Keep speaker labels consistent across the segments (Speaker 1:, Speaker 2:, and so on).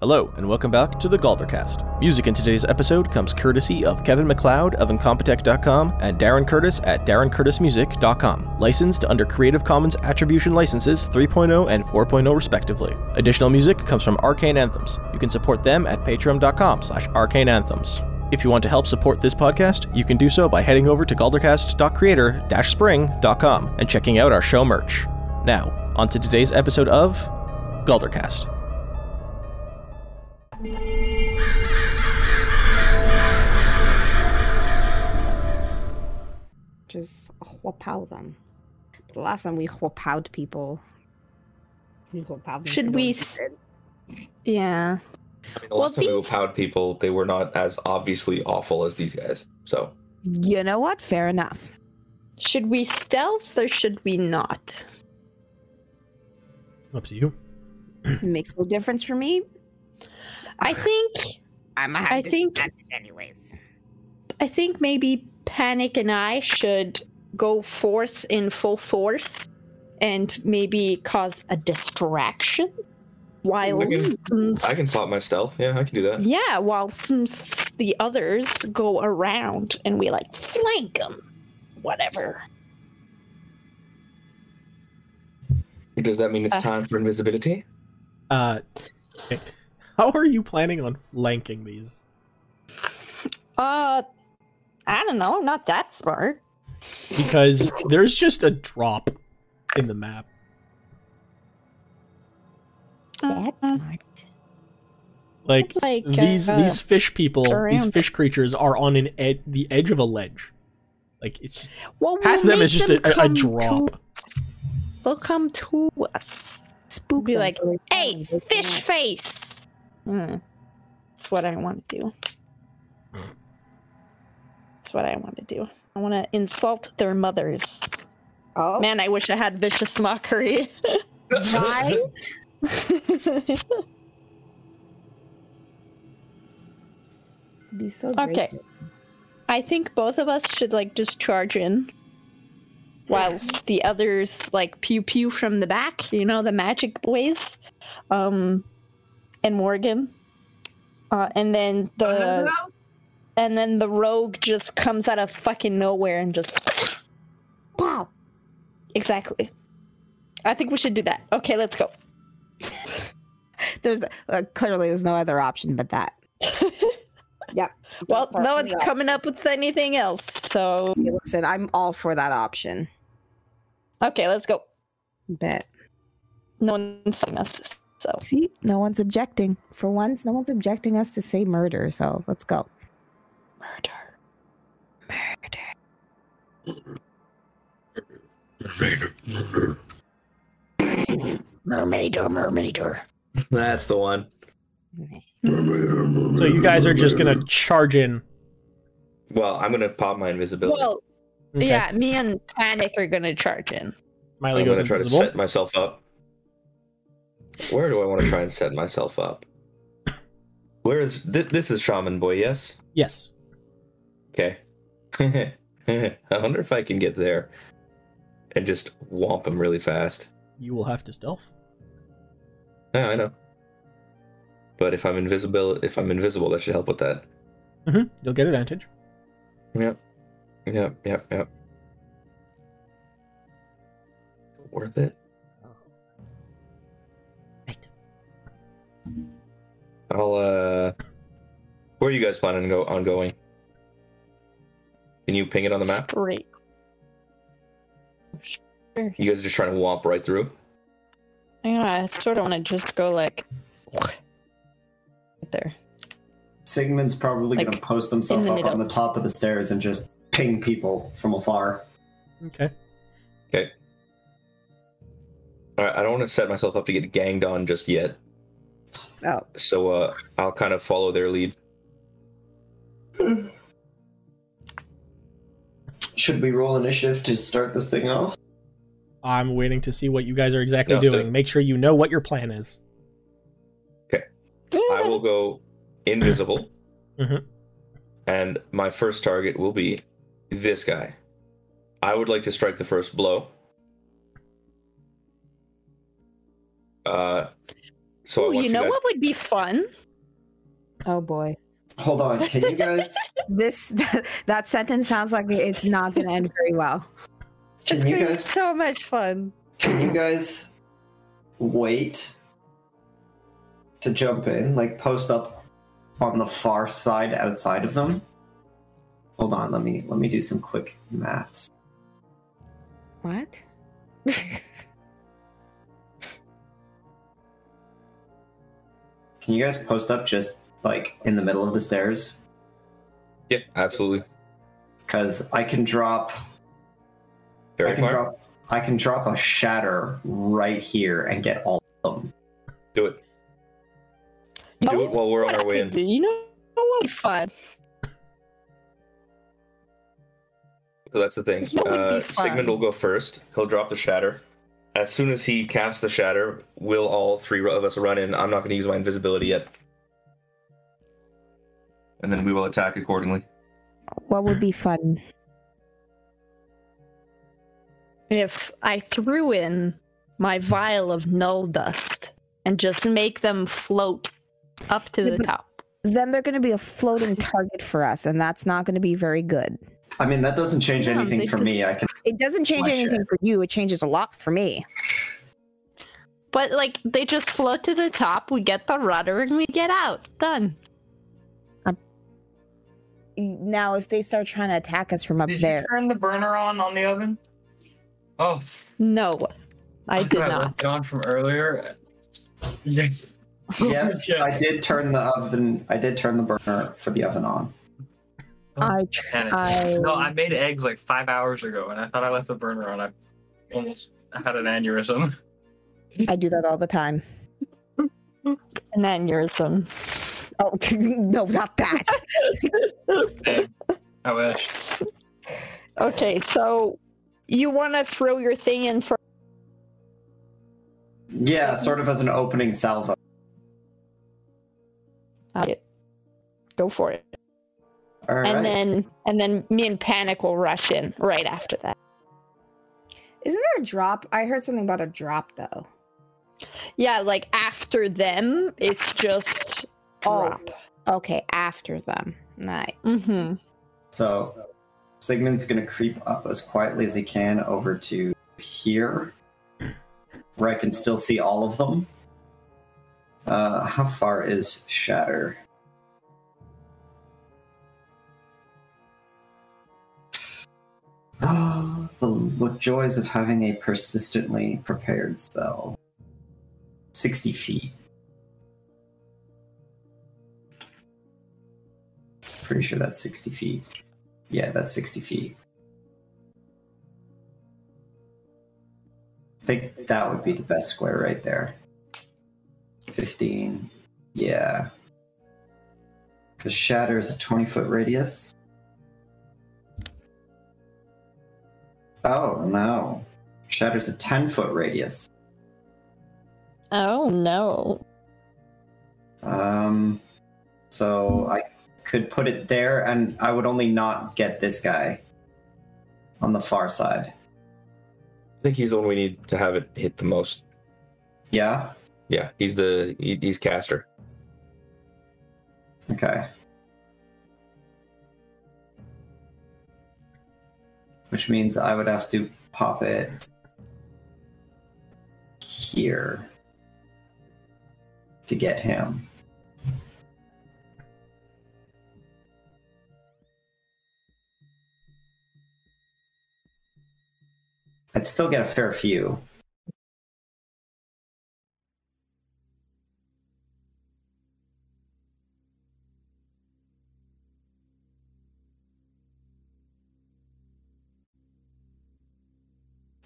Speaker 1: Hello, and welcome back to the Galdercast. Music in today's episode comes courtesy of Kevin McLeod of Incompetech.com and Darren Curtis at DarrenCurtisMusic.com, licensed under Creative Commons Attribution Licenses 3.0 and 4.0 respectively. Additional music comes from Arcane Anthems. You can support them at patreon.com slash arcaneanthems. If you want to help support this podcast, you can do so by heading over to galdercast.creator-spring.com and checking out our show merch. Now, on to today's episode of Galdercast.
Speaker 2: just huapow them. The last time we huapowed people, we huapowed them
Speaker 3: Should
Speaker 2: for no
Speaker 3: we s-
Speaker 2: reason.
Speaker 3: Yeah.
Speaker 4: I mean, the
Speaker 3: Well,
Speaker 4: last time
Speaker 3: these-
Speaker 4: we wowed people, they were not as obviously awful as these guys. So
Speaker 2: You know what? Fair enough.
Speaker 3: Should we stealth or should we not?
Speaker 5: Up to you.
Speaker 2: makes no difference for me.
Speaker 3: I think
Speaker 2: I might
Speaker 3: I
Speaker 2: have
Speaker 3: think-
Speaker 2: disadvantage anyways.
Speaker 3: I think maybe Panic and I should go forth in full force and maybe cause a distraction while
Speaker 4: I can, I can plot my stealth. Yeah, I can do that.
Speaker 3: yeah, while some s- the others go around and we like flank them, whatever.
Speaker 4: Does that mean it's
Speaker 3: Uh.
Speaker 4: time for invisibility?
Speaker 5: Uh, okay. how are you planning on flanking these?
Speaker 3: Uh, I don't know. I'm not that smart.
Speaker 5: Because there's just a drop in the map.
Speaker 2: That's
Speaker 3: Uh,
Speaker 2: smart.
Speaker 5: Like
Speaker 3: like
Speaker 5: these
Speaker 3: uh,
Speaker 5: these fish people, these
Speaker 3: surround-
Speaker 5: fish creatures are on an ed- the edge of a ledge. Like it's just,
Speaker 3: well, we'll
Speaker 5: past them
Speaker 3: make
Speaker 5: is just
Speaker 3: them
Speaker 5: a, a, a
Speaker 3: come
Speaker 5: drop.
Speaker 3: to- they'll come to us.
Speaker 2: Spook
Speaker 3: be
Speaker 2: them
Speaker 3: like,
Speaker 2: so they
Speaker 3: Hey,
Speaker 2: can't wake
Speaker 3: fish
Speaker 2: up."
Speaker 3: face. Mm. That's what I want to do. That's what I want to do. I want to insult their mothers.
Speaker 2: Oh,
Speaker 3: Man, I wish I had vicious mockery.
Speaker 2: right? Be so
Speaker 3: Okay.
Speaker 2: grateful.
Speaker 3: I think both of us should like just charge in, whilst the others like pew pew from the back. You know the magic boys, um, and Morgan, uh, and then the. and then the rogue just comes out of fucking nowhere and just
Speaker 2: Wow.
Speaker 3: exactly. I think we should do that. Okay, let's go.
Speaker 2: There's uh, clearly there's no other option but that. Yep.
Speaker 3: well,
Speaker 2: That's our
Speaker 3: no
Speaker 2: only
Speaker 3: one's
Speaker 2: option.
Speaker 3: coming up with anything else, so
Speaker 2: Okay, Listen, I'm all for that option.
Speaker 3: okay, let's go.
Speaker 2: Bet.
Speaker 3: No one's seeing us, so
Speaker 2: See, no one's objecting. For once, no one's objecting us to say murder. So let's go.
Speaker 3: murder. Mermaider, mermaider.
Speaker 4: That's the one.
Speaker 5: So you guys are just gonna charge in.
Speaker 4: Well, I'm gonna pop my invisibility.
Speaker 3: Well,
Speaker 5: Okay.
Speaker 3: yeah, me and Panic are gonna charge in.
Speaker 5: Smiley
Speaker 4: I'm
Speaker 5: goes
Speaker 4: gonna try to
Speaker 5: invisible.
Speaker 4: set myself up. Where do I want to try and set myself up? Where is thi- this? Is Shaman Boy? Yes.
Speaker 5: Yes.
Speaker 4: Okay. I wonder if I can get there and just womp him really fast.
Speaker 5: You will have to stealth.
Speaker 4: Yeah, I know. But if I'm invisible, if I'm invisible, that should help with that.
Speaker 5: Mm-hmm. You'll get advantage.
Speaker 4: Yep. Yep. Yep. Yep. Worth it.
Speaker 5: Right.
Speaker 4: I'll. uh Where are you guys planning on go on going? Can you ping it on the map?
Speaker 3: Great.
Speaker 4: You guys are just trying to womp right through.
Speaker 3: Yeah, I sort of want to just go like right there.
Speaker 6: Sigmund's probably
Speaker 3: Like,
Speaker 6: going to post
Speaker 3: in
Speaker 6: himself
Speaker 3: the
Speaker 6: up on
Speaker 3: middle.
Speaker 6: the top of the stairs and just ping people from afar.
Speaker 5: Okay.
Speaker 4: All right, I don't want to set myself up to get ganged on just yet,
Speaker 2: Oh,
Speaker 4: so uh I'll kind of follow their lead.
Speaker 6: Should we roll initiative to start this thing off?
Speaker 5: I'm waiting to see what you guys are exactly
Speaker 4: No, so-
Speaker 5: doing. Make sure you know what your plan is.
Speaker 4: I will go invisible.
Speaker 5: Mhm.
Speaker 4: And my first target will be this guy. I would like to strike the first blow. Uh, So I
Speaker 3: Ooh,
Speaker 4: want
Speaker 3: you know
Speaker 4: guys-
Speaker 3: what would be fun?
Speaker 2: Oh boy.
Speaker 6: Hold on, can you guys?
Speaker 2: This that, sentence sounds like it's not going to end very well.
Speaker 3: It's
Speaker 6: Can you
Speaker 3: gonna be
Speaker 6: guys-
Speaker 3: so much fun.
Speaker 6: Can you guys wait to jump in? Like post up on the far side outside of them. Hold on, let me let me do some quick maths.
Speaker 2: What?
Speaker 6: Can you guys post up just like in the middle of the stairs?
Speaker 4: Yeah, absolutely.
Speaker 6: Because I can drop I
Speaker 4: Very
Speaker 6: can
Speaker 4: far.
Speaker 6: drop I can drop a shatter right here and get all of them.
Speaker 4: Do it.
Speaker 3: Oh,
Speaker 4: Do it while we're on our way in.
Speaker 3: Do you know what would be fun?
Speaker 4: So that's the thing.
Speaker 3: That would be
Speaker 4: Uh,
Speaker 3: fun.
Speaker 4: Sigmund will go first. He'll drop the shatter. As soon as he casts the shatter, we'll all three of us run in. I'm not going to use my invisibility yet. And then we will attack accordingly.
Speaker 2: What would be fun?
Speaker 3: If I threw in my vial of null dust and just make them float up to the
Speaker 2: Yeah, but-
Speaker 3: top.
Speaker 2: Then they're going to be a floating target for us, and that's not going to be very good.
Speaker 6: I mean that doesn't change
Speaker 3: Yeah,
Speaker 6: anything
Speaker 3: they
Speaker 6: for me. I can
Speaker 2: It doesn't change
Speaker 6: Why should
Speaker 2: anything for you. It changes a lot for me.
Speaker 3: But like they just float to the top, we get the rudder and we get out. Done.
Speaker 2: Now, if they start trying to attack us from up
Speaker 7: Did
Speaker 2: there,
Speaker 7: you turn the burner on on the oven? Oh,
Speaker 3: No. I did
Speaker 7: thought was
Speaker 3: not.
Speaker 7: John from earlier. Yes.
Speaker 6: Yes,
Speaker 7: Yeah.
Speaker 6: I did turn the oven I did turn the burner for the oven on.
Speaker 2: I
Speaker 3: Uh,
Speaker 7: And it-
Speaker 2: try.
Speaker 7: Oh. No, I made eggs like five hours ago, and I thought I left the burner on. I almost had an aneurysm.
Speaker 2: I do that all the time.
Speaker 3: An aneurysm.
Speaker 2: Oh no, not that.
Speaker 7: I wish.
Speaker 3: Okay, so you want to throw your thing in for
Speaker 6: Yeah, sort of as an opening salvo.
Speaker 3: uh, go for it,
Speaker 6: All right.
Speaker 3: and then and then me and Panic will rush in right after that.
Speaker 2: Isn't there a drop? I heard something about a drop though.
Speaker 3: Yeah, like after them, it's just
Speaker 6: Oh.
Speaker 3: drop.
Speaker 2: Okay, after them. Night.
Speaker 3: Mm-hmm.
Speaker 6: so Sigmund's gonna creep up as quietly as he can over to here. Where I can still see all of them. Uh how far is Shatter? Ah, the what joys of having a persistently prepared spell. Sixty feet. Pretty sure that's sixty feet. Yeah, that's sixty feet. I think that would be the best square right there. Fifteen. Yeah. Because shatter is a twenty foot radius. Oh no. Shatter's a 10 foot radius.
Speaker 3: Oh no.
Speaker 6: Um, so I could put it there and I would only not get this guy on the far side.
Speaker 4: I think he's the one we need to have it hit the most.
Speaker 6: Yeah?
Speaker 4: Yeah, he's the he, he's caster.
Speaker 6: Okay. Which means I would have to pop it here to get him. I'd still get a fair few.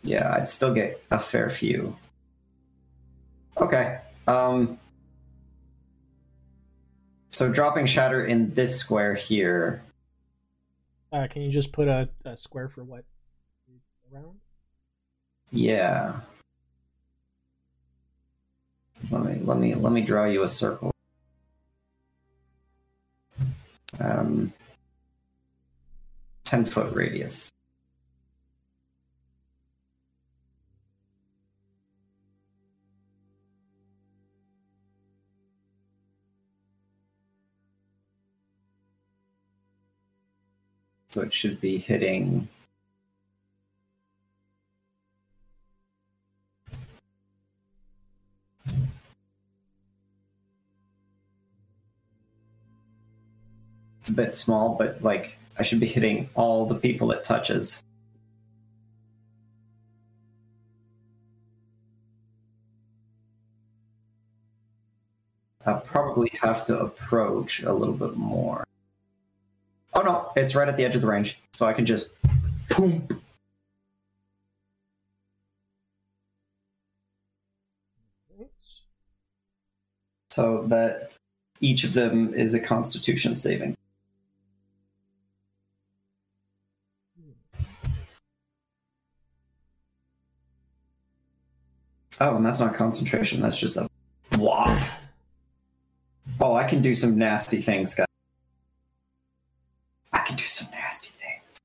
Speaker 6: Yeah, I'd still get a fair few. Okay. Um So dropping shatter in this square here.
Speaker 5: Uh, can you just put a, a square for what? is Around?
Speaker 6: Yeah. Let me let me let me draw you a circle. Um 10 foot radius. So it should be hitting. It's a bit small, but like I should be hitting all the people it touches. I'll probably have to approach a little bit more. Oh no, it's right at the edge of the range, so I can just. Boom. So that each of them is a Constitution saving. Oh, and that's not concentration. That's just a whop. Oh, I can do some nasty things, guys. I can do some nasty things.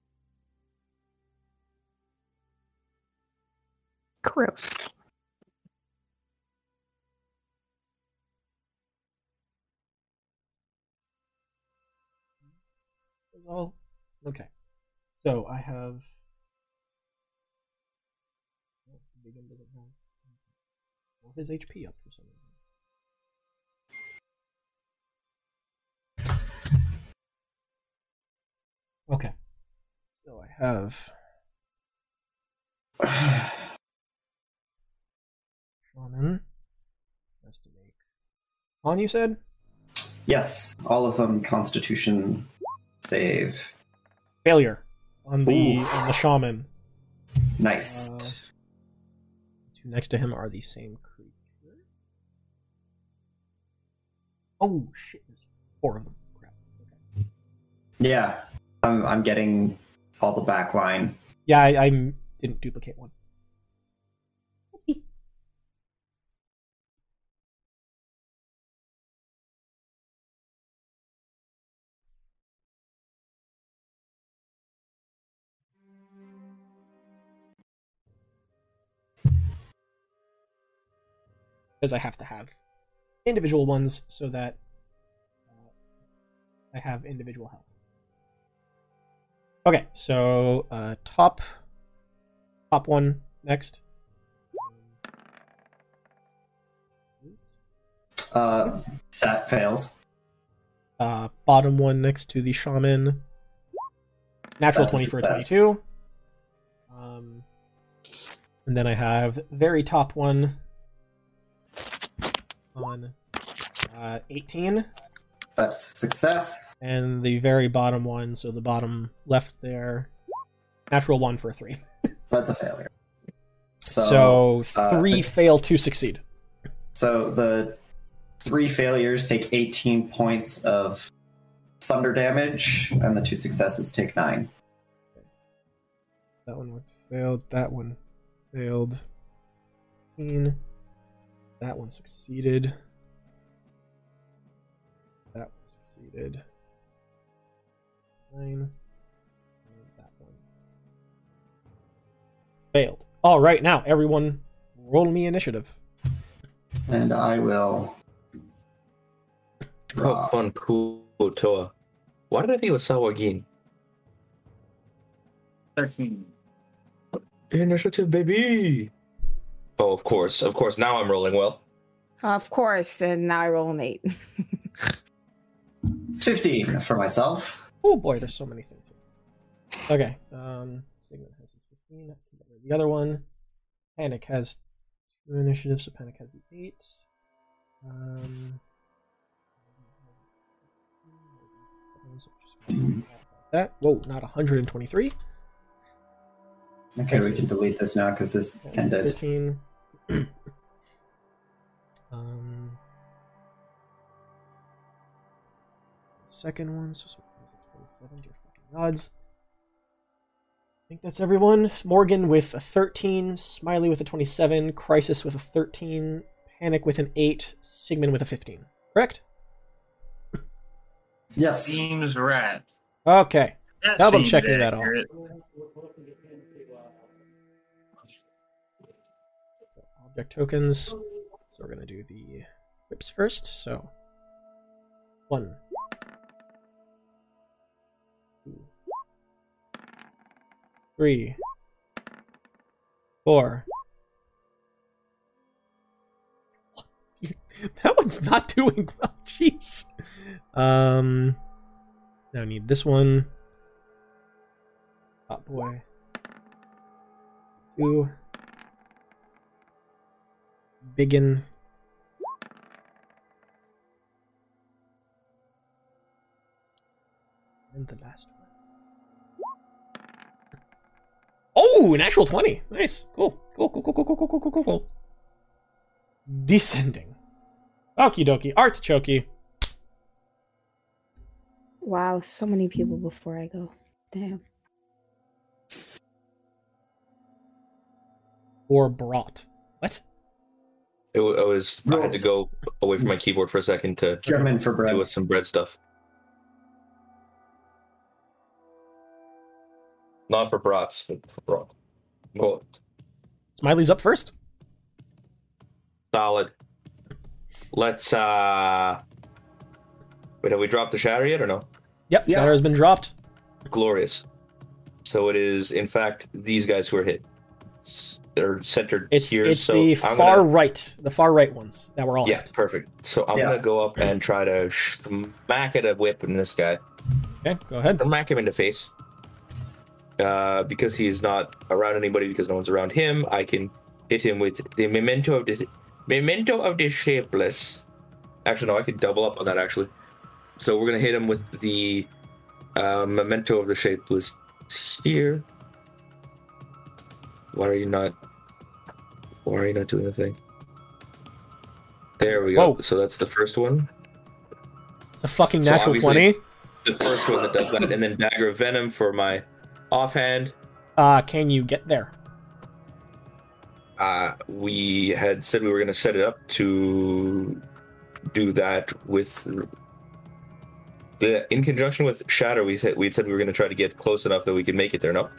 Speaker 3: Gross.
Speaker 1: Well, Oh, okay. So I have. Begin to get down. Well, His HP up for some reason. Okay. So I have Shaman. Has to make. On you said?
Speaker 6: Yes, all of them Constitution save.
Speaker 1: Failure. On the
Speaker 6: Oof.
Speaker 1: on the shaman.
Speaker 6: Nice.
Speaker 1: Uh, two next to him are the same creature. Oh shit! There's four of them. Crap. Okay.
Speaker 6: Yeah, I'm, I'm getting all the back line.
Speaker 1: Yeah, I, I didn't duplicate one. Because I have to have individual ones so that uh, I have individual health. Okay, so uh, top top one next.
Speaker 6: Uh, that fails.
Speaker 1: Uh, bottom one next to the shaman. Natural
Speaker 6: That's a
Speaker 1: twenty for a
Speaker 6: success.
Speaker 1: twenty-two. Um, and then I have very top one on uh, eighteen.
Speaker 6: That's success.
Speaker 1: and the very bottom one, so the bottom left there, natural one for a three.
Speaker 6: That's a failure. So,
Speaker 1: So,
Speaker 6: uh,
Speaker 1: three
Speaker 6: the-
Speaker 1: fail to succeed.
Speaker 6: so the three failures take 18 points of thunder damage, and the two successes take nine.
Speaker 1: That one failed. That one failed. 18. That one succeeded. That one succeeded. Nine. And that one failed. All right, now everyone, roll me initiative.
Speaker 6: And I will
Speaker 4: Oh,
Speaker 6: draw.
Speaker 4: fun, cool, Toa. Why did I think it was Sawagin?
Speaker 7: 13.
Speaker 4: Initiative, baby! Oh, of course, of course. Now I'm rolling well.
Speaker 2: Of course, and now I roll an eight.
Speaker 6: 15 for myself.
Speaker 1: Oh boy, there's so many things. Here. Okay. Um, Sigmund has his 15. I can get rid of The other one, Panic has two initiatives, so Panic has the eight. Um, that whoa, not 123.
Speaker 6: Okay, we can delete this now because this ended.
Speaker 1: 13. um, second one, so so- is it 27? Dear fucking gods. I think that's everyone. Morgan with a 13, Smiley with a 27, Crisis with a 13, Panic with an 8, Sigmund with a 15. Correct?
Speaker 6: Yes.
Speaker 7: Seems right.
Speaker 1: Okay.
Speaker 7: That
Speaker 1: Double
Speaker 7: seems
Speaker 1: checking that all.
Speaker 7: accurate.
Speaker 1: So object tokens. So we're gonna do the whips first. So one, two, three, four. That one's not doing well. Jeez. Um, now I need this one. Hot boy. Two. Biggin. And the last one. Oh, an actual 20. Nice. Cool. Cool, cool, cool, cool, cool, cool, cool, cool, cool, cool. Descending. Okie dokie. Artichoke.
Speaker 2: Wow, so many people before I go. Damn.
Speaker 1: Or brought. What?
Speaker 4: It, wa- I was I had to go away from my keyboard for a second to
Speaker 6: German for bread.
Speaker 4: do with some bread stuff. Not for brats, but for brat. Well,
Speaker 1: Smiley's up first.
Speaker 4: solid. Let's uh. Wait, have we dropped the shatter yet or no?
Speaker 1: Yep.
Speaker 6: Yeah.
Speaker 1: Shatter has been dropped.
Speaker 4: Glorious. So it is, in fact, these guys who are hit. They're centered
Speaker 1: It's
Speaker 4: here.
Speaker 1: it's
Speaker 4: so
Speaker 1: the
Speaker 4: I'm
Speaker 1: far
Speaker 4: gonna-
Speaker 1: right, the far right ones that were all
Speaker 4: Yeah,
Speaker 1: hit.
Speaker 4: perfect. So I'm
Speaker 6: Yeah.
Speaker 4: gonna go up and try to smack at a whip in this guy.
Speaker 1: Okay, go ahead.
Speaker 4: Smack him in the face. Uh, because he is not around anybody, because no one's around him, I can hit him with the memento of this memento of the shapeless. Actually, no, I could double up on that actually. So we're gonna hit him with the uh, memento of the shapeless here. Why are you not? Why are you not doing the thing? There we go.
Speaker 1: Whoa.
Speaker 4: So that's the first one.
Speaker 1: It's a fucking
Speaker 4: So
Speaker 1: natural
Speaker 4: obviously
Speaker 1: twenty.
Speaker 4: The first one that does that, and then dagger of venom for my offhand.
Speaker 1: Uh, can you get there?
Speaker 4: Uh, we had said we were going to set it up to do that with the in conjunction with shatter. We said we had said we were going to try to get close enough that we could make it there. No,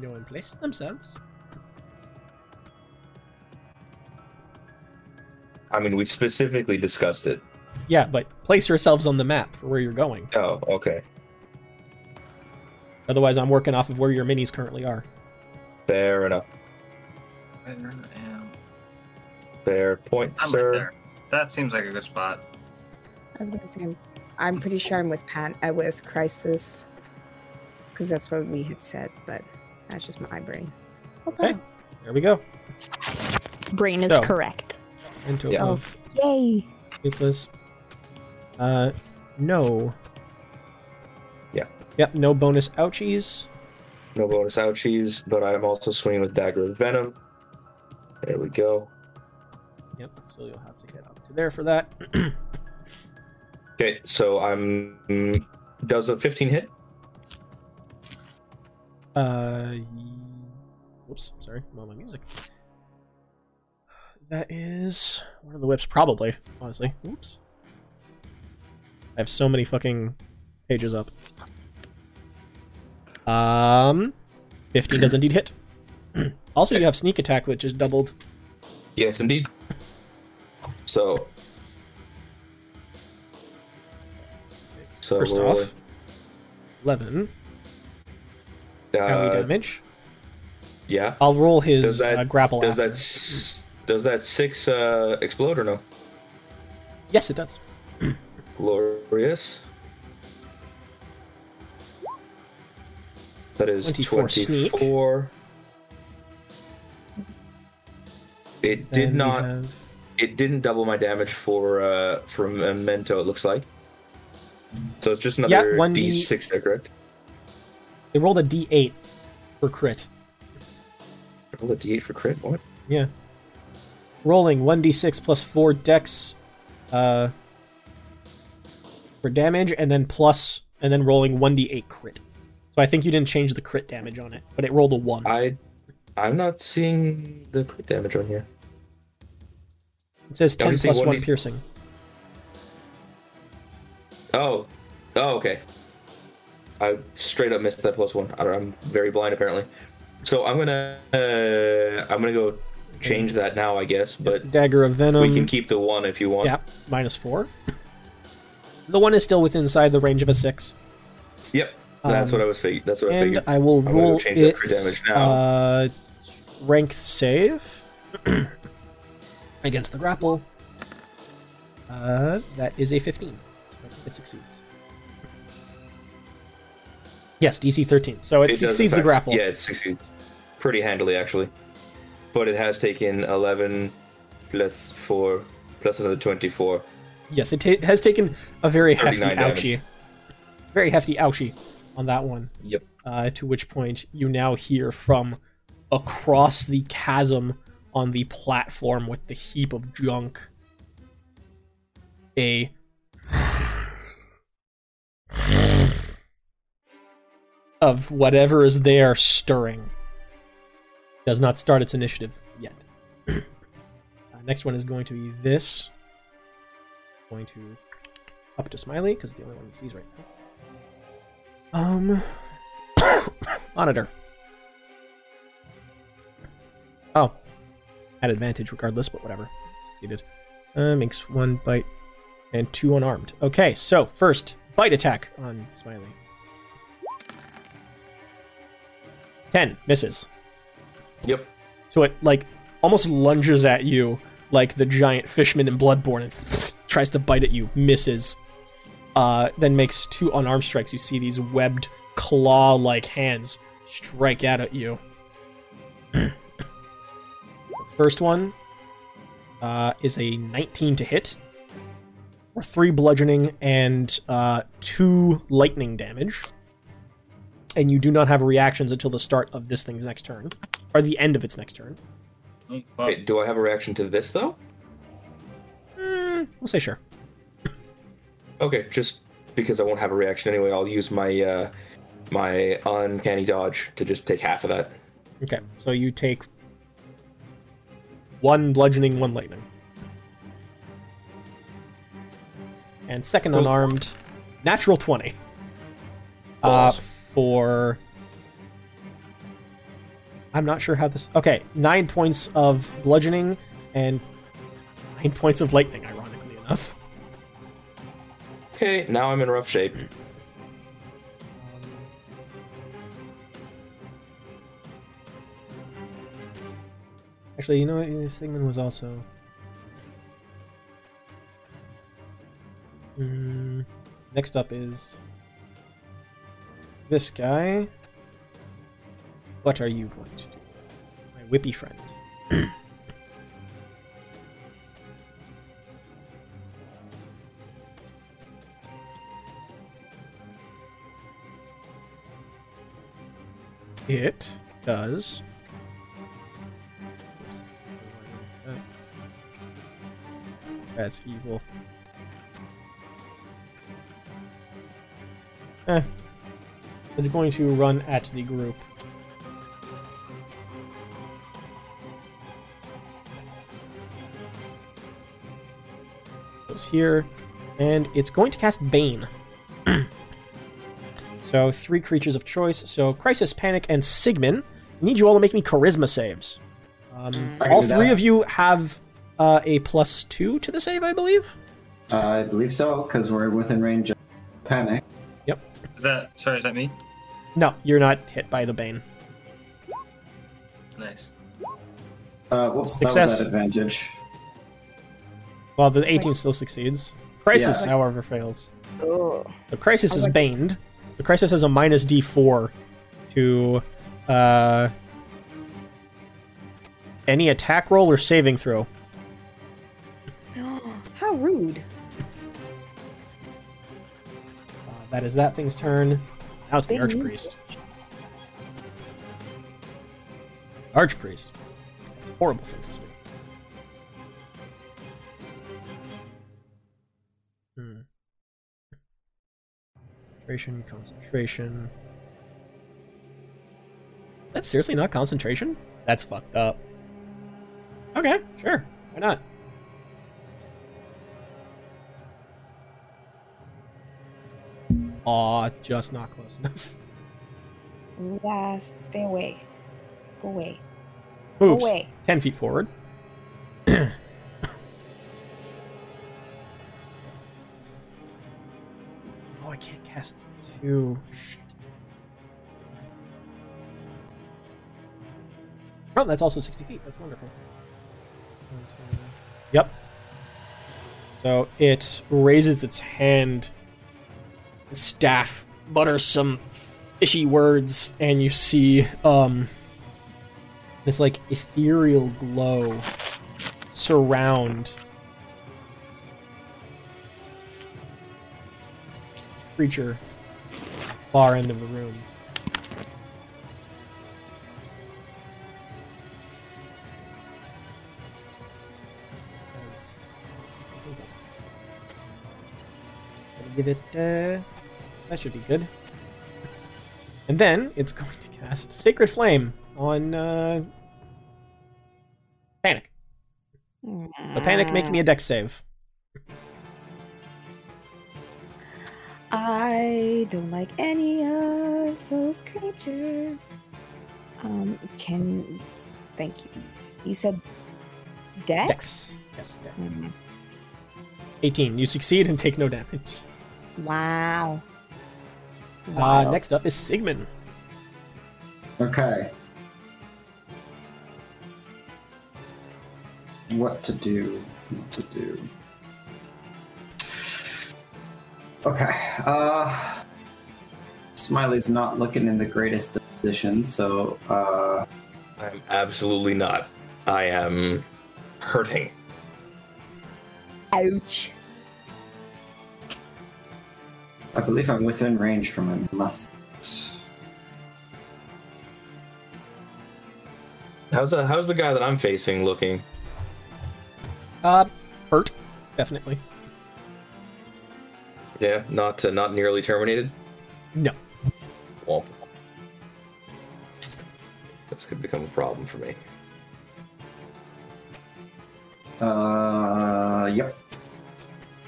Speaker 1: No one placed themselves.
Speaker 4: I mean we specifically discussed it.
Speaker 1: Yeah, but place yourselves on the map for where you're going.
Speaker 4: Oh, okay,
Speaker 1: Otherwise, I'm working off of where your minis currently are.
Speaker 4: fair enough.
Speaker 7: There I am.
Speaker 4: Fair point,
Speaker 7: I'm
Speaker 4: sir.
Speaker 7: right there. That seems like a good spot.
Speaker 2: I was going to say, I'm pretty sure I'm with Pan, uh, with Crisis, because that's what we had said. But that's just my brain.
Speaker 1: Okay. There we go.
Speaker 3: Brain is
Speaker 1: So.
Speaker 3: correct.
Speaker 1: Into
Speaker 4: Yeah.
Speaker 1: a
Speaker 3: Of
Speaker 5: Oh.
Speaker 3: yay.
Speaker 1: Toothless. Uh, no.
Speaker 4: Yeah.
Speaker 1: Yep. No bonus ouchies.
Speaker 4: No bonus out cheese, but I'm also swinging with dagger of venom. There we go.
Speaker 1: Yep. So you'll have to get up to there for that.
Speaker 4: Okay, so I'm does a 15 hit?
Speaker 1: Uh, whoops, sorry, I'm on my music. That is one of the whips, probably. Honestly, oops. I have so many fucking pages up. Um, fifteen does indeed hit. also, you have sneak attack, which is doubled.
Speaker 4: Yes, indeed. So, So
Speaker 1: First
Speaker 4: we're rolling.
Speaker 1: off, eleven
Speaker 4: uh,
Speaker 1: AoE damage.
Speaker 4: yeah.
Speaker 1: I'll roll his
Speaker 4: does that-
Speaker 1: uh, grapple.
Speaker 4: Does
Speaker 1: after.
Speaker 4: that s- does that six uh, explode or no?
Speaker 1: Yes, it does.
Speaker 4: Glorious. That is
Speaker 1: 24
Speaker 4: twenty-four.
Speaker 1: sneak.
Speaker 4: It
Speaker 1: Then
Speaker 4: did
Speaker 1: we
Speaker 4: not.
Speaker 1: have-
Speaker 4: It didn't double my damage for uh, for memento. It looks like. So it's just
Speaker 1: Yeah,
Speaker 4: another
Speaker 1: 1D
Speaker 4: d6 there, correct?
Speaker 1: They rolled a d8 for crit.
Speaker 4: Roll a d8 for crit. What?
Speaker 1: Yeah. Rolling 1d6 plus 4 dex uh, for damage, and then plus, and then rolling 1d8 crit. So I think you didn't change the crit damage on it, but it rolled a 1.
Speaker 4: I, I'm not seeing the crit damage on here.
Speaker 1: it says
Speaker 4: I
Speaker 1: 10
Speaker 4: only see
Speaker 1: plus 1
Speaker 4: 1d6.
Speaker 1: piercing.
Speaker 4: Oh, oh, okay. I straight up missed that plus one. I don't- I'm very blind apparently. So I'm gonna, uh, I'm gonna go change that now, I guess. But
Speaker 1: Dagger of Venom.
Speaker 4: we can keep the one if you want.
Speaker 1: Um, Yeah, minus 4. The 1 is still within inside the range of a 6.
Speaker 4: Yep. That's
Speaker 1: Um,
Speaker 4: what I was figuring. That's what I
Speaker 1: and
Speaker 4: figured.
Speaker 1: I will
Speaker 4: gonna go
Speaker 1: roll
Speaker 4: change that for
Speaker 1: its
Speaker 4: damage now.
Speaker 1: uh, rank save against the grapple. Uh, that is a 15. It succeeds. Yes, DC 13. So it,
Speaker 4: does, in
Speaker 1: succeeds the
Speaker 4: fact-
Speaker 1: grapple.
Speaker 4: Yeah, it succeeds pretty handily actually, but it has taken eleven plus four plus another twenty-four.
Speaker 1: Yes, it ta- has taken a very hefty
Speaker 4: 39 damage.
Speaker 1: ouchie. Very hefty ouchie on that one.
Speaker 4: Yep.
Speaker 1: uh, to which point you now hear from across the chasm on the platform with the heap of junk a of whatever is there stirring does not start its initiative yet uh, next one is going to be this going to up to smiley because the only one he sees right now um Monitor. Oh. At advantage regardless, but whatever. Succeeded. Uh, makes one bite and two unarmed. Okay, so first, bite attack on Smiley. 10 misses.
Speaker 4: Yep.
Speaker 1: So it, like, almost lunges at you like the giant fishman in Bloodborne and tries to bite at you, misses. Uh, then makes two unarmed strikes. You see these webbed, claw like hands strike out at you. The First one uh, is a 19 to hit, or three bludgeoning and uh, two lightning damage. And you do not have reactions until the start of this thing's next turn, or the end of its next turn.
Speaker 7: Mm, fuck.
Speaker 4: Wait, do I have a reaction to this though?
Speaker 1: Mm, we'll say sure.
Speaker 4: Okay, just because I won't have a reaction anyway, I'll use my uh, my uncanny dodge to just take half of that.
Speaker 1: Okay, so you take one bludgeoning, one lightning. And second
Speaker 4: Cool.
Speaker 1: unarmed, natural 20. Uh,
Speaker 4: Balls.
Speaker 1: for. I'm not sure how this. Okay, nine points of bludgeoning and nine points of lightning, ironically enough.
Speaker 4: Okay, now I'm in rough shape.
Speaker 1: Actually, you know what? Sigmund was also. Mm, next up is this guy. What are you going to do, my whippy friend? It does. Oh. That's evil. Eh. It's going to run at the group. Goes here. And it's going to cast Bane. so, three creatures of choice. So, Crisis, Panic, and Sigmund. I need you all to make me charisma saves. Um,
Speaker 6: Mm. I can
Speaker 1: all
Speaker 6: do that.
Speaker 1: three of you have uh, a plus two to the save, I believe.
Speaker 6: Uh, I believe so, because we're within range of panic.
Speaker 7: Is that sorry? Is that me?
Speaker 1: No, you're not hit by the bane.
Speaker 7: Nice.
Speaker 6: Uh, whoops, that
Speaker 1: Success.
Speaker 6: was at advantage.
Speaker 1: Well, the 18 still succeeds. Crisis,
Speaker 6: Yeah.
Speaker 1: however, fails.
Speaker 2: Oh,
Speaker 1: The crisis
Speaker 2: I
Speaker 1: is
Speaker 2: like-
Speaker 1: baned. The crisis has a minus d4 to uh, any attack roll or saving throw.
Speaker 2: how rude.
Speaker 1: Uh, that is that thing's turn. Now it's the
Speaker 2: Bane.
Speaker 1: archpriest. Archpriest. Has horrible things to do. Hmm. Concentration, concentration. That's seriously not concentration? That's fucked up. Okay, sure. Why not? Aw, just not close enough.
Speaker 2: Yes, stay away. Go away. Go
Speaker 1: Moves.
Speaker 2: away.
Speaker 1: 10 feet forward.
Speaker 5: Oh,
Speaker 1: oh, I can't cast two. Shit.
Speaker 5: problem. Oh, That's also 60 feet. That's wonderful. Yep. So it raises its hand. The staff mutters some fishy words, and you see um, this like ethereal glow surround creature far end of the room. As- Gonna Give it. Uh, that should be good. And then it's going to cast Sacred Flame on uh, Panic. But Panic, make me a Dex save.
Speaker 2: I don't like any of those creatures. Um, can. Thank you. You said deck?
Speaker 5: Dex. Yes, Dex. 18. You succeed and take no damage.
Speaker 2: Wow.
Speaker 5: Uh, next up is Sigmund.
Speaker 6: Okay. What to do? What to do? Okay. Uh, Smiley's not looking in the greatest position, so uh,
Speaker 4: I'm absolutely not. I am hurting.
Speaker 2: Ouch.
Speaker 6: I believe I'm within range from him. Must.
Speaker 4: How's the How's the guy that I'm facing looking?
Speaker 5: Uh, hurt. Definitely.
Speaker 4: Yeah, not uh, not nearly terminated.
Speaker 5: No.
Speaker 4: Womp. This could become a problem for me.
Speaker 6: Uh, yep.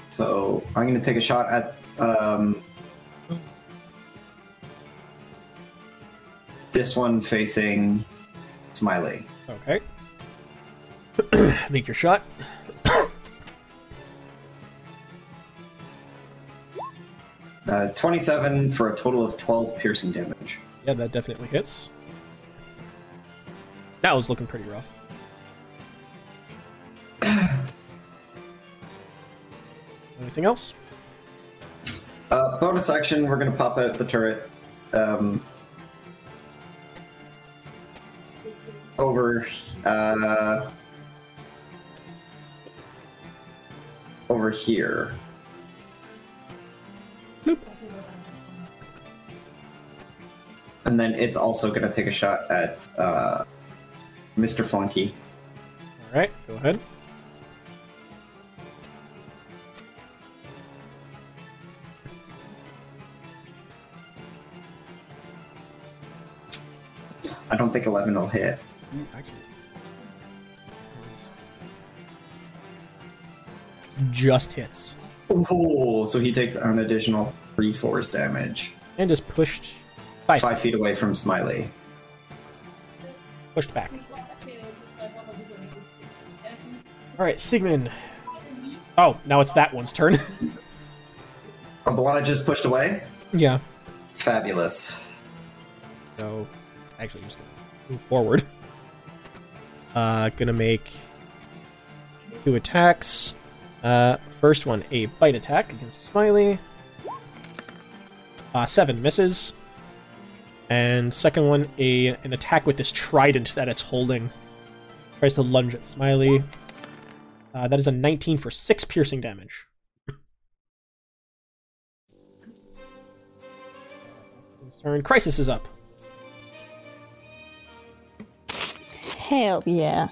Speaker 6: So I'm gonna take a shot at um, this one facing Smiley.
Speaker 5: Okay. Make your shot.
Speaker 6: Uh, 27 for a total of 12 piercing damage.
Speaker 5: Yeah, that definitely hits. That was looking pretty rough. Anything else?
Speaker 6: Uh, bonus action, we're gonna pop out the turret. Um, over, uh, over here. And then it's also gonna take a shot at uh, Mr. Flunky.
Speaker 5: All right, go ahead.
Speaker 6: I don't think 11 will hit.
Speaker 5: Just hits
Speaker 6: Oh, so he takes an additional three force damage.
Speaker 5: and is pushed five,
Speaker 6: Five feet away from Smiley.
Speaker 5: pushed back. All right, Sigmund. Oh, now it's that one's turn.
Speaker 6: Oh, the one I just pushed away?
Speaker 5: yeah.
Speaker 6: Fabulous.
Speaker 5: So, actually, I'm just gonna move forward. Uh, gonna make two attacks. Uh, first one, a bite attack against Smiley. Uh, seven misses. And second one, a an attack with this trident that it's holding. Tries to lunge at Smiley. Uh, that is a 19 for six piercing damage. His Turn. Crisis is up.
Speaker 3: Hell yeah.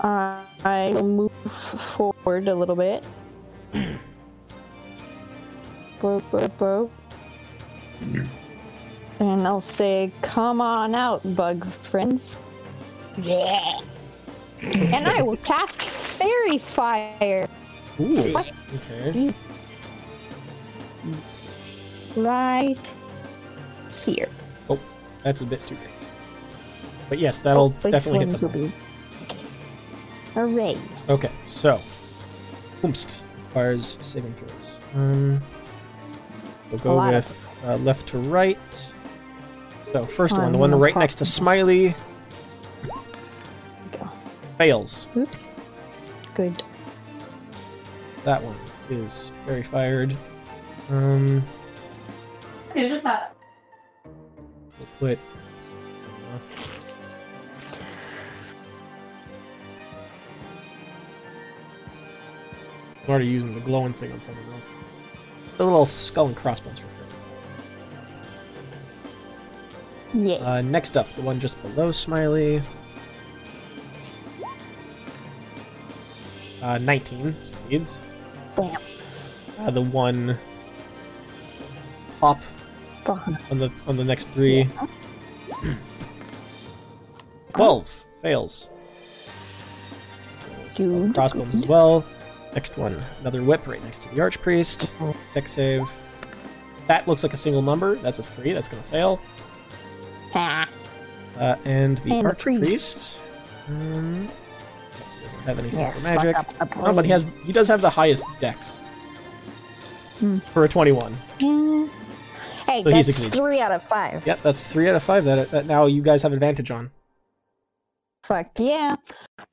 Speaker 3: Uh, I will move forward a little bit. bro, bro, bro. And I'll say, come on out, bug friends. Yeah. and I will cast Fairy Fire.
Speaker 5: Ooh. Okay.
Speaker 3: right here.
Speaker 5: That's a bit too big. But yes,
Speaker 3: Oh,
Speaker 5: that'll
Speaker 3: Like
Speaker 5: definitely hit
Speaker 3: 22
Speaker 5: them.
Speaker 3: beam. Hooray.
Speaker 5: Okay, so. Oomst fires saving throws. Um, we'll
Speaker 3: A
Speaker 5: go
Speaker 3: lot of
Speaker 5: with uh, left to right. So, first one, the
Speaker 3: I'm
Speaker 5: one
Speaker 3: gonna
Speaker 5: right
Speaker 3: pop-
Speaker 5: next to Smiley, Fails.
Speaker 3: Oops. Good.
Speaker 5: That one is very fired. Um,
Speaker 8: It is that.
Speaker 5: we'll put. I'm already using the glowing thing on something else. The little skull and crossbones for fail.
Speaker 3: Yeah.
Speaker 5: Uh, next up, the one just below Smiley. Uh, 19 succeeds.
Speaker 3: Damn.
Speaker 5: Uh, the one pop
Speaker 3: Fuck.
Speaker 5: on the on the next three. Twelve fails. Skull
Speaker 3: Good,
Speaker 5: Crossbones
Speaker 3: good.
Speaker 5: as well. Next one, another whip right next to the archpriest. Tech save. That looks like a single number. That's a three. That's gonna fail.
Speaker 3: Ah.
Speaker 5: Uh, and the
Speaker 3: And the
Speaker 5: archpriest. Um, he doesn't have anything
Speaker 3: Yes.
Speaker 5: for magic.
Speaker 3: fuck up the
Speaker 5: Oh, but he has
Speaker 3: brains.
Speaker 5: he does have the highest dex.
Speaker 3: Hmm.
Speaker 5: For a twenty-one.
Speaker 3: Yeah. Mm. Hey,
Speaker 5: So he's
Speaker 3: that's
Speaker 5: a Canadian.
Speaker 3: three out of five.
Speaker 5: Yep, that's three out of five that that now you guys have advantage on.
Speaker 3: Fuck yeah.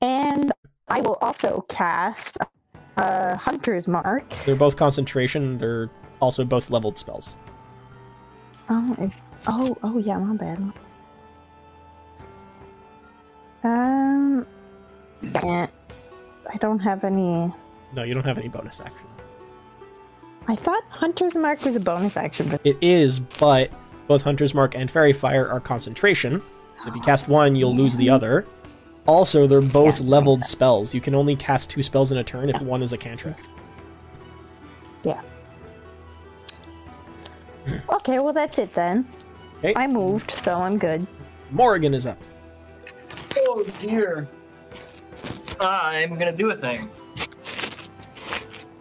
Speaker 3: And I will also cast uh, Hunter's Mark.
Speaker 5: They're both concentration. They're also both leveled spells.
Speaker 3: Oh, it's, oh, oh yeah, my bad. Um, eh, I don't have any.
Speaker 5: No, you don't have any bonus action.
Speaker 3: I thought Hunter's Mark was a bonus action, but
Speaker 5: It is, but both Hunter's Mark and Fairy Fire are concentration. If you cast one, you'll lose the other. Also, they're both
Speaker 3: Yeah.
Speaker 5: leveled spells. You can only cast two spells in a turn if one is a cantrip.
Speaker 3: okay, well that's it then.
Speaker 5: Okay.
Speaker 3: I moved, so I'm good.
Speaker 5: Morrigan is up.
Speaker 7: Oh dear. I'm gonna do a thing.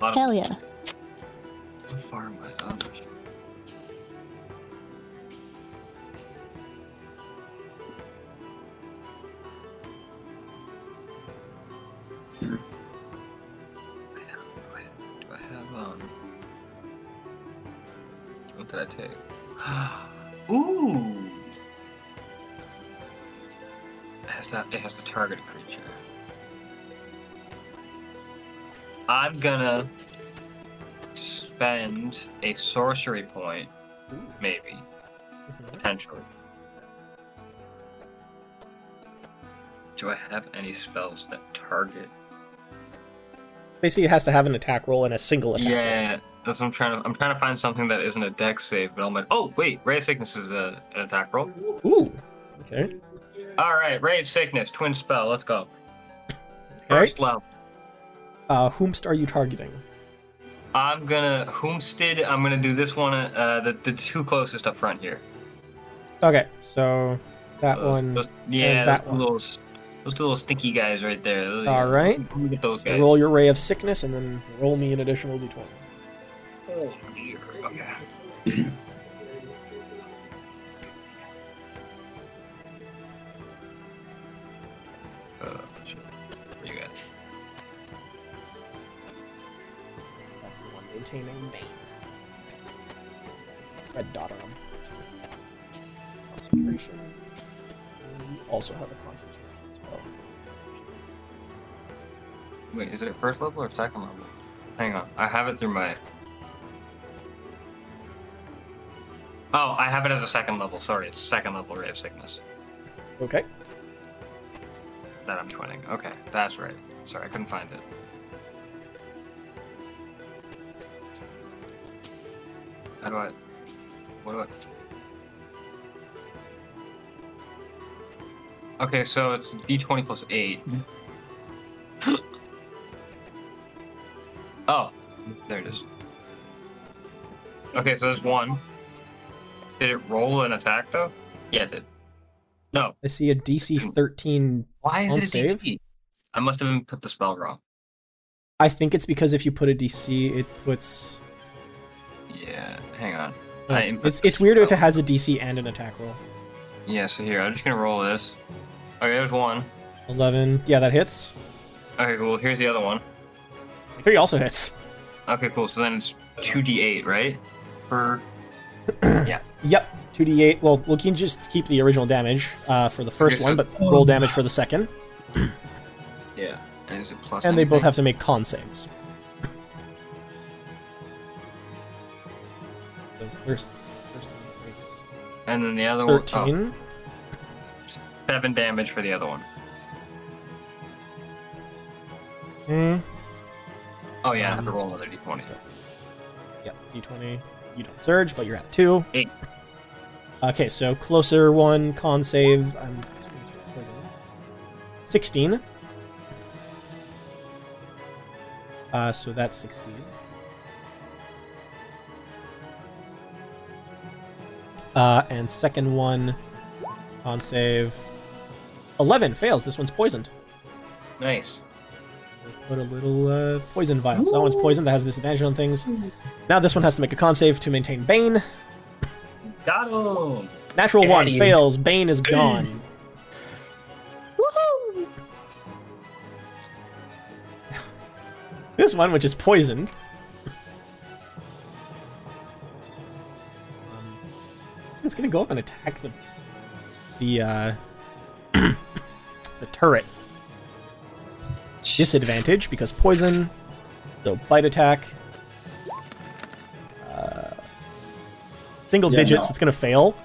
Speaker 7: A lot of-
Speaker 3: Hell yeah.
Speaker 7: How far am I up? Do I have, um... What did I take? Ooh! It has, to, it has to target a creature. I'm gonna spend a sorcery point, maybe, potentially. Do I have any spells that target?
Speaker 5: Basically, it has to have an attack roll and a single attack.
Speaker 7: Yeah, that's what I'm trying to. I'm trying to find something that isn't a deck save, but I'm like, oh wait, ray of sickness is a, an attack roll.
Speaker 5: roll. Ooh. Okay.
Speaker 7: All right, ray of sickness, twin spell. Let's go.
Speaker 5: All right.
Speaker 7: First level.
Speaker 5: Uh, whomst are you targeting?
Speaker 7: I'm gonna homestead. I'm gonna do this one. Uh, the the two closest up front here.
Speaker 5: Okay, so that
Speaker 7: Those-
Speaker 5: one.
Speaker 7: those- yeah,
Speaker 5: that
Speaker 7: those,
Speaker 5: one.
Speaker 7: Little, those two little stinky guys right there. Those-
Speaker 5: All right.
Speaker 7: Look at those guys.
Speaker 5: Roll your ray of sickness and then roll me an additional d20.
Speaker 7: Oh dear. Okay. Uh, shit. Where you at?
Speaker 5: That's the one maintaining Bane. Red dot on him. Concentration. And you also have a concentration spell.
Speaker 7: Wait, is it at first level or second level? Hang on, I have it through my. Oh, I have it as a second level. Sorry, it's second level ray of sickness
Speaker 5: Okay.
Speaker 7: that I'm twinning. Okay, that's right. Sorry, I couldn't find it. How do I? What do I? Okay, so it's d20 plus eight. oh, there it is. Okay, so there's one. Did it roll an attack though? Yeah, it did. No,
Speaker 5: I see a
Speaker 7: Hmm.
Speaker 5: DC 13.
Speaker 7: why is
Speaker 5: On
Speaker 7: it a
Speaker 5: save?
Speaker 7: DC? I must have even put the spell wrong.
Speaker 5: I think it's because if you put a DC, it puts. uh,
Speaker 7: Yeah, hang on. I input
Speaker 5: It's,
Speaker 7: the
Speaker 5: it's weird if it
Speaker 7: spell.
Speaker 5: has a DC and an attack roll.
Speaker 7: Yeah, so here, I'm just gonna roll this. Okay, there's one.
Speaker 5: 11. Yeah, that hits.
Speaker 7: Okay, cool. Here's the other one.
Speaker 5: 3 also hits.
Speaker 7: Okay, cool. So then it's 2d8, right? Per.
Speaker 5: Yep. 2d8. Well, we can just keep the original damage uh, for the first
Speaker 7: Okay, so-
Speaker 5: one, but roll damage for the second.
Speaker 7: Yeah. And is it plus?
Speaker 5: And they both
Speaker 7: anything?
Speaker 5: have to make con saves. the first, first one takes Oh,
Speaker 7: And then the other one.
Speaker 5: thirteen.
Speaker 7: Oh, seven damage for the other one.
Speaker 5: Mm,
Speaker 7: Oh yeah, I have to roll another d20.
Speaker 5: yeah, d20. You don't surge, but you're at two.
Speaker 7: Eight.
Speaker 5: Okay, so closer one con save. I'm poison. sixteen. Uh, so that succeeds. Uh, and second one con save. Eleven fails. This one's poisoned.
Speaker 7: Nice.
Speaker 5: Put a little uh, poison vial. So that one's poisoned. That has disadvantage on things. Now this one has to make a con save to maintain Bane.
Speaker 7: Got him.
Speaker 5: Natural
Speaker 7: Get
Speaker 5: one
Speaker 7: outta here.
Speaker 5: fails. Bane is gone.
Speaker 3: Woohoo!
Speaker 5: This one, which is poisoned. Um, it's gonna go up and attack the the uh, the turret. Disadvantage because poison. So bite attack. Uh, single
Speaker 6: Yeah,
Speaker 5: digits.
Speaker 6: no.
Speaker 5: It's gonna fail.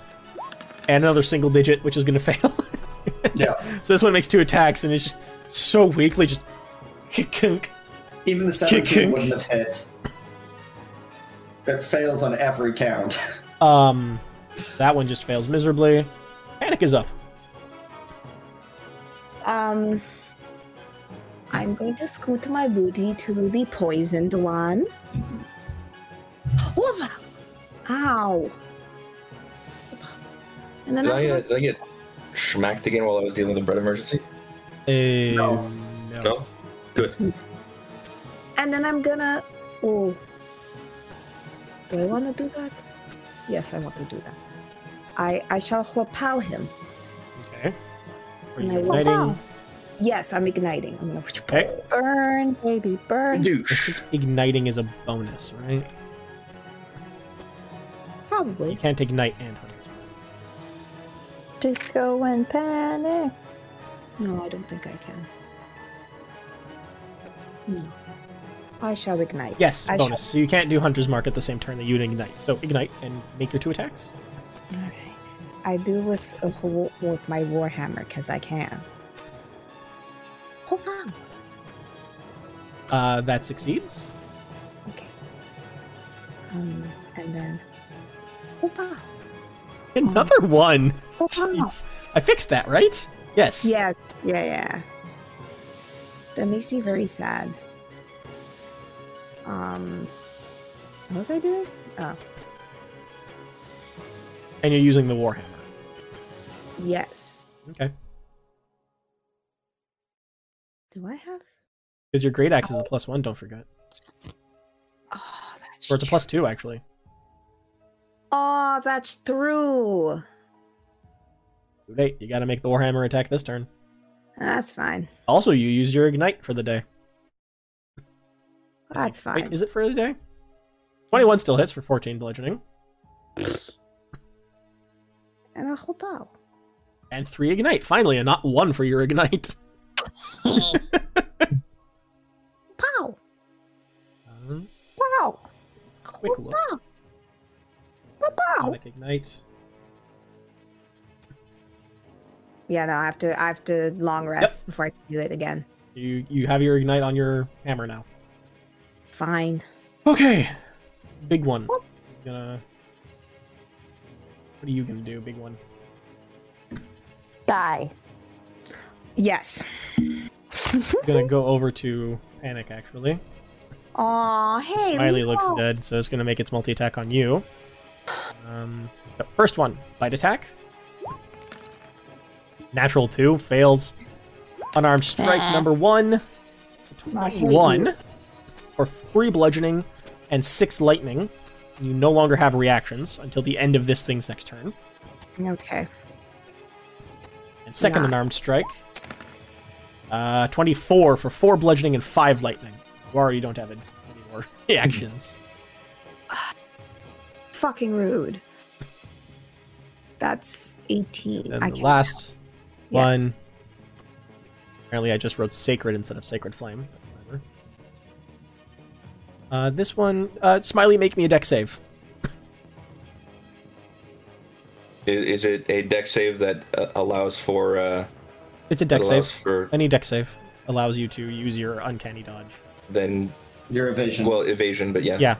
Speaker 5: And another single digit, which is gonna fail.
Speaker 6: Yeah.
Speaker 5: so this one makes two attacks, and it's just so weakly, just
Speaker 6: Even the 17
Speaker 5: Kick.
Speaker 6: wouldn't have hit. It fails on every count.
Speaker 5: Um, that one just fails miserably. Panic is up.
Speaker 2: Um, I'm going to scoot my booty to the poisoned one. Over. Ow. And then
Speaker 4: Did I,
Speaker 2: I'm
Speaker 4: uh,
Speaker 2: gonna,
Speaker 4: did I get smacked again while I was dealing with a bread emergency?
Speaker 5: Eh,
Speaker 6: No.
Speaker 5: no.
Speaker 4: No. Good.
Speaker 2: and then I'm gonna. Oh. Do I want to do that? Yes, I want to do that. I I shall pow him.
Speaker 5: Okay. Are
Speaker 2: And I
Speaker 5: you
Speaker 2: will-
Speaker 5: igniting?
Speaker 2: Yes, I'm igniting. I'm gonna.
Speaker 5: Okay.
Speaker 3: Burn, baby, burn.
Speaker 4: Douche.
Speaker 5: Igniting is a bonus, right? You
Speaker 2: Probably.
Speaker 5: can't ignite and hunt.
Speaker 3: Disco and panic.
Speaker 2: No, I don't think I can. No. I shall ignite.
Speaker 5: Yes,
Speaker 2: I
Speaker 5: bonus. So you can't do Hunter's Mark at the same turn that you would ignite. So ignite and make your two attacks.
Speaker 2: All right. I do with uh, wa- with my warhammer because I can. Hold on.
Speaker 5: Uh, that succeeds.
Speaker 2: Okay. Um, and then. Hoppa.
Speaker 5: Another one.
Speaker 2: Hoppa.
Speaker 5: Jeez. I fixed that, right? Yes.
Speaker 2: Oh, Yeah, yeah, yeah. That makes me very sad. Um, what was I doing? Oh,
Speaker 5: And you're using the warhammer.
Speaker 2: Yes.
Speaker 5: Okay.
Speaker 2: Do I have?
Speaker 5: Because your great axe is a plus one. Don't forget.
Speaker 2: Oh, that's.
Speaker 5: Or it's a plus two actually.
Speaker 2: Oh, that's through.
Speaker 5: Too late. You got to make the warhammer attack this turn.
Speaker 2: That's fine.
Speaker 5: Also, you used your ignite for the day. I
Speaker 2: That's
Speaker 5: think. Wait,
Speaker 2: fine.
Speaker 5: is it for the day? 21 still hits for 14 bludgeoning,
Speaker 2: And a hoppa.
Speaker 5: and 3 ignite, finally, and not 1 for your ignite.
Speaker 2: Pow.
Speaker 5: Um,
Speaker 2: Wow.
Speaker 5: Quick look.
Speaker 2: Wow. Wow.
Speaker 5: sonic ignite.
Speaker 2: Yeah, no, I have to I have to long rest before I can do it again.
Speaker 5: You you have your ignite on your hammer now.
Speaker 2: Fine.
Speaker 5: Okay. Big one. You're gonna What are you going to do, big one?
Speaker 3: Die.
Speaker 2: Yes.
Speaker 5: You're going to go over to panic actually.
Speaker 2: Aw, hey.
Speaker 5: Smiley looks
Speaker 2: Leo.
Speaker 5: dead, so it's going to make its multi attack on you. Um, so first one, bite attack. Natural two fails. Unarmed strike
Speaker 3: Ah.
Speaker 5: number one.
Speaker 2: I hate you.
Speaker 5: One for three bludgeoning and six lightning. You no longer have reactions until the end of this thing's next turn.
Speaker 2: Okay.
Speaker 5: And second
Speaker 2: Yeah.
Speaker 5: unarmed strike. Uh, 24 for four bludgeoning and five lightning. You already don't have any more reactions.
Speaker 2: Fucking rude. That's 18.
Speaker 5: And
Speaker 2: I
Speaker 5: the
Speaker 2: can't-
Speaker 5: last
Speaker 2: Yes.
Speaker 5: one Apparently, I just wrote sacred instead of sacred flame. but whatever. Uh, this one, uh, Smiley, make me a deck save.
Speaker 4: Is, is it a deck save that uh, allows for uh,
Speaker 5: It's a deck
Speaker 4: allows
Speaker 5: save.
Speaker 4: for
Speaker 5: Any deck save allows you to use your uncanny dodge.
Speaker 4: then
Speaker 6: Your evasion.
Speaker 4: well evasion? But yeah,
Speaker 5: Yeah,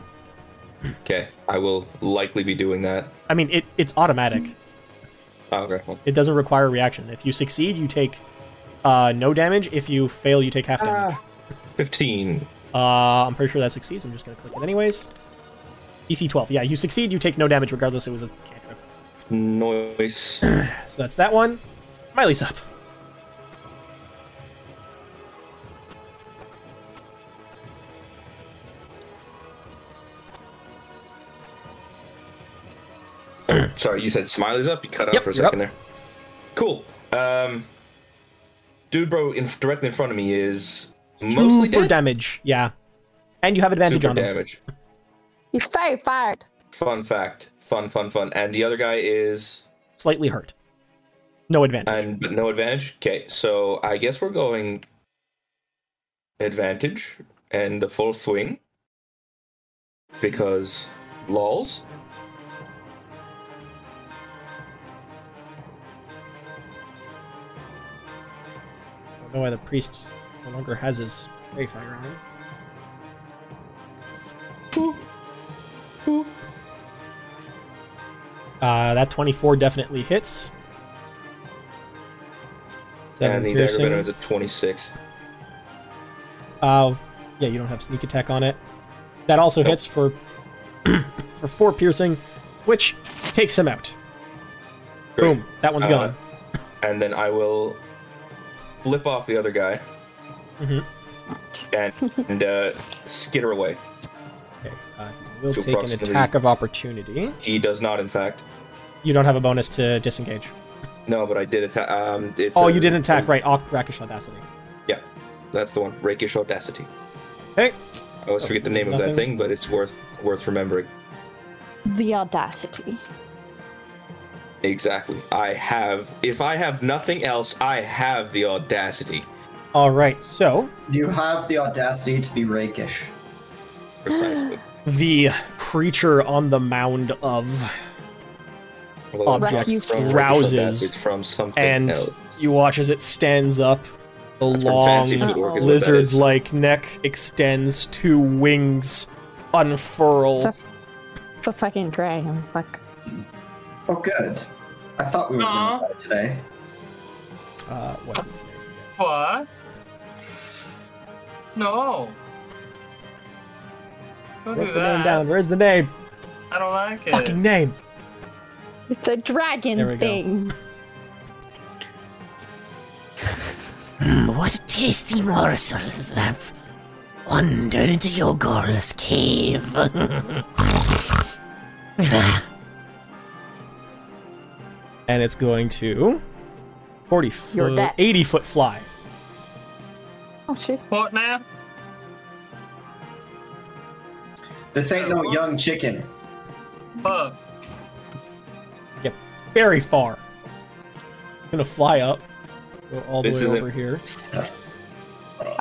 Speaker 4: Okay, I will likely be doing that.
Speaker 5: I mean it, it's automatic.
Speaker 4: Oh, okay, well,
Speaker 5: It doesn't require a reaction. If you succeed, you take uh, no damage. If you fail, you take half damage.
Speaker 4: fifteen.
Speaker 5: Uh, I'm pretty sure that succeeds. I'm just gonna click it anyways. DC 12. Yeah, you succeed. You take no damage regardless. It was a cantrip.
Speaker 4: Noise.
Speaker 5: So that's that one. Smiley's up.
Speaker 4: Sorry, you said Smiley's up. You cut out
Speaker 5: Yep,
Speaker 4: for a
Speaker 5: you're up.
Speaker 4: second there. Cool. Um, dude, bro, in, directly in front of me is mostly
Speaker 5: Super
Speaker 4: dead.
Speaker 5: damage. Yeah, and you have advantage
Speaker 4: Super
Speaker 5: on him.
Speaker 4: damage.
Speaker 3: He's very fired.
Speaker 4: Fun fact. Fun, fun, fun. And the other guy is
Speaker 5: Slightly hurt. No advantage.
Speaker 4: and but no advantage. Okay, so I guess we're going advantage and the full swing because lols. Uh,
Speaker 5: I don't know why the priest no longer has his ray fire on him. Uh, that 24 definitely hits. Seven
Speaker 4: and the dagger
Speaker 5: piercing.
Speaker 4: venom is a twenty-six.
Speaker 5: Uh, yeah, you don't have sneak attack on it. That also
Speaker 4: Nope.
Speaker 5: hits for for four piercing, which takes him out.
Speaker 4: Great.
Speaker 5: Boom, that one's
Speaker 4: Uh,
Speaker 5: gone.
Speaker 4: and then I will flip off the other guy
Speaker 5: Mhm.
Speaker 4: and, and uh, skitter away.
Speaker 5: Okay, uh, we'll
Speaker 4: to
Speaker 5: take an
Speaker 4: approximately-
Speaker 5: attack of opportunity.
Speaker 4: He does not, in fact.
Speaker 5: You don't have a bonus to disengage.
Speaker 4: No, but I did attack. Um, it's
Speaker 5: oh,
Speaker 4: a-
Speaker 5: you didn't attack, right? Auk- Rakish Audacity.
Speaker 4: That's the one. Rakish Audacity.
Speaker 5: Hey.
Speaker 4: I always
Speaker 5: Oh,
Speaker 4: forget the name of that
Speaker 5: nothing.
Speaker 4: thing, but it's worth worth remembering.
Speaker 3: The audacity.
Speaker 4: Exactly. I have. If I have nothing else, I have the audacity.
Speaker 5: All right, so
Speaker 6: you have the audacity to be rakish.
Speaker 4: Precisely.
Speaker 5: the creature on the mound of
Speaker 4: Well, that's
Speaker 5: Object
Speaker 4: not from Rakish
Speaker 5: rouses
Speaker 4: Audacity, It's from something
Speaker 5: and
Speaker 4: else.
Speaker 5: you watch as it stands up. The
Speaker 4: That's from
Speaker 5: long
Speaker 4: fancy food work is what that
Speaker 5: lizard
Speaker 4: is.
Speaker 5: like neck extends, two wings unfurl.
Speaker 3: It's a, it's a fucking dragon. Fuck.
Speaker 6: Oh, good. I thought we were going
Speaker 7: Aw.
Speaker 6: to die today.
Speaker 5: Uh, what's its name?
Speaker 7: What? No. Don't
Speaker 5: Wrote
Speaker 7: do
Speaker 5: the name
Speaker 7: that.
Speaker 5: down. Where's the name?
Speaker 7: I don't like it.
Speaker 5: Fucking name.
Speaker 3: It's a
Speaker 5: There we
Speaker 3: dragon
Speaker 5: go.
Speaker 3: thing.
Speaker 9: what a tasty morsel is that wandered into your girl's cave.
Speaker 5: And it's going to 40
Speaker 3: You're
Speaker 5: foot,
Speaker 3: dead.
Speaker 5: 80 foot fly.
Speaker 3: Oh shit.
Speaker 7: What now?
Speaker 6: This ain't no young chicken.
Speaker 7: Fuck.
Speaker 5: Very far. Gonna fly up. Go all the
Speaker 4: This
Speaker 5: way
Speaker 4: isn't-
Speaker 5: over here.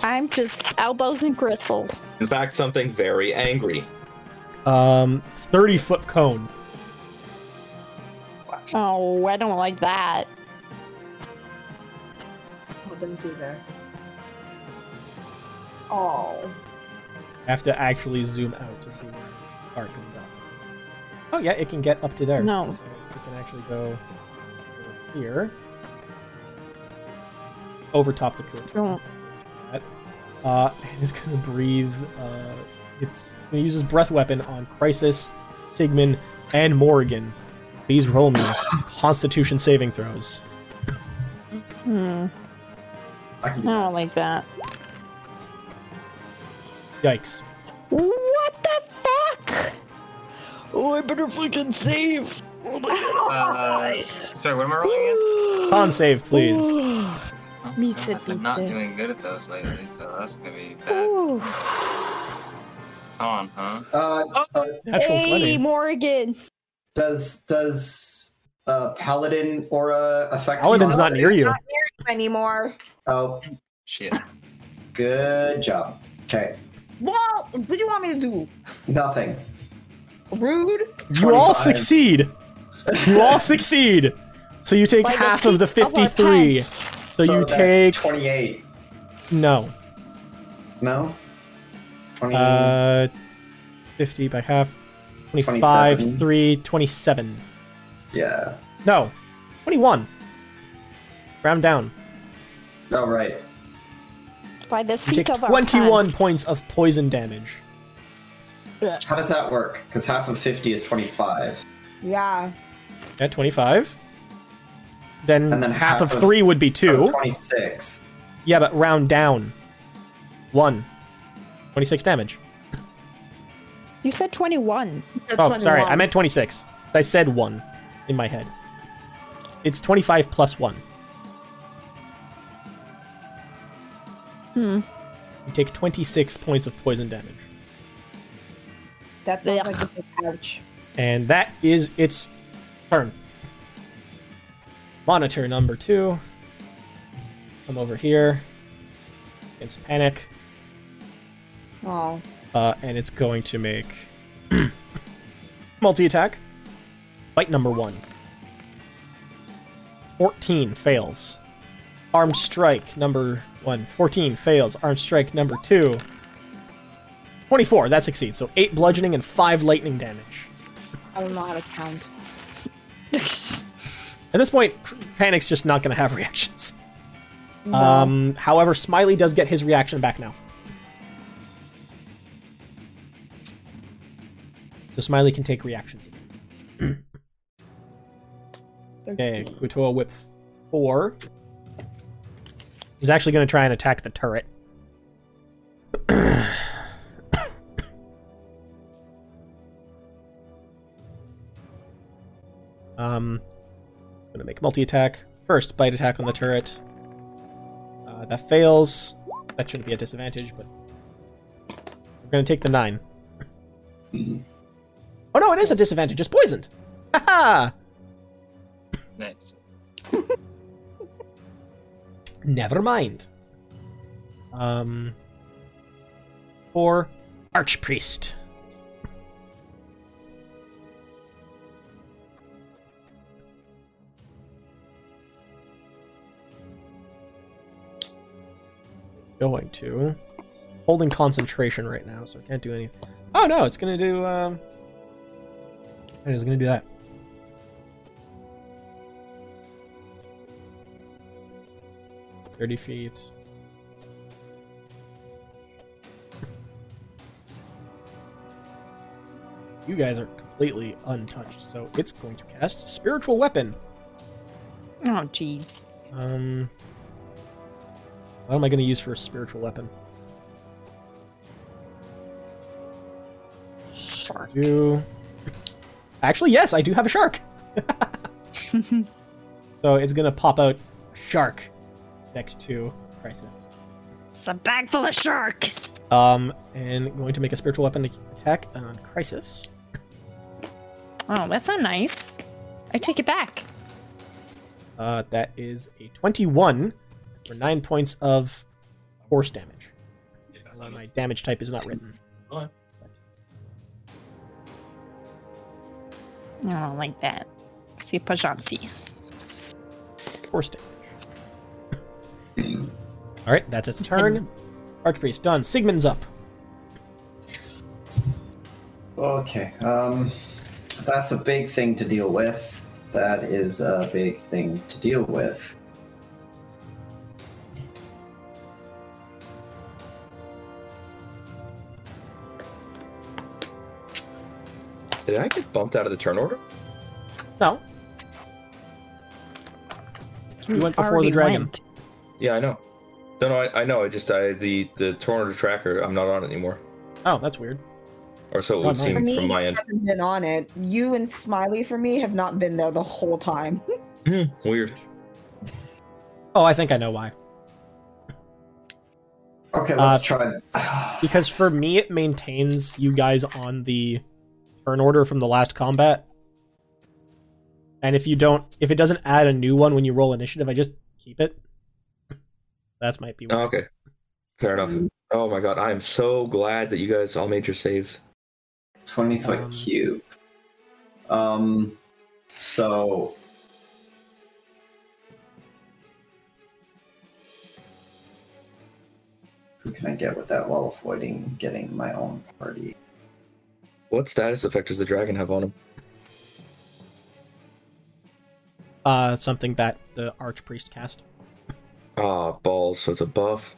Speaker 3: I'm just elbows and gristle.
Speaker 4: In fact, something very angry.
Speaker 5: Um, 30 foot cone.
Speaker 3: Oh, I don't like that.
Speaker 2: What did I do there? Oh.
Speaker 5: I have to actually zoom out to see where art comes up. Oh yeah, it can get up to there.
Speaker 3: No.
Speaker 5: So it can actually go here. Over top the coot.
Speaker 3: Don't.
Speaker 5: Uh, and it's gonna breathe. Uh, it's, it's gonna use his breath weapon on Crisis, Sigmund, and Morrigan. These roll me Constitution saving throws.
Speaker 3: Hmm.
Speaker 6: I can
Speaker 3: I
Speaker 6: do that.
Speaker 3: don't like that.
Speaker 5: Yikes!
Speaker 3: What the fuck? Oh, I better fucking save. Oh my
Speaker 7: Uh,
Speaker 3: god.
Speaker 7: Sorry, what am I rolling
Speaker 5: Con save, please.
Speaker 3: Ooh.
Speaker 7: again?
Speaker 3: Me
Speaker 7: God,
Speaker 3: too,
Speaker 7: I've been
Speaker 3: me
Speaker 7: not
Speaker 3: too.
Speaker 7: doing good at those lately, so that's gonna be bad.
Speaker 3: Ooh.
Speaker 7: Con, huh?
Speaker 6: Uh,
Speaker 3: Oh.
Speaker 5: Natural
Speaker 3: hey,
Speaker 5: twenty.
Speaker 3: Morgan.
Speaker 6: does does uh, paladin aura affect?
Speaker 5: Paladin's not
Speaker 6: Consti?
Speaker 5: near you.
Speaker 2: Anymore.
Speaker 6: Oh,
Speaker 7: Shit.
Speaker 6: Good job. Okay.
Speaker 2: Well, what do you want me to do?
Speaker 6: Nothing.
Speaker 2: Rude?
Speaker 5: You
Speaker 6: 25.
Speaker 5: all succeed. You all succeed. So you take
Speaker 3: By the
Speaker 5: half of the
Speaker 3: seat of our
Speaker 5: 53. So, you
Speaker 6: that's
Speaker 5: take
Speaker 6: 28.
Speaker 5: no.
Speaker 6: No? 20.
Speaker 5: Uh 50 by half 25
Speaker 6: 27.
Speaker 5: 3 27.
Speaker 6: yeah.
Speaker 5: No. 21. Round down.
Speaker 6: Oh, right.
Speaker 3: By the
Speaker 5: You
Speaker 3: seat
Speaker 5: take
Speaker 3: of our
Speaker 5: 21
Speaker 3: pants.
Speaker 5: points of poison damage.
Speaker 6: How does that work? Because half of 50 is 25.
Speaker 2: Yeah.
Speaker 5: At 25. Then,
Speaker 6: And then
Speaker 5: half,
Speaker 6: half
Speaker 5: of,
Speaker 6: of-
Speaker 5: 3 would be 2.
Speaker 6: Oh, 26.
Speaker 5: Yeah, but round down. 1. 26 damage.
Speaker 3: You said 21.
Speaker 5: oh, sorry. I meant 26. I said 1 in my head. It's 25 plus 1.
Speaker 3: Hmm.
Speaker 5: You take 26 points of poison damage.
Speaker 2: That sounds
Speaker 3: Ugh.
Speaker 2: like a big ouch.
Speaker 5: And that is its turn. Monitor number 2. Come over here. It's panic.
Speaker 2: Oh.
Speaker 5: Uh, and it's going to make multi attack. Bite number one. 14 fails. Armed strike number one. 14 fails. Armed strike number two. 24. That succeeds. So 8 bludgeoning and 5 lightning damage.
Speaker 2: I don't know how to count.
Speaker 5: At this point, Panic's just not going to have reactions. Um, however, Smiley does get his reaction back now. So Smiley can take reactions. okay, Kutoa whip four. He's actually going to try and attack the turret. um, going to make multi attack. First, bite attack on the turret. Uh, that fails. That shouldn't be a disadvantage, but we're gonna take the nine. Oh no, it is a disadvantage. It's poisoned. Haha!
Speaker 7: Nice.
Speaker 5: Never mind. Um. Or archpriest. Going to holding concentration right now, so I can't do anything. Oh no, it's gonna do. Um, it is gonna do that. Thirty feet. You guys are completely untouched, so it's going to cast spiritual weapon.
Speaker 3: Oh, jeez.
Speaker 5: Um, what am I going to use for a spiritual weapon?
Speaker 3: Shark.
Speaker 5: Do actually, yes, I do have a shark. So it's gonna pop out shark next to crisis.
Speaker 3: it's a bag full of sharks.
Speaker 5: Um, and going to make a spiritual weapon attack on crisis.
Speaker 3: Oh, that's not nice. I take it back.
Speaker 5: Uh, that is a twenty-one for nine points of force damage.
Speaker 7: Yeah, that's
Speaker 5: Although
Speaker 7: not
Speaker 5: my damage type is not written.
Speaker 7: Alright.
Speaker 3: Oh, I don't like that. C'est pas gentil.
Speaker 5: Force damage. All right, that's its turn. Archpriest done. Sigmund's up.
Speaker 6: Okay. Um, that's a big thing to deal with. That is a big thing to deal with.
Speaker 4: Did I get bumped out of the turn order?
Speaker 5: No,
Speaker 3: We
Speaker 5: went before the dragon.
Speaker 4: Yeah, I know. No, no, I, I know. I just I the the turn order tracker. I'm not on it anymore,
Speaker 5: oh, that's weird.
Speaker 4: or so it
Speaker 5: Oh,
Speaker 4: would
Speaker 5: nice.
Speaker 4: seem
Speaker 2: For me,
Speaker 4: from my
Speaker 2: I
Speaker 4: end.
Speaker 2: haven't been on it. You and Smiley for me have not been there the whole time.
Speaker 4: Hmm, Weird.
Speaker 5: Oh, I think I know why.
Speaker 6: Okay, let's
Speaker 5: Uh,
Speaker 6: try.
Speaker 5: Because for me, it maintains you guys on the turn order from the last combat. And if you don't, if it doesn't add a new one when you roll initiative, I just keep it. That might be
Speaker 4: Oh, okay. Fair enough.
Speaker 5: Mm.
Speaker 4: Oh my god, I am so glad that you guys all made your saves.
Speaker 6: 20 foot
Speaker 5: Um,
Speaker 6: cube. Um, so. Who can I get with that while avoiding getting my own party?
Speaker 4: What status effect does the dragon have on him?
Speaker 5: uh, something that the archpriest cast.
Speaker 4: Ah, balls, so it's a buff.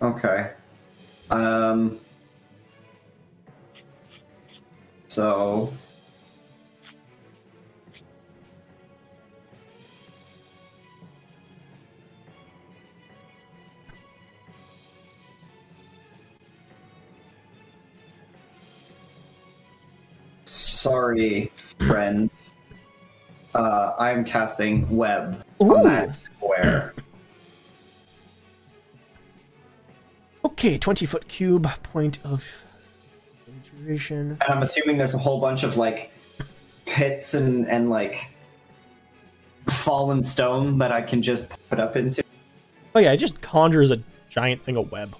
Speaker 6: Okay. Um. So. Sorry, friend. Uh, I'm casting web on that square.
Speaker 5: Okay, twenty foot cube point of duration.
Speaker 6: And I'm assuming there's a whole bunch of like pits and and like fallen stone that I can just put up into.
Speaker 5: Oh yeah, it just conjures a giant thing of web.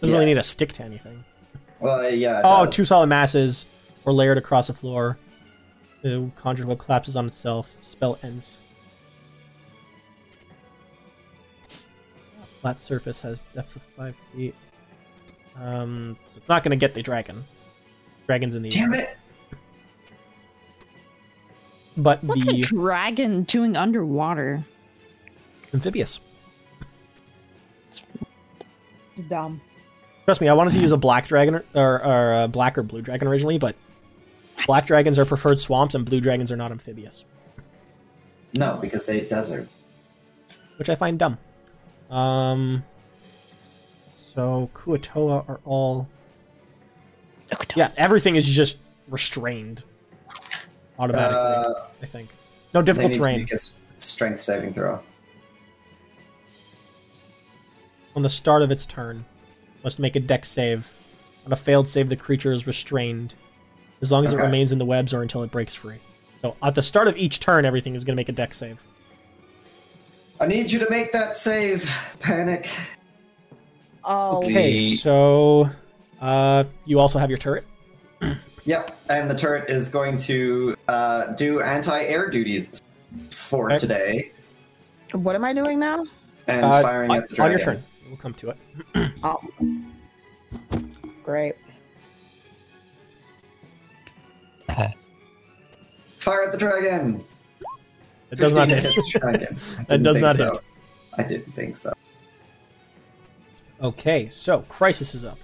Speaker 5: Doesn't really
Speaker 6: Yeah.
Speaker 5: need a stick to anything.
Speaker 6: Well, yeah. uh, it
Speaker 5: Oh,
Speaker 6: does.
Speaker 5: two solid masses were layered across the floor. The conjured web collapses on itself. Spell ends. Flat surface has depth of five feet. Um, so it's not going to get the dragon. Dragon's in the
Speaker 6: Damn
Speaker 5: air.
Speaker 6: it!
Speaker 5: But
Speaker 3: What's a
Speaker 5: the
Speaker 3: dragon doing underwater?
Speaker 5: amphibious.
Speaker 2: It's dumb.
Speaker 5: Trust me, I wanted to use a black dragon or, or uh, black or blue dragon originally, but black dragons are preferred swamps and blue dragons are not amphibious,
Speaker 6: No, because they desert.
Speaker 5: which I find dumb. Um, so Kuatoa are all yeah. Everything is just restrained automatically.
Speaker 6: Uh,
Speaker 5: I think no
Speaker 6: they
Speaker 5: difficult
Speaker 6: need to
Speaker 5: terrain.
Speaker 6: make a s- strength saving throw.
Speaker 5: on the start of its turn must make a dex save. On a failed save, the creature is restrained as long as it
Speaker 6: Okay.
Speaker 5: remains in the webs or until it breaks free. So at the start of each turn, everything is going to make a dex save.
Speaker 6: I need you to make that save. Panic.
Speaker 2: Oh,
Speaker 5: Okay,
Speaker 4: The-
Speaker 5: so uh, you also have your turret.
Speaker 6: Yep, and the turret is going to uh, do anti-air duties for
Speaker 5: Okay.
Speaker 6: today
Speaker 2: what am I doing now?
Speaker 6: and
Speaker 5: Uh,
Speaker 6: firing
Speaker 5: on,
Speaker 6: at the
Speaker 5: on
Speaker 6: dragon.
Speaker 5: your turn. We'll come to it.
Speaker 2: Oh, great.
Speaker 6: Fire at the dragon.
Speaker 5: It does not
Speaker 6: 15
Speaker 5: hit.
Speaker 6: hits dragon. I
Speaker 5: That
Speaker 6: didn't
Speaker 5: does
Speaker 6: think
Speaker 5: not
Speaker 6: so.
Speaker 5: hit.
Speaker 6: I didn't think so.
Speaker 5: Okay, so crisis is up.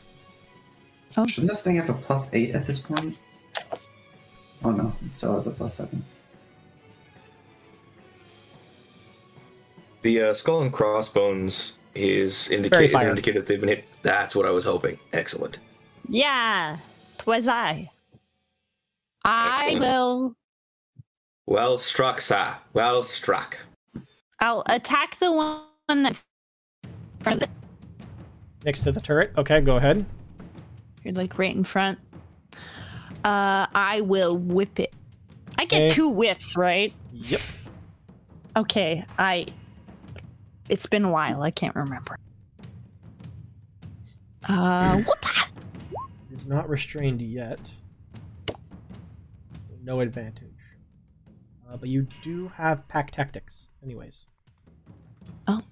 Speaker 6: Shouldn't this thing have a plus eight at this point? Oh no, it still has a plus seven.
Speaker 4: The uh, skull and crossbones is,
Speaker 5: Very
Speaker 4: indica- is
Speaker 5: fire.
Speaker 4: an indicator that they've been hit. That's what I was hoping. Excellent.
Speaker 3: Yeah, twas I. I
Speaker 4: Excellent.
Speaker 3: will.
Speaker 4: Well struck, sir. Well struck.
Speaker 3: I'll attack the one that. from the-
Speaker 5: Next to the turret. Okay, go ahead.
Speaker 3: You're like right in front. Uh, I will whip it. I get
Speaker 5: Okay.
Speaker 3: two whips, right?
Speaker 5: Yep.
Speaker 3: Okay, I. It's been a while. I can't remember. Uh,
Speaker 5: Hmm.
Speaker 3: whoop!
Speaker 5: It's not restrained yet. No advantage. Uh, but you do have pack tactics, anyways.
Speaker 3: Oh.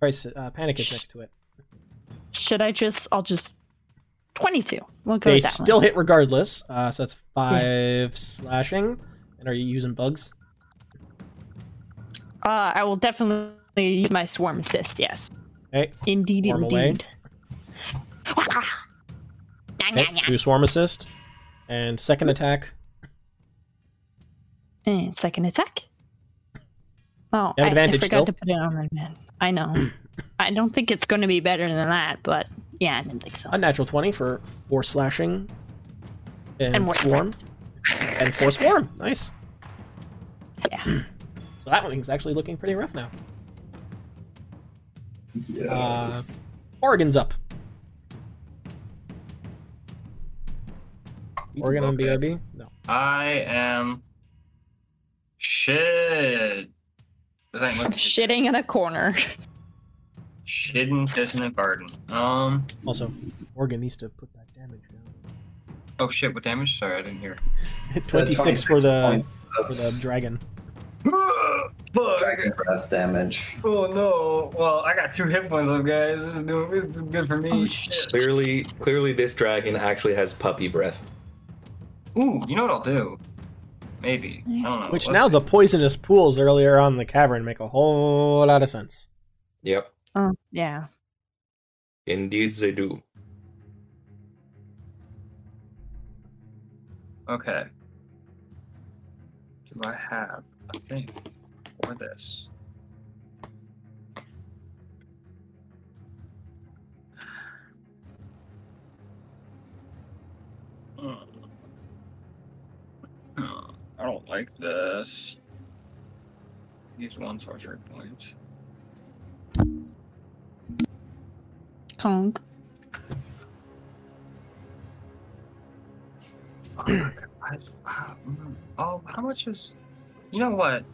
Speaker 5: Price, uh, panic is next to it.
Speaker 3: Should I just? I'll just. Twenty-two. We'll go
Speaker 5: they
Speaker 3: with that
Speaker 5: still
Speaker 3: one. Hmm.
Speaker 5: hit regardless. Uh, so that's five slashing. And are you using bugs?
Speaker 3: Uh, I will definitely use my swarm assist. Yes.
Speaker 5: Okay.
Speaker 3: Indeed,
Speaker 5: Swarm away.
Speaker 3: indeed. Wah! Nyah,
Speaker 5: Okay,
Speaker 3: nyah, nyah.
Speaker 5: Two swarm assist. And second
Speaker 3: Hmm.
Speaker 5: attack.
Speaker 3: And Eh, second attack. Oh, I,
Speaker 5: You have
Speaker 3: I
Speaker 5: advantage
Speaker 3: forgot
Speaker 5: still.
Speaker 3: to put it on my man. I know. I don't think it's going to be better than that, but yeah, I didn't think so.
Speaker 5: A natural 20 for four slashing. And,
Speaker 3: more
Speaker 5: swarm.
Speaker 3: swarms.
Speaker 5: And four swarm. Nice.
Speaker 3: Yeah.
Speaker 5: So that one's actually looking pretty rough now. Uh,
Speaker 6: Uh,
Speaker 5: Yes. Oregon's up. Morgan on
Speaker 7: Okay.
Speaker 5: BRB? No.
Speaker 7: I am. Shit. This ain't looking good.
Speaker 3: Shitting in a corner.
Speaker 7: Shitting, pissing, and farting. Um.
Speaker 5: Also, Morgan needs to put that damage down.
Speaker 7: Oh shit! What damage? Sorry, I didn't hear.
Speaker 6: The
Speaker 5: 26 for the
Speaker 6: points
Speaker 5: for the
Speaker 6: of
Speaker 5: dragon.
Speaker 7: Fuck.
Speaker 6: dragon breath damage.
Speaker 7: Oh no! Well, I got two hit points up, guys. This is, doing, this is good for me.
Speaker 3: Oh,
Speaker 7: Shit.
Speaker 4: Clearly, clearly, this dragon actually has puppy breath.
Speaker 7: Ooh, you know what I'll do? Maybe. I don't know. Let's
Speaker 5: Which now
Speaker 7: see.
Speaker 5: the poisonous pools earlier on in the cavern make a whole lot of sense.
Speaker 4: Yep,
Speaker 3: Oh, yeah.
Speaker 4: indeed they do.
Speaker 7: Okay. Do I have a thing for this? Hmm. Hmm, I don't like this. Use one sorcery point.
Speaker 3: Conk.
Speaker 7: Fuck. I, ah, mm, oh, how much is? You know what?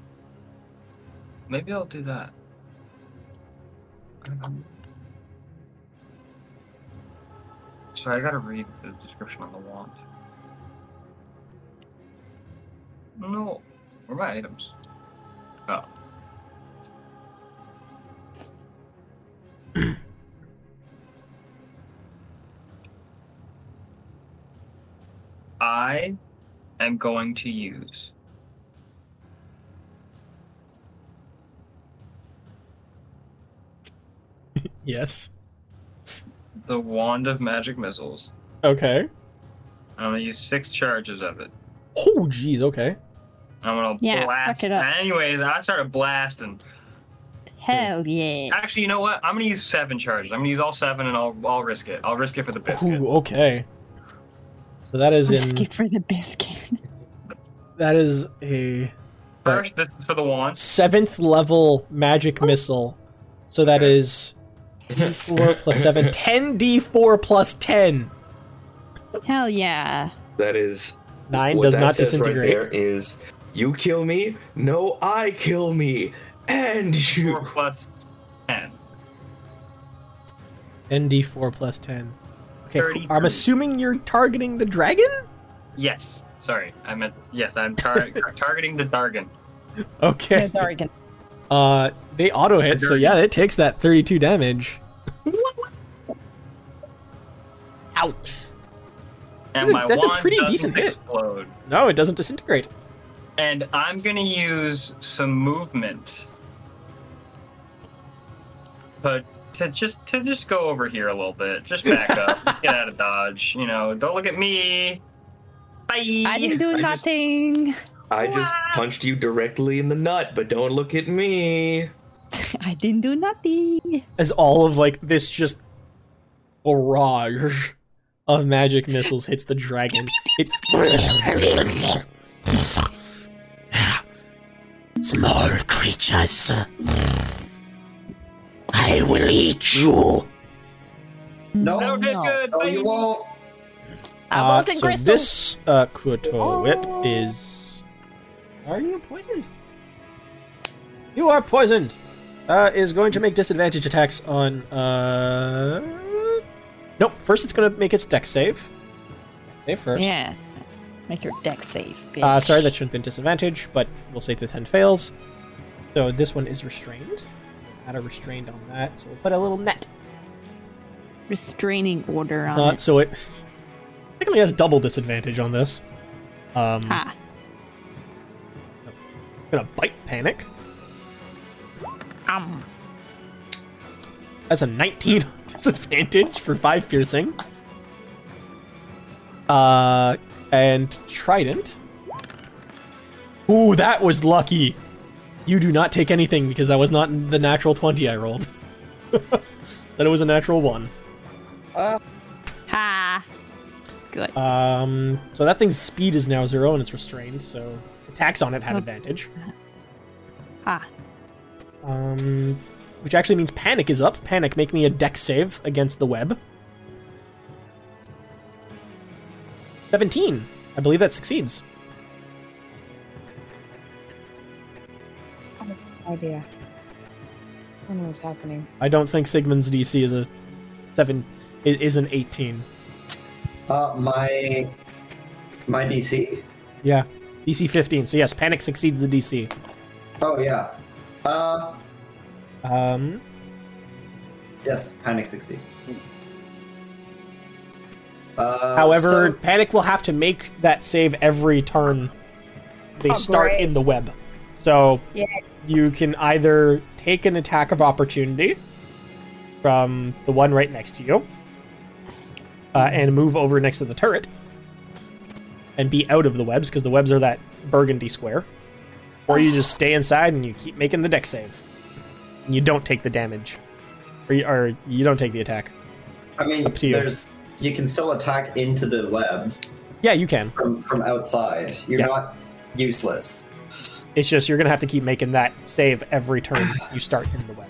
Speaker 7: Maybe I'll do that. Um, so I gotta read the description on the wand. No, where are my items? Oh. I am going to use
Speaker 5: Yes.
Speaker 7: the Wand of Magic Missiles.
Speaker 5: Okay.
Speaker 7: I'm gonna use six charges of it.
Speaker 5: Oh, jeez. Okay.
Speaker 7: I'm gonna
Speaker 3: Yeah, fuck
Speaker 7: blast.
Speaker 3: it up.
Speaker 7: Anyways, I started blasting.
Speaker 3: Hell yeah.
Speaker 7: Actually, you know what? I'm gonna use seven charges. I'm gonna use all seven, and I'll I'll risk it. I'll risk it for the biscuit.
Speaker 5: Ooh, okay. So that is in
Speaker 3: Biscuit for the biscuit.
Speaker 5: that is a
Speaker 7: First, this is for the wand.
Speaker 5: seventh level magic missile. So that is d4 plus 7. 10d4 plus 10.
Speaker 3: Hell yeah.
Speaker 4: That is
Speaker 5: 9
Speaker 4: what
Speaker 5: does
Speaker 4: that
Speaker 5: not
Speaker 4: says
Speaker 5: disintegrate.
Speaker 4: Right there is you kill me, no, I kill me, and you.
Speaker 7: Four plus ten.
Speaker 5: 10d4 plus 10. Okay,
Speaker 7: Thirty
Speaker 5: I'm
Speaker 7: three.
Speaker 5: assuming you're targeting the dragon?
Speaker 7: Yes. Sorry, I meant yes. I'm tar- targeting the Dargon.
Speaker 5: Okay.
Speaker 3: Dargan.
Speaker 5: Uh, they auto hit, so yeah, it takes that 32 damage. Ouch.
Speaker 7: And
Speaker 5: That's a-
Speaker 7: my
Speaker 5: that's a
Speaker 7: wand
Speaker 5: pretty
Speaker 7: doesn't
Speaker 5: decent hit.
Speaker 7: explode.
Speaker 5: No, it doesn't disintegrate.
Speaker 7: And I'm gonna use some movement. But to just to just go over here a little bit. Just back up. get out of dodge. You know, don't look at me. Bye.
Speaker 3: I didn't do
Speaker 4: I just-
Speaker 3: nothing.
Speaker 4: I just punched you directly in the nut, but don't look at me.
Speaker 3: I didn't do nothing.
Speaker 5: As all of like this just barrage of magic missiles hits the dragon. It
Speaker 9: Small creatures. I will eat you.
Speaker 6: No,
Speaker 7: no, that's good.
Speaker 6: no,
Speaker 7: Bye.
Speaker 6: you won't.
Speaker 3: I
Speaker 5: Uh,
Speaker 3: wasn't
Speaker 5: so
Speaker 3: Gristle.
Speaker 5: this uh, Kuto whip is. Oh. Are you poisoned? You are poisoned. Uh, is going to make disadvantage attacks on. Uh... Nope. First, it's going to make its deck save. Save first.
Speaker 3: Yeah. Make your deck safe, bitch.
Speaker 5: Uh, sorry, that shouldn't have been disadvantage, but we'll say the ten fails. So this one is restrained. Add a restrained on that. So we'll put a little net.
Speaker 3: restraining order on
Speaker 5: Uh,
Speaker 3: it.
Speaker 5: so it technically has double disadvantage on this. Um,
Speaker 3: Ha.
Speaker 5: gonna bite panic.
Speaker 3: Um.
Speaker 5: That's a 19 disadvantage for 5 piercing. Uh, and Trident. Ooh, that was lucky. You do not take anything because that was not the natural 20 I rolled. that it was a natural 1.
Speaker 3: Ha. Good.
Speaker 5: Um, so that thing's speed is now 0 and it's restrained, so attacks on it have
Speaker 3: Oh.
Speaker 5: advantage.
Speaker 3: Ha.
Speaker 5: Um, which actually means Panic is up. Panic, make me a deck save against the web. 17. I believe that succeeds.
Speaker 2: Idea. I don't know what's happening.
Speaker 5: I don't think Sigmund's DC is a 7 i- is an 18.
Speaker 6: Uh, my my DC.
Speaker 5: Yeah. DC 15. So yes, panic succeeds the DC.
Speaker 6: Oh yeah. Uh,
Speaker 5: Um
Speaker 6: yes, panic succeeds. Uh,
Speaker 5: However,
Speaker 6: so-
Speaker 5: Panic will have to make that save every turn they
Speaker 2: Oh,
Speaker 5: start
Speaker 2: great.
Speaker 5: in the web. So
Speaker 2: Yeah.
Speaker 5: you can either take an attack of opportunity from the one right next to you uh, and move over next to the turret and be out of the webs because the webs are that burgundy square. Or you just stay inside and you keep making the deck save. And you don't take the damage. Or you, or you don't take the attack.
Speaker 6: I mean,
Speaker 5: Up to you.
Speaker 6: there's you can still attack into the webs
Speaker 5: Yeah, you can.
Speaker 6: from from outside. You're
Speaker 5: Yeah.
Speaker 6: not useless.
Speaker 5: It's just you're gonna have to keep making that save every turn you start in the web.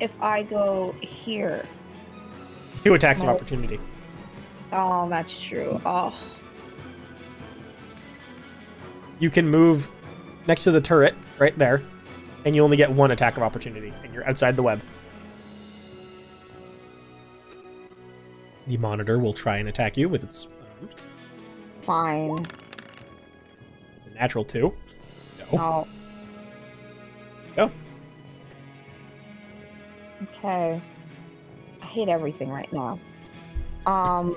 Speaker 2: If I go here,
Speaker 5: Two attacks of
Speaker 2: Well-
Speaker 5: opportunity.
Speaker 2: oh, that's true. Oh,
Speaker 5: You can move next to the turret right there, and you only get one attack of opportunity, and you're outside the web. The monitor will try and attack you with its.
Speaker 2: fine.
Speaker 5: It's a natural two. Oh.
Speaker 2: No.
Speaker 5: Go.
Speaker 2: Okay. I hate everything right now. Um.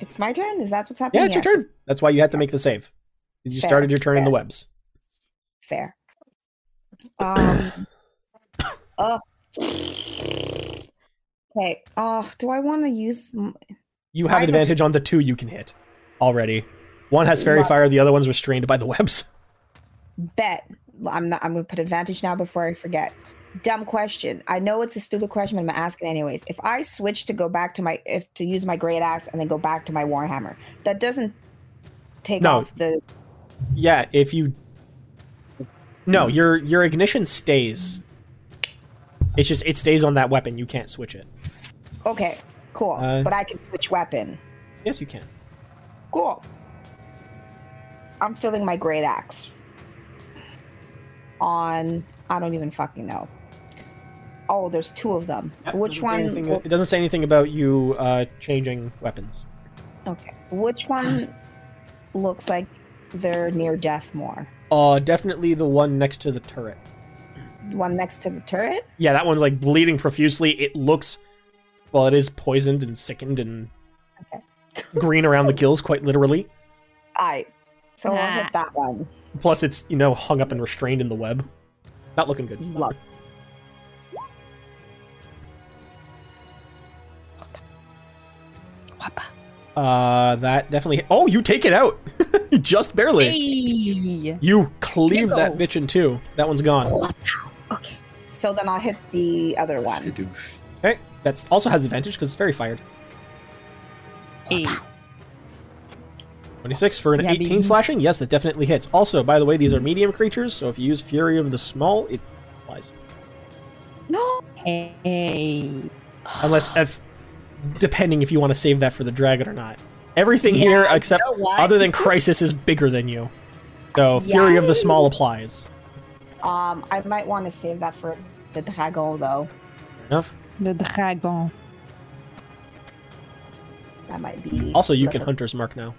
Speaker 2: It's my turn. Is that what's happening?
Speaker 5: Yeah, it's
Speaker 2: Yes,
Speaker 5: your turn. That's why you had to make the save. You
Speaker 2: Fair,
Speaker 5: started your turn in the webs.
Speaker 2: Fair. Um. Ugh. Okay. Oh, do I want to use? m-
Speaker 5: You have
Speaker 2: Mine was-
Speaker 5: advantage on the two you can hit already. One has fairy
Speaker 2: Love-
Speaker 5: fire, the other one's restrained by the webs.
Speaker 2: Bet. I'm not. I'm gonna put advantage now before I forget. Dumb question. I know it's a stupid question, but I'm asking anyways. If I switch to go back to my, if to use my great axe and then go back to my warhammer, that doesn't take
Speaker 5: No.
Speaker 2: off the.
Speaker 5: Yeah, if you No, your your ignition stays. It's just it stays on that weapon. You can't switch it.
Speaker 2: Okay, cool.
Speaker 5: Uh,
Speaker 2: but I can switch weapon.
Speaker 5: Yes, you can.
Speaker 2: Cool. I'm filling my great axe on. I don't even fucking know. Oh, there's two of them. Which one?
Speaker 5: It doesn't say anything about you uh, changing weapons.
Speaker 2: Okay. Which one looks like they're near death more?
Speaker 5: Uh, definitely the one next to the turret.
Speaker 2: The one next to the turret?
Speaker 5: Yeah, that one's like bleeding profusely. It looks, well, it is poisoned and sickened and
Speaker 2: Okay.
Speaker 5: green around the gills, quite literally.
Speaker 2: I. So I'll hit that one.
Speaker 5: Plus, it's you know hung up and restrained in the web. Not looking good.
Speaker 2: Love.
Speaker 5: Uh, that definitely. Oh, you take it out, just barely.
Speaker 3: Hey!
Speaker 5: You cleave that
Speaker 3: Ew.
Speaker 5: bitch in two. That one's gone.
Speaker 2: Okay. So then I'll hit the other one.
Speaker 5: Okay, that also has advantage because it's very fired.
Speaker 3: Hey.
Speaker 5: 26 for an
Speaker 3: Yeah,
Speaker 5: 18
Speaker 3: baby.
Speaker 5: slashing. Yes, that definitely hits. Also, by the way, these are medium creatures, so if you use Fury of the Small, it applies.
Speaker 2: No.
Speaker 3: Hey.
Speaker 5: Unless, if, depending if you want to save that for the dragon or not. Everything here, except
Speaker 3: You know what?
Speaker 5: other than Crisis, is bigger than you. So Fury of the Small applies.
Speaker 2: Um, I might want to save that for the dragon though.
Speaker 5: Fair Enough.
Speaker 3: the dragon.
Speaker 2: That might be.
Speaker 5: Also, you can Hunter's Mark now.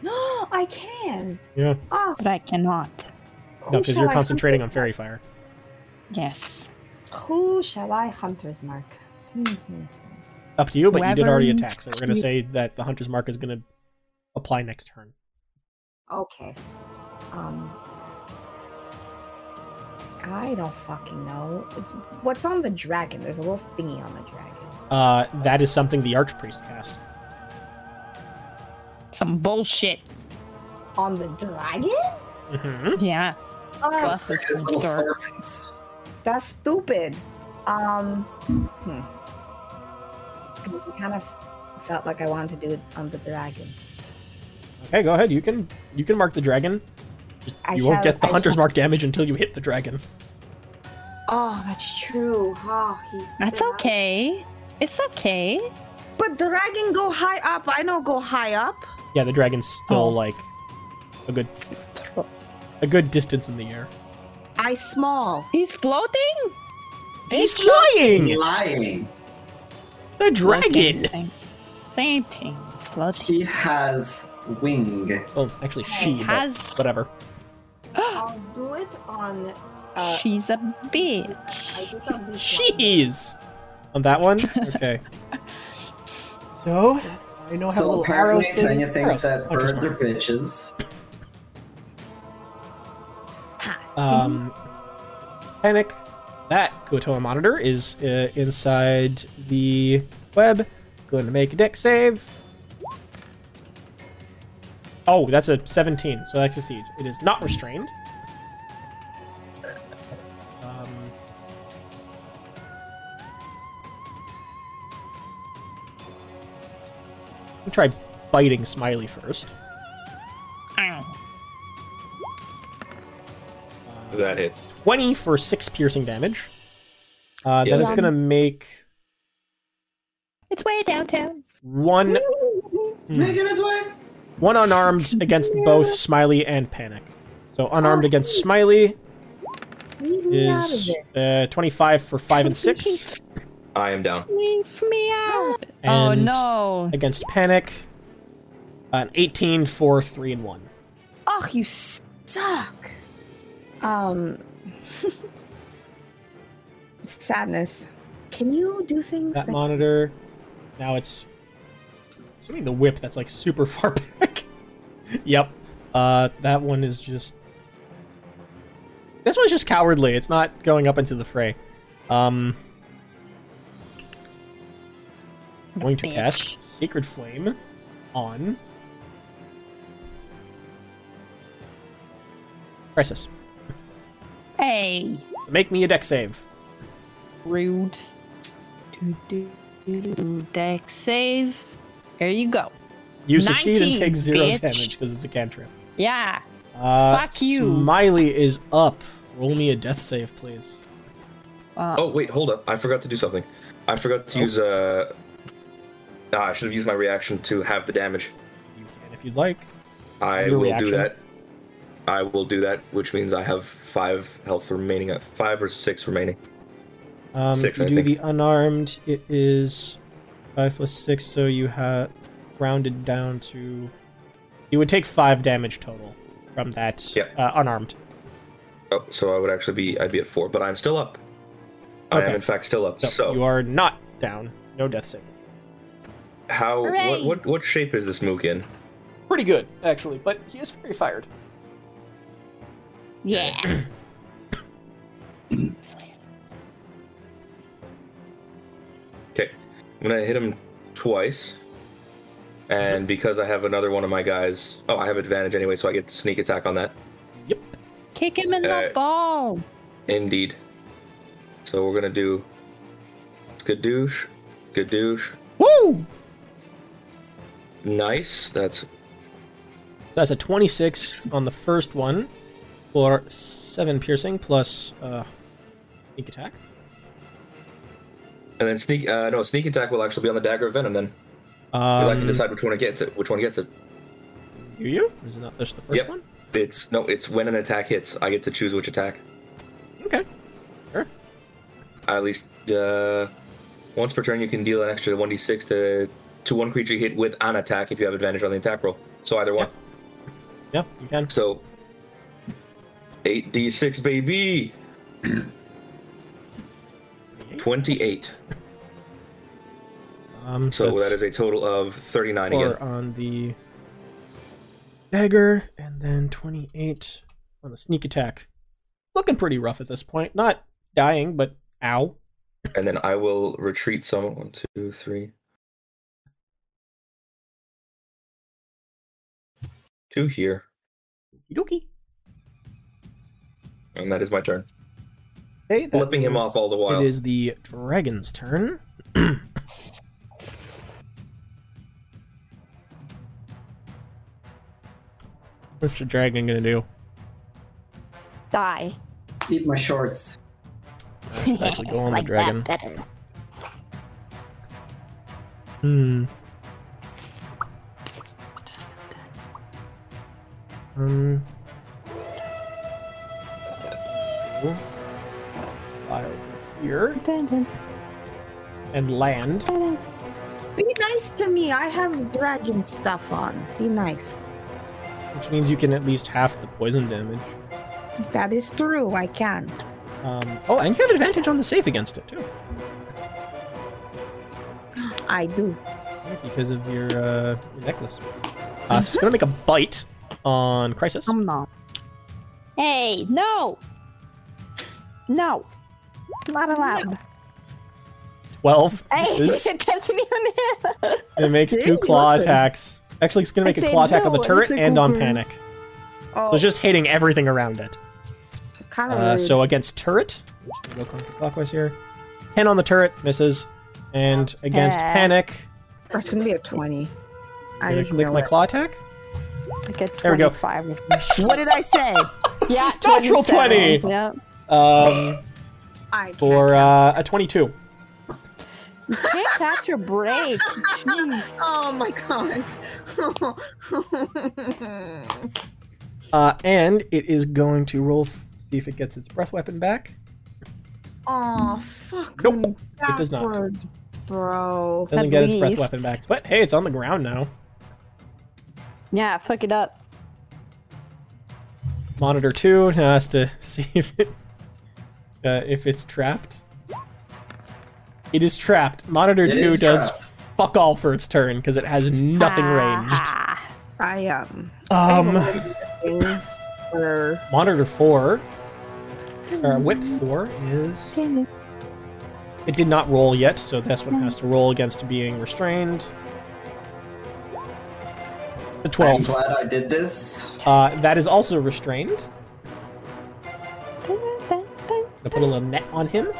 Speaker 2: No, I can.
Speaker 5: Yeah.
Speaker 2: Oh,
Speaker 3: But I cannot.
Speaker 5: No,
Speaker 2: who
Speaker 5: because
Speaker 2: shall
Speaker 5: you're
Speaker 2: I
Speaker 5: concentrating on
Speaker 2: hunt-
Speaker 5: Fairy Fire.
Speaker 3: Yes.
Speaker 2: Who shall I hunter's mark? Mhm.
Speaker 5: Up to you, but you did already
Speaker 3: Wyvern.
Speaker 5: attack, so we're going to say that the Hunter's Mark is going to apply next turn.
Speaker 2: Okay. Um. I don't fucking know. What's on the dragon? There's a little thingy on the dragon.
Speaker 5: Uh, that is something the Archpriest cast.
Speaker 3: Some bullshit.
Speaker 2: On the dragon?
Speaker 5: Mm-hmm.
Speaker 3: Yeah.
Speaker 2: Oh,
Speaker 3: Buff of
Speaker 6: His
Speaker 3: some
Speaker 6: little
Speaker 3: sort.
Speaker 6: servants.
Speaker 2: that's stupid. Um. Hmm. Kind of felt like I wanted to do it on the dragon.
Speaker 5: Okay, go ahead. You can you can mark the dragon. Just-
Speaker 2: I
Speaker 5: you won't
Speaker 2: shall-
Speaker 5: get the
Speaker 2: I
Speaker 5: hunter's
Speaker 2: shall-
Speaker 5: mark damage until you hit the dragon.
Speaker 2: Oh, that's true. Oh, he's.
Speaker 3: That's
Speaker 2: they're not-
Speaker 3: okay. It's okay.
Speaker 2: But dragon go high up. I know go high up.
Speaker 5: Yeah, the dragon's still
Speaker 3: Oh.
Speaker 5: like a good a good distance in the air.
Speaker 2: I small.
Speaker 3: He's floating?
Speaker 5: He's flying.
Speaker 6: Lying.
Speaker 5: The dragon.
Speaker 3: Same thing. Same thing. He's floating.
Speaker 6: He has wing.
Speaker 5: Well, Oh, actually, she. but
Speaker 3: has-
Speaker 5: whatever.
Speaker 2: I'll do it on. uh,
Speaker 3: She's a
Speaker 2: I
Speaker 3: bitch.
Speaker 2: do it on this
Speaker 5: Jeez. On that one. Okay. so I know how
Speaker 6: So
Speaker 5: little arrows.
Speaker 6: apparently,
Speaker 5: thing-
Speaker 6: Tanya thinks that
Speaker 5: arrows. Oh, just
Speaker 6: birds are bitches.
Speaker 5: Um, panic. That Kotoa monitor is uh, inside the web. Going to make a deck save. Oh, that's a 17, so that succeeds. It is not restrained. Um, we try biting Smiley first.
Speaker 3: Ow.
Speaker 5: Uh,
Speaker 4: That hits.
Speaker 5: 20 for 6 piercing damage. Uh,
Speaker 4: Yeah.
Speaker 5: Then it's going to make
Speaker 3: It's way downtown.
Speaker 5: one Hmm.
Speaker 6: Making his way.
Speaker 5: one unarmed against both Smiley and Panic. So unarmed against Smiley
Speaker 2: Leave Oh, me out of
Speaker 5: is
Speaker 2: this.
Speaker 5: uh, 25 for 5 and 6.
Speaker 4: I am down.
Speaker 3: Leave me out. oh
Speaker 5: And
Speaker 3: no.
Speaker 5: Against Panic, an 18 for 3 and 1.
Speaker 2: Oh, you suck. Um. sadness. Can you do things?
Speaker 5: That
Speaker 2: That
Speaker 5: monitor, now it's assuming the whip that's like super far back. yep. Uh, that one is just. This one's just cowardly. It's not going up into the fray. Um, going to
Speaker 3: Bitch.
Speaker 5: cast Sacred Flame on Crisis.
Speaker 3: Hey.
Speaker 5: Make me a deck save.
Speaker 3: Rude. Do, do, do, do. Deck save. Here you go.
Speaker 5: You succeed and
Speaker 3: 19,
Speaker 5: take zero
Speaker 3: bitch.
Speaker 5: damage because it's a cantrip.
Speaker 3: Yeah.
Speaker 5: Uh,
Speaker 3: Fuck you.
Speaker 5: Smiley is up. Roll me a death save, please.
Speaker 3: Uh,
Speaker 4: Oh wait, hold up. I forgot to do something. I forgot to
Speaker 5: Oh.
Speaker 4: use uh ah, I should have used my reaction to have the damage.
Speaker 5: You can if you'd like.
Speaker 4: I
Speaker 5: Your
Speaker 4: will
Speaker 5: reaction?
Speaker 4: do that. I will do that, which means I have five health remaining at five or six remaining.
Speaker 5: Um,
Speaker 4: Six,
Speaker 5: if
Speaker 4: I
Speaker 5: you do
Speaker 4: think.
Speaker 5: the unarmed, it is five plus six, so you have rounded down to. You would take five damage total from that
Speaker 4: Yep.
Speaker 5: uh, unarmed.
Speaker 4: Oh, so I would actually be I'd be at four, but I'm still up. I am
Speaker 5: Okay.
Speaker 4: in fact still up.
Speaker 5: So,
Speaker 4: So,
Speaker 5: you are not down. No death save.
Speaker 4: how what,
Speaker 3: Hooray.
Speaker 4: what what shape is this mook in?
Speaker 5: Pretty good, actually, but he is very fired.
Speaker 3: yeah.
Speaker 4: Okay. I'm gonna hit him twice. And because I have another one of my guys oh I have advantage anyway, so I get sneak attack on that.
Speaker 5: Yep.
Speaker 3: Kick him in the
Speaker 4: Uh,
Speaker 3: ball.
Speaker 4: Indeed. So we're gonna do good douche, good douche.
Speaker 5: Woo!
Speaker 4: Nice. That's
Speaker 5: So that's a 26 on the first one for 7 piercing plus uh, sneak attack.
Speaker 4: and then sneak. Uh, no, sneak attack will actually be on the dagger of venom then, because I can
Speaker 5: Um,
Speaker 4: decide which one it gets it. Which one gets it?
Speaker 5: You you? Is it not just the first
Speaker 4: Yep.
Speaker 5: one?
Speaker 4: It's no. It's when an attack hits. I get to choose which attack.
Speaker 5: Okay.
Speaker 4: At least uh, once per turn, you can deal an extra one d six to to one creature you hit with an attack if you have advantage on the attack roll. So either one.
Speaker 5: Yep, you can.
Speaker 4: So eight d six, baby. Twenty eight.
Speaker 5: Um,
Speaker 4: So
Speaker 5: that's
Speaker 4: that is a total of thirty nine
Speaker 5: four
Speaker 4: again.
Speaker 5: on the dagger, and then twenty-eight on the sneak attack. Looking pretty rough at this point. Not dying, but ow.
Speaker 4: And then I will retreat some. One, two, three. Two here.
Speaker 5: Yuki.
Speaker 4: And that is my turn.
Speaker 5: Okay, that
Speaker 4: Flipping him
Speaker 5: is-
Speaker 4: off all the while.
Speaker 5: It is the dragon's turn. What's the dragon gonna do?
Speaker 3: Die.
Speaker 6: Keep my shorts.
Speaker 5: Actually, go on the
Speaker 3: like
Speaker 5: dragon.
Speaker 3: that better.
Speaker 5: Hmm. Um. Fly over here
Speaker 3: Dun, dun,
Speaker 5: and land.
Speaker 3: dun.
Speaker 2: Be nice to me. I have dragon stuff on. Be nice.
Speaker 5: which means you can at least half the poison damage.
Speaker 2: That is true. I can.
Speaker 5: Um, oh, and you have advantage on the save against it too,
Speaker 2: I do.
Speaker 5: because of your, uh, your necklace. Uh, so it's gonna make a bite on Crisis.
Speaker 2: I'm not.
Speaker 3: Hey, no! No. Not allowed.
Speaker 5: Twelve.
Speaker 3: Hey,
Speaker 5: misses.
Speaker 3: it doesn't even hit.
Speaker 5: It makes
Speaker 2: Dude,
Speaker 5: two claw
Speaker 2: listen.
Speaker 5: attacks. Actually, it's gonna
Speaker 3: I
Speaker 5: make a
Speaker 3: said
Speaker 5: claw attack on the
Speaker 3: no, I
Speaker 5: turret
Speaker 3: said
Speaker 5: and on
Speaker 3: go-go.
Speaker 5: Panic. So
Speaker 2: Oh,
Speaker 5: it's just hitting everything around it.
Speaker 2: kind of
Speaker 5: Uh,
Speaker 2: rude.
Speaker 5: so against turret, go counterclockwise here. Ten on the turret misses, and against
Speaker 3: Okay.
Speaker 5: Panic,
Speaker 2: it's gonna be a twenty. I
Speaker 5: I'm
Speaker 2: just
Speaker 5: gonna make
Speaker 2: know
Speaker 5: my
Speaker 2: it.
Speaker 5: claw attack.
Speaker 3: Like a
Speaker 5: There we go.
Speaker 3: 25 or some
Speaker 2: What did I say?
Speaker 3: shit. Yeah,
Speaker 5: Natural
Speaker 3: 27.
Speaker 5: 20.
Speaker 3: Yeah.
Speaker 5: Um,
Speaker 2: I can't
Speaker 5: for uh, a twenty-two.
Speaker 3: You can't catch a break. Jeez.
Speaker 2: Oh my god.
Speaker 5: Uh, and it is going to roll, f- see if it gets its breath weapon back.
Speaker 2: oh fuck.
Speaker 5: Nope,
Speaker 2: me
Speaker 5: it does not.
Speaker 2: backwards, Bro.
Speaker 5: Doesn't
Speaker 3: At
Speaker 5: get its breath
Speaker 3: least.
Speaker 5: weapon back. But hey, it's on the ground now.
Speaker 3: Yeah, fuck it up.
Speaker 5: Monitor two now has to see if it, uh, if it's trapped. It is trapped. Monitor
Speaker 6: It
Speaker 5: two
Speaker 6: is
Speaker 5: does
Speaker 6: trapped.
Speaker 5: fuck all for its turn because it has nothing ranged.
Speaker 3: Ah.
Speaker 2: I um.
Speaker 5: Um,
Speaker 2: Things were
Speaker 5: monitor four or whip four is it did not roll yet, so that's what it has to roll against being restrained. The
Speaker 6: I'm
Speaker 5: twelve.
Speaker 6: glad I did this.
Speaker 5: Uh, that is also restrained. I'm gonna put a little net on him.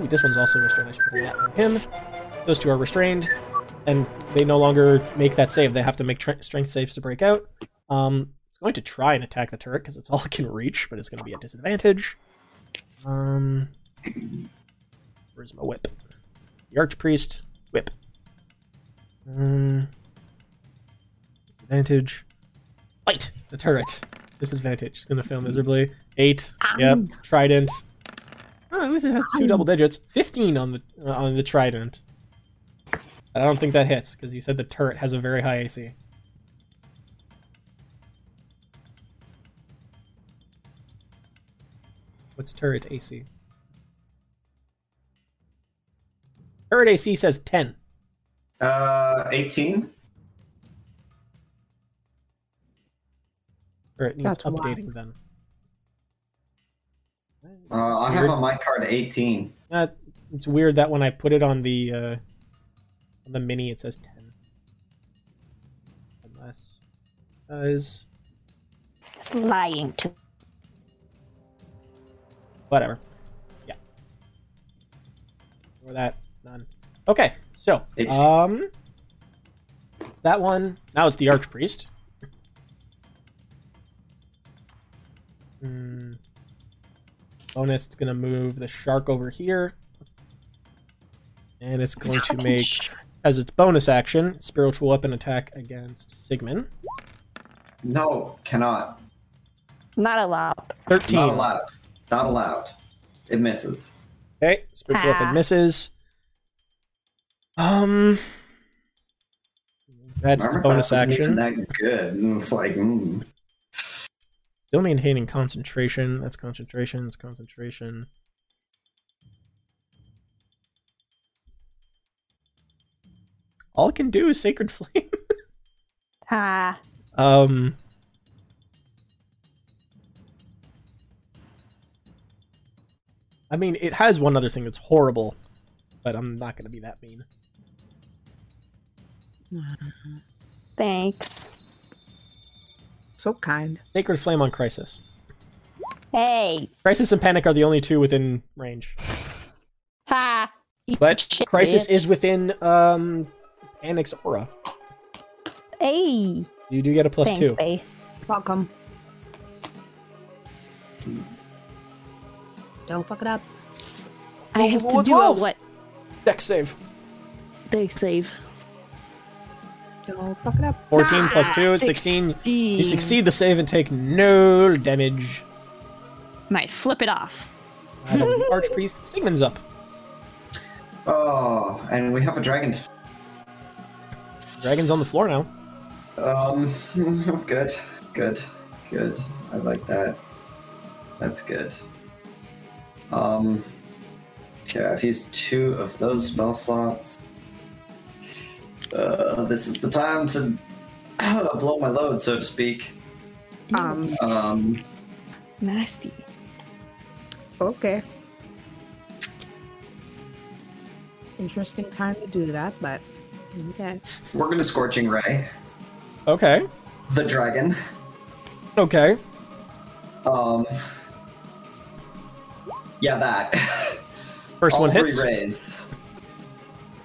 Speaker 5: Ooh, this one's also restrained. I should put a net on him. Those two are restrained, and they no longer make that save. They have to make tra- strength saves to break out. Um, it's going to try and attack the turret because it's all it can reach, but it's going to be at disadvantage. Um, where's my whip? The archpriest whip. Um, disadvantage. Light the turret. Disadvantage. It's gonna fail miserably. Eight. Yep. Trident. Oh, at least it has two double digits. Fifteen on the uh, on the trident. I don't think that hits because you said the turret has a very high AC. What's turret AC? Turret AC says ten.
Speaker 6: Uh, 18.
Speaker 5: Or it needs
Speaker 2: That's wild.
Speaker 5: updating then.
Speaker 6: Uh, I have on my card 18.
Speaker 5: That Uh, it's weird that when I put it on the uh, on the mini, it says ten. Unless does
Speaker 3: Lying to
Speaker 5: whatever. Yeah. Or that none. Okay, so
Speaker 6: It-
Speaker 5: um, it's that one. Now it's the archpriest. Hmm. Bonus is gonna move the shark over here, and it's going to make as its bonus action spiritual weapon attack against Sigmund.
Speaker 6: No, cannot.
Speaker 3: Not allowed.
Speaker 5: Thirteen.
Speaker 6: Not allowed. Not allowed. It misses.
Speaker 5: Okay, spiritual
Speaker 3: Ah.
Speaker 5: weapon misses. Um, that's the
Speaker 6: Armor
Speaker 5: bonus
Speaker 6: class isn't even
Speaker 5: action.
Speaker 6: That good. And it's like, mm.
Speaker 5: Still maintaining concentration. That's concentration. That's concentration. All it can do is sacred flame.
Speaker 3: Ah.
Speaker 5: Um. I mean, it has one other thing that's horrible, but I'm not going to be that mean.
Speaker 3: Thanks.
Speaker 2: so kind.
Speaker 5: Sacred Flame on Crisis.
Speaker 3: Hey.
Speaker 5: Crisis and Panic are the only two within range.
Speaker 3: Ha. You
Speaker 5: But
Speaker 3: shit,
Speaker 5: Crisis
Speaker 3: bitch.
Speaker 5: is within um Panic's aura.
Speaker 3: Hey.
Speaker 5: You do get a plus
Speaker 3: Thanks,
Speaker 5: two.
Speaker 3: bae.
Speaker 2: Welcome. Don't fuck it up.
Speaker 3: I have to do a
Speaker 5: Twelve.
Speaker 3: what
Speaker 5: Deck save.
Speaker 3: they save.
Speaker 2: Don't fuck it up.
Speaker 5: 14 plus 2 is 16. You succeed the save and take no damage.
Speaker 3: Might flip it off.
Speaker 5: Uh, the Archpriest Sigmund's up.
Speaker 6: Oh, and we have a dragon.
Speaker 5: Dragon's on the floor now.
Speaker 6: Um, good, good, good. I like that. That's good. Um, okay, I've used two of those spell slots. Uh, this is the time to blow my load, so to speak.
Speaker 2: Um,
Speaker 6: Um,
Speaker 3: Nasty.
Speaker 2: okay. Interesting time to do that, but okay.
Speaker 6: we're gonna scorching ray
Speaker 5: Okay.
Speaker 6: the dragon.
Speaker 5: Okay.
Speaker 6: Um, yeah, that.
Speaker 5: First
Speaker 6: All
Speaker 5: one
Speaker 6: three
Speaker 5: hits.
Speaker 6: rays.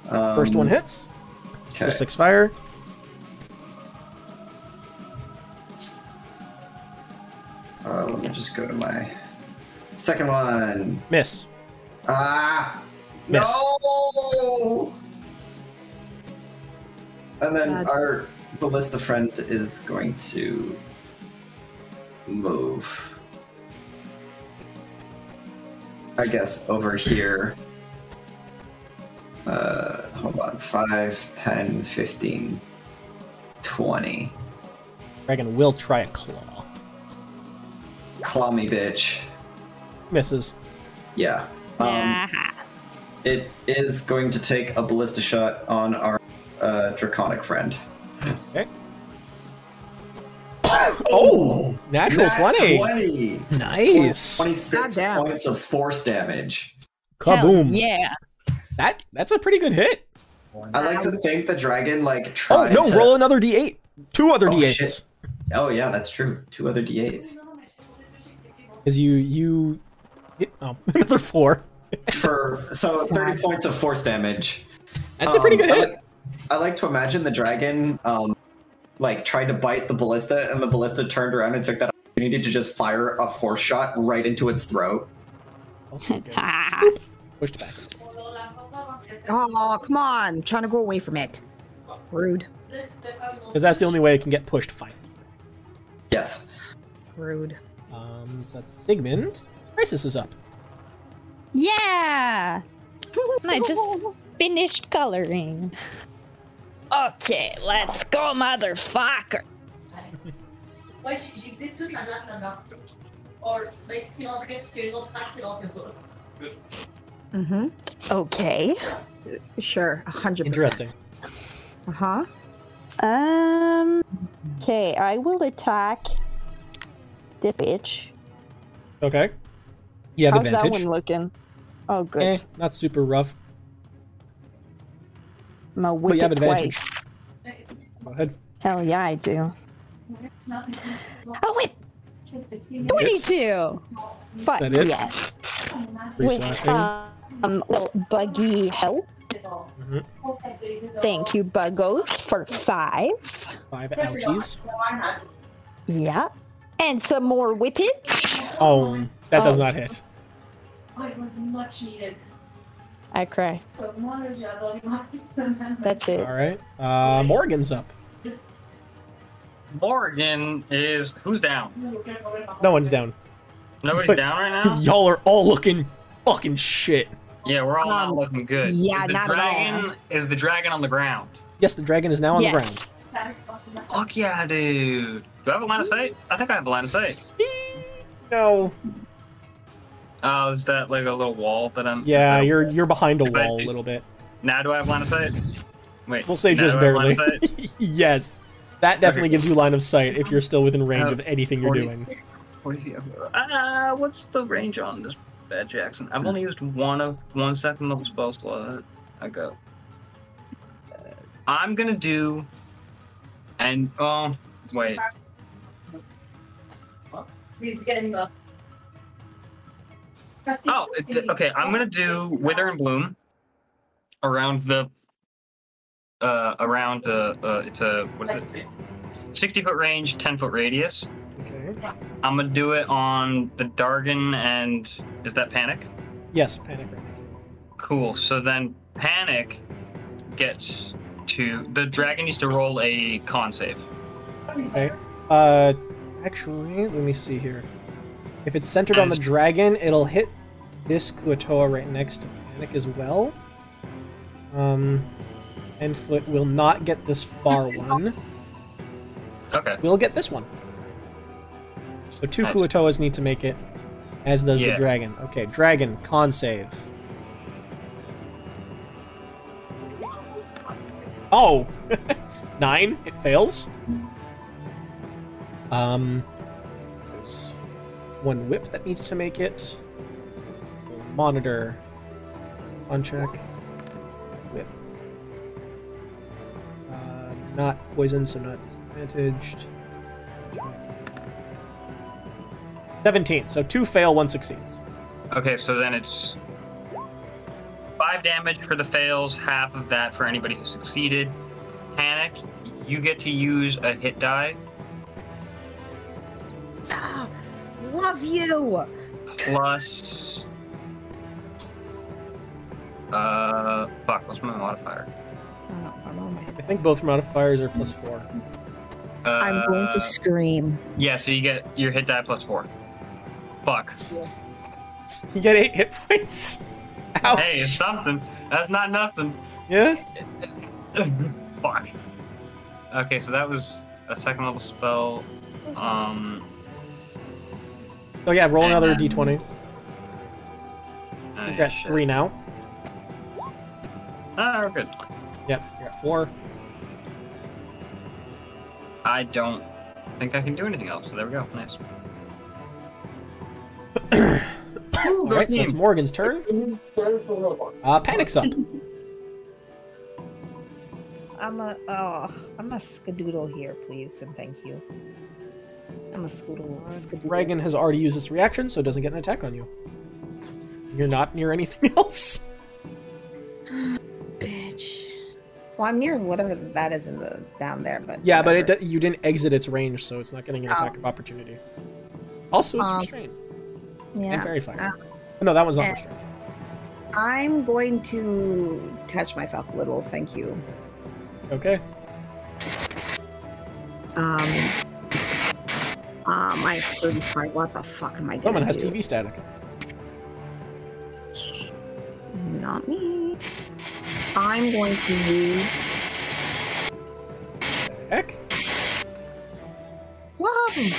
Speaker 5: First
Speaker 6: Um,
Speaker 5: one hits.
Speaker 6: Okay.
Speaker 5: Plus Six fire.
Speaker 6: Uh, let me just go to my second one.
Speaker 5: Miss.
Speaker 6: Ah!
Speaker 5: Miss.
Speaker 6: No! And then
Speaker 2: Sad.
Speaker 6: our ballista friend is going to move. I guess over here. Uh, hold on. 5, 10, 15, 20.
Speaker 5: Dragon will try a claw.
Speaker 6: Claw me, bitch.
Speaker 5: Misses.
Speaker 6: Yeah. Um,
Speaker 5: Um,
Speaker 3: yeah.
Speaker 6: It is going to take a ballista shot on our uh, draconic friend.
Speaker 5: Okay.
Speaker 6: Oh,
Speaker 5: Natural 20.
Speaker 6: 20.
Speaker 5: Nice.
Speaker 6: 26
Speaker 2: Goddamn.
Speaker 6: points of force damage.
Speaker 3: Hell
Speaker 5: Kaboom.
Speaker 3: Yeah.
Speaker 5: That that's a pretty good hit.
Speaker 6: I like to think the dragon like
Speaker 5: Oh
Speaker 6: tried.
Speaker 5: no,
Speaker 6: to...
Speaker 5: roll another D8. Two other
Speaker 6: Oh,
Speaker 5: D8s.
Speaker 6: shit. Oh yeah, that's true. Two other d8s
Speaker 5: Because you you hit oh, another four.
Speaker 6: for so 30 points of force damage.
Speaker 5: That's a pretty
Speaker 6: Um,
Speaker 5: good
Speaker 6: I
Speaker 5: hit.
Speaker 6: like- I like to imagine the dragon, um, like tried to bite the ballista, and the ballista turned around and took that opportunity to just fire a force shot right into its throat.
Speaker 3: Ha.
Speaker 5: Pushed it back.
Speaker 2: Oh, come on. I'm trying to go away from it. Rude.
Speaker 5: Because that's the only way it can get pushed five.
Speaker 6: Yes.
Speaker 2: Rude.
Speaker 5: Um, so that's Sigmund. Crisis is up.
Speaker 3: yeah. And I just finished coloring. Okay, let's go, motherfucker.
Speaker 8: Ouais, j'ai j'ai goûté toute la glace là-dedans. Or, ben, ce qu'il en reste, parce que les autres partent, ils l'ont fait pas.
Speaker 2: Mm-hmm.
Speaker 3: Okay.
Speaker 2: Sure. A hundred percent.
Speaker 5: Interesting.
Speaker 2: Uh huh.
Speaker 3: Um. Okay, I will attack this bitch.
Speaker 5: Okay. You have
Speaker 3: How's that
Speaker 5: advantage.
Speaker 3: one looking? Oh, good.
Speaker 5: Eh, not super rough.
Speaker 3: My whip
Speaker 5: you have
Speaker 3: it
Speaker 5: advantage.
Speaker 3: twice.
Speaker 5: Go ahead.
Speaker 3: Hell yeah, I do.
Speaker 8: It's not gonna be-
Speaker 3: Oh, wait,
Speaker 8: It's 16.
Speaker 3: twenty-two. Fuck
Speaker 5: That hits?
Speaker 3: yeah.
Speaker 5: Three
Speaker 3: With
Speaker 5: slashing.
Speaker 3: um, little buggy help.
Speaker 5: Mhm.
Speaker 3: Thank you, Buggos, for five.
Speaker 5: Five ouchies.
Speaker 3: Yeah. And some more whippage.
Speaker 5: Oh, that does
Speaker 3: Oh.
Speaker 5: not hit.
Speaker 8: It was much needed.
Speaker 3: I cry.
Speaker 8: But moi, là, j'ai adoré mon personnage.
Speaker 3: That's
Speaker 5: All
Speaker 3: it.
Speaker 5: right. Uh, Morgan's up.
Speaker 7: Morgan is who's down?
Speaker 5: No one's down.
Speaker 7: Nobody's
Speaker 5: But-
Speaker 7: down right now.
Speaker 5: Y'all are all looking fucking shit.
Speaker 7: Yeah, we're all
Speaker 2: Um,
Speaker 7: not looking good.
Speaker 2: yeah,
Speaker 7: is the
Speaker 2: not at all.
Speaker 7: dragon, Is the dragon on the ground?
Speaker 5: Yes, the dragon is now on the ground.
Speaker 3: yes.
Speaker 7: Fuck yeah, dude. Do I have a line of sight? I think I have a line of sight.
Speaker 5: No.
Speaker 7: Oh, is that like a little wall that I'm?
Speaker 5: Yeah,
Speaker 7: is that a
Speaker 5: you're
Speaker 7: wall?
Speaker 5: you're behind a
Speaker 7: If I
Speaker 5: wall a
Speaker 7: do-
Speaker 5: little bit.
Speaker 7: Now do I have line of sight? Wait.
Speaker 5: We'll say
Speaker 7: now
Speaker 5: just
Speaker 7: do I have line
Speaker 5: barely.
Speaker 7: of sight?
Speaker 5: yes. That definitely
Speaker 7: Okay.
Speaker 5: gives you line of sight if you're still within range
Speaker 7: Uh,
Speaker 5: of anything you're
Speaker 7: 40.
Speaker 5: doing.
Speaker 7: What do you- Ah, what's the range on this bad Jackson? I've only used one of one second level spell slot. I go. I'm gonna do, and oh wait, oh it- th- okay, I'm gonna do Wither and Bloom around the, uh, around uh, uh it's a what is it? Sixty foot range, ten foot radius.
Speaker 5: Okay.
Speaker 7: I'm gonna do it on the Dargon and is that Panic?
Speaker 5: Yes, panic. round.
Speaker 7: Cool. So then Panic gets to the dragon needs to roll a con save.
Speaker 5: Okay. Uh, actually, let me see here. If it's centered on the dragon, it'll hit this Kuatoa right next to Panic as well. Um, and Flit will not get this far one.
Speaker 7: Okay.
Speaker 5: We'll get this one. So two
Speaker 7: Nice.
Speaker 5: Kuatoas need to make it, as does
Speaker 7: Yeah.
Speaker 5: the dragon. Okay, dragon con save. Oh, nine. It fails. Um, there's one whip that needs to make it. Monitor. Uncheck. Whip. Uh, not poisoned, so not disadvantaged. 17. So two fail, one succeeds.
Speaker 7: Okay, so then it's five damage for the fails, half of that for anybody who succeeded. Panic, you get to use a hit die
Speaker 2: Ah, Love you.
Speaker 3: Uh,
Speaker 7: plus. Uh, fuck. What's my modifier?
Speaker 2: I don't know, I'm on my-
Speaker 5: I think both modifiers are plus four.
Speaker 7: Uh,
Speaker 2: I'm going to scream.
Speaker 7: Yeah, so you get your hit die plus four. Fuck.
Speaker 5: You get eight hit points.
Speaker 2: Oh.
Speaker 5: Ouch.
Speaker 7: Hey, it's something. That's not nothing.
Speaker 5: yeah.
Speaker 7: Fuck. Okay, so that was a second level spell. Um,
Speaker 5: Oh yeah, roll
Speaker 7: And
Speaker 5: another
Speaker 7: then-
Speaker 5: d20.
Speaker 7: oh,
Speaker 5: You
Speaker 7: yeah,
Speaker 5: got
Speaker 7: shit.
Speaker 5: three now.
Speaker 7: Ah, we're good.
Speaker 5: Yep, you got four.
Speaker 7: I don't think I can do anything else. So there we go. Nice.
Speaker 5: All right, so it's Morgan's turn. Uh, panic's up.
Speaker 2: I'm a oh, I'm a skadoodle here, please, and thank you. I'm a skadoodle. skadoodle.
Speaker 5: Dragon has already used its reaction, so it doesn't get an attack on you. You're not near anything else.
Speaker 2: bitch. Well, I'm near whatever that is in the down there, but
Speaker 5: Yeah, but it
Speaker 2: whatever.
Speaker 5: do- you didn't exit its range, so it's not getting an
Speaker 2: Oh.
Speaker 5: attack of opportunity. Also, it's
Speaker 2: Um,
Speaker 5: restrained and
Speaker 2: yeah.
Speaker 5: fairy fire.
Speaker 2: Uh,
Speaker 5: no, that one's not
Speaker 2: and-
Speaker 5: restrained.
Speaker 2: I'm going to touch myself a little. Thank you.
Speaker 5: Okay.
Speaker 2: Um. Um, I have 35. What the fuck am I gonna
Speaker 5: Someone has
Speaker 2: do?
Speaker 5: TV static.
Speaker 2: Not me. I'm going to use.
Speaker 5: Heck.
Speaker 2: Whoa!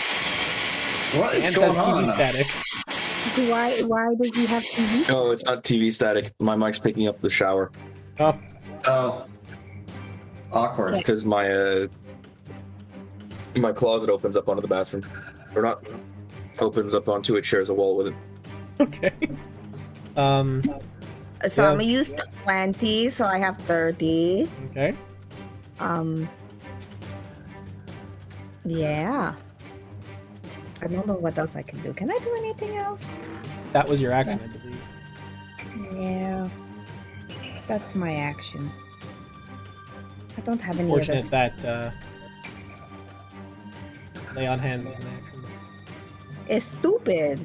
Speaker 6: What is
Speaker 5: And
Speaker 6: going
Speaker 5: has TV
Speaker 6: on?
Speaker 5: static.
Speaker 2: Why? Why does he have TV?
Speaker 4: No, Oh, it's not TV static. My mic's picking up the shower
Speaker 5: Oh,
Speaker 6: Oh, awkward.
Speaker 2: Yeah.
Speaker 4: because my uh, my closet opens up onto the bathroom, or not opens up onto it. Shares a wall with it.
Speaker 5: okay. Um.
Speaker 2: So
Speaker 5: Yeah.
Speaker 2: I'm gonna use 20, so I have 30.
Speaker 5: Okay.
Speaker 2: Um. Yeah. I don't know what else I can do. Can I do anything else?
Speaker 5: That was your action, I believe.
Speaker 2: Yeah. That's my action. I don't have any other.
Speaker 5: Fortunate that uh, lay on hands is an action.
Speaker 2: It's stupid.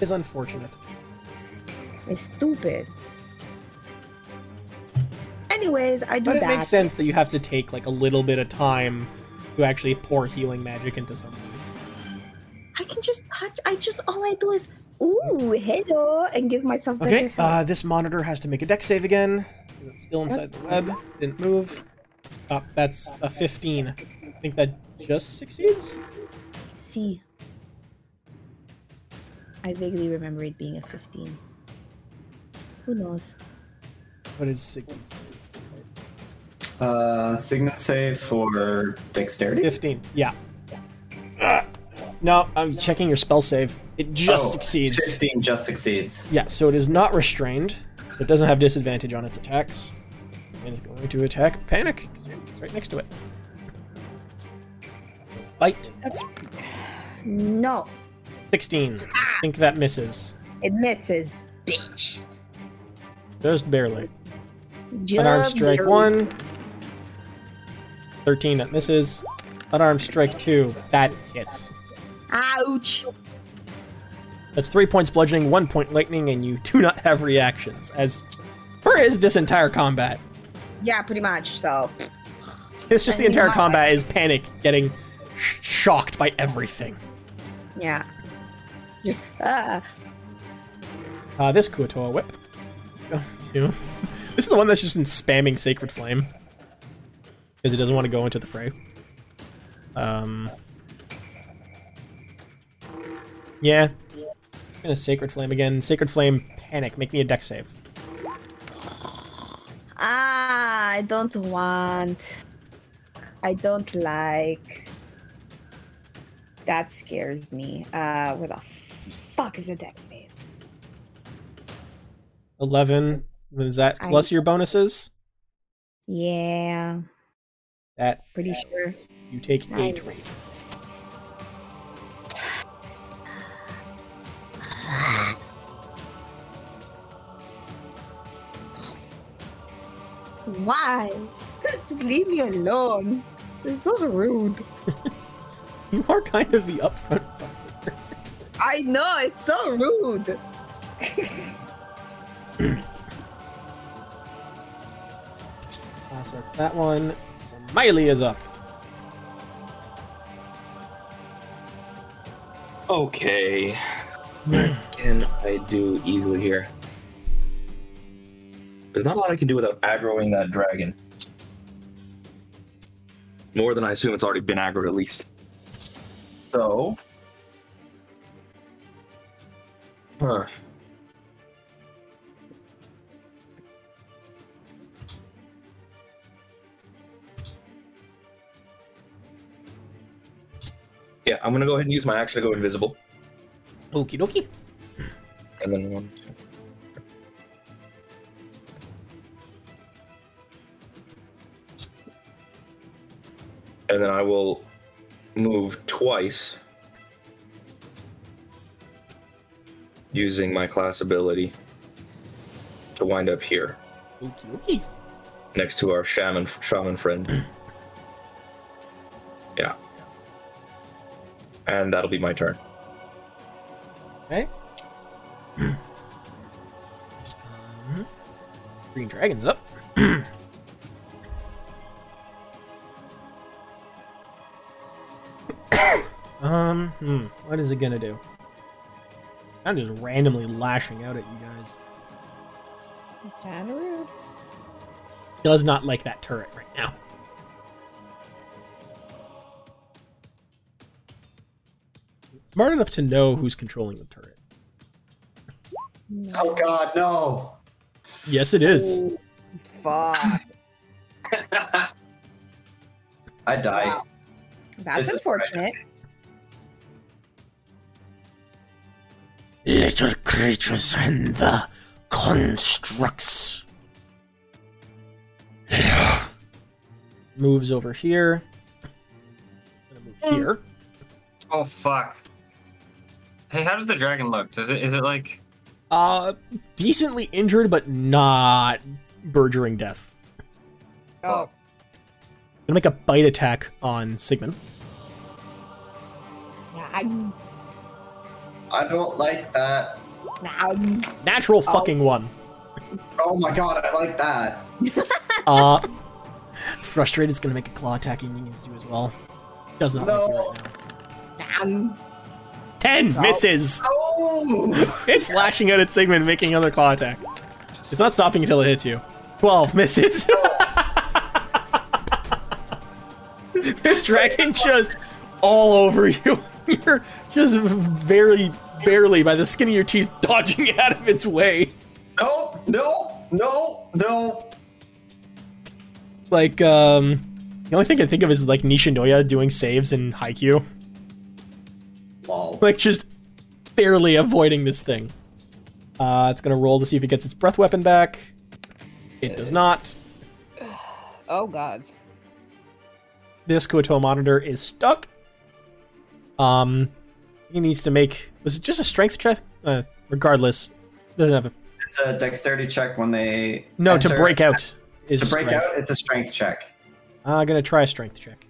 Speaker 5: Is unfortunate.
Speaker 2: It's stupid. Anyways, I do
Speaker 5: But it
Speaker 2: that.
Speaker 5: makes sense that you have to take like a little bit of time to actually pour healing magic into someone.
Speaker 2: I can just touch. I just all I do is ooh, hello, and give myself better
Speaker 5: Okay.
Speaker 2: health.
Speaker 5: Uh, this monitor has to make a deck save again. It's still inside
Speaker 2: That's
Speaker 5: the web. Didn't move. Oh, that's a 15. I think that just succeeds.
Speaker 2: See. I vaguely remember it being a 15. Who knows?
Speaker 5: What is succeeds?
Speaker 6: Uh, Signet save for dexterity.
Speaker 5: 15. Yeah. Ah. No, I'm checking your spell save. It just
Speaker 6: Oh,
Speaker 5: succeeds.
Speaker 6: Fifteen just succeeds.
Speaker 5: Yeah, so it is not restrained. so It doesn't have disadvantage on its attacks. And it's going to attack Panic. 'cause It's right next to it. Bite.
Speaker 2: No,
Speaker 5: 16.
Speaker 2: Ah.
Speaker 5: I think that misses.
Speaker 2: it misses, bitch.
Speaker 5: Just barely.
Speaker 2: Just
Speaker 5: Unarmed strike
Speaker 2: barely.
Speaker 5: 1. 13, that misses. Unarmed strike 2, that hits.
Speaker 2: Ouch.
Speaker 5: That's 3 points bludgeoning, 1 point lightning, and you do not have reactions, as. Where is this entire combat?
Speaker 2: Yeah, pretty much. So
Speaker 5: It's just
Speaker 2: I
Speaker 5: the entire
Speaker 2: mean, my-
Speaker 5: combat is panic, getting sh- shocked by everything.
Speaker 2: yeah, just uh,
Speaker 5: Uh, this Kuatoa whip. Go to. Oh, This is the one that's just been spamming Sacred Flame. Because it doesn't want to go into the fray. Um. Yeah. Gonna Sacred Flame again. Sacred Flame, panic. Make me a deck save.
Speaker 2: ah, I don't want. I don't like. That scares me. Uh, where the fuck is the deck save?
Speaker 5: 11. Is that
Speaker 2: I-
Speaker 5: plus your bonuses?
Speaker 2: Yeah,
Speaker 5: That
Speaker 2: pretty sure.
Speaker 5: you take
Speaker 2: I-
Speaker 5: 8 rate.
Speaker 2: Why? Just leave me alone. It's so rude.
Speaker 5: You are kind of the upfront. fucker.
Speaker 2: I know it's so rude.
Speaker 5: Uh, so that's that one. Smiley is up.
Speaker 4: Okay. What can I do easily here? There's not a lot I can do without aggroing that dragon. More than I assume it's already been aggroed at least. So. Huh. Yeah, I'm gonna go ahead and use my action to go invisible.
Speaker 5: Okie dokie.
Speaker 4: And then one. And then I will move twice using my class ability to wind up here
Speaker 5: Okie dokie.
Speaker 4: next to our shaman shaman friend. yeah. And that'll be my turn.
Speaker 5: Okay. Um, Green dragon's up. um, hmm, what is it gonna do? I'm just randomly lashing out at you guys.
Speaker 2: Kind of rude.
Speaker 5: He does not like that turret right now. Smart enough to know who's controlling the turret.
Speaker 6: Oh god, no!
Speaker 5: Yes, it is.
Speaker 2: Oh, Fuck.
Speaker 6: I die.
Speaker 2: Wow. That's
Speaker 6: This is
Speaker 2: unfortunate.
Speaker 9: Little creatures and the constructs.
Speaker 5: moves over here. Gonna move here.
Speaker 7: Oh fuck. Hey, how does the dragon look? Does it is it like
Speaker 5: Uh, decently injured, but not burgering death.
Speaker 2: Oh,
Speaker 5: Gonna make a bite attack on Sigmund.
Speaker 6: I don't like that.
Speaker 5: Natural fucking one.
Speaker 6: Oh my god, I like that.
Speaker 5: Uh, frustrated's gonna make a claw attack and you do as well. Does not like you
Speaker 6: No.
Speaker 5: right now. Ten misses.
Speaker 6: Oh!
Speaker 5: It's lashing out at Sigmund, making another claw attack. It's not stopping until it hits you. Twelve misses. this dragon just all over you. You're just barely, barely by the skin of your teeth dodging out of its way,
Speaker 6: No, no, no, no.
Speaker 5: like um. The only thing I think of is like Nishinoya doing saves in Haikyuu.
Speaker 6: Lol.
Speaker 5: like just barely avoiding this thing. Uh, it's gonna roll to see if it gets its breath weapon back. It does not.
Speaker 2: oh god.
Speaker 5: This Koto monitor is stuck. Um, he needs to make. Was it just a strength check? Uh, regardless, doesn't have a
Speaker 6: It's a dexterity check when they.
Speaker 5: no to
Speaker 6: enter.
Speaker 5: break out. Is
Speaker 6: To break
Speaker 5: strength.
Speaker 6: out, it's a strength check.
Speaker 5: I'm gonna try a strength check.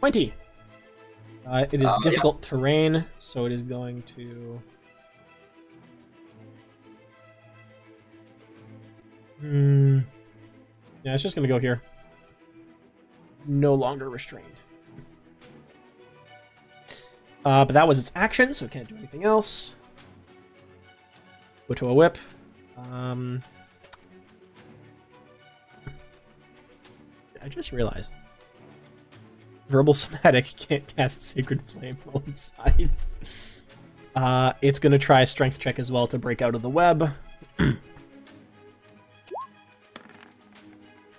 Speaker 5: Twenty. Uh, it is
Speaker 6: Uh, yeah.
Speaker 5: difficult terrain, so it is going to. Hmm. Yeah, it's just gonna go here. No longer restrained. Uh, but that was its action, so it can't do anything else. Go to a whip. Um, I just realized. Verbal Somatic can't cast Sacred Flame while inside. Uh, it's gonna try a strength check as well to break out of the web. the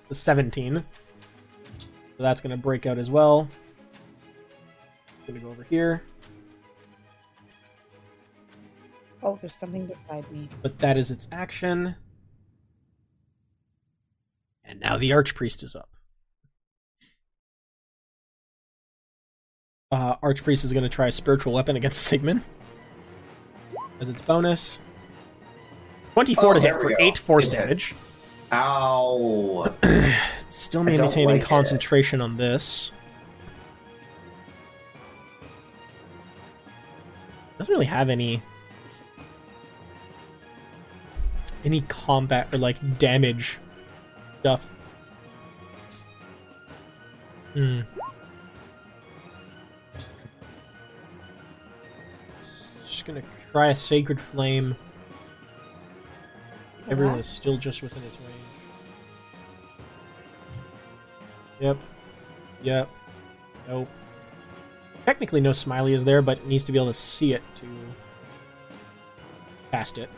Speaker 5: 17. So that's gonna break out as well. Gonna go over here.
Speaker 2: Oh, there's something beside me.
Speaker 5: But that is its action. And now the Archpriest is up. Uh, Archpriest is going to try Spiritual Weapon against Sigmund as its bonus. 24
Speaker 6: Oh,
Speaker 5: to hit
Speaker 6: there we
Speaker 5: for
Speaker 6: go.
Speaker 5: 8 force
Speaker 6: It
Speaker 5: damage.
Speaker 6: hits. Ow.
Speaker 5: It's still
Speaker 6: I don't
Speaker 5: maintaining
Speaker 6: like it.
Speaker 5: concentration on this. Doesn't really have any any combat or like damage stuff. Hmm. Just gonna try a sacred flame. Everyone is still just within its range. Yep. Yep. Nope. Technically, no smiley is there, but it needs to be able to see it to cast it.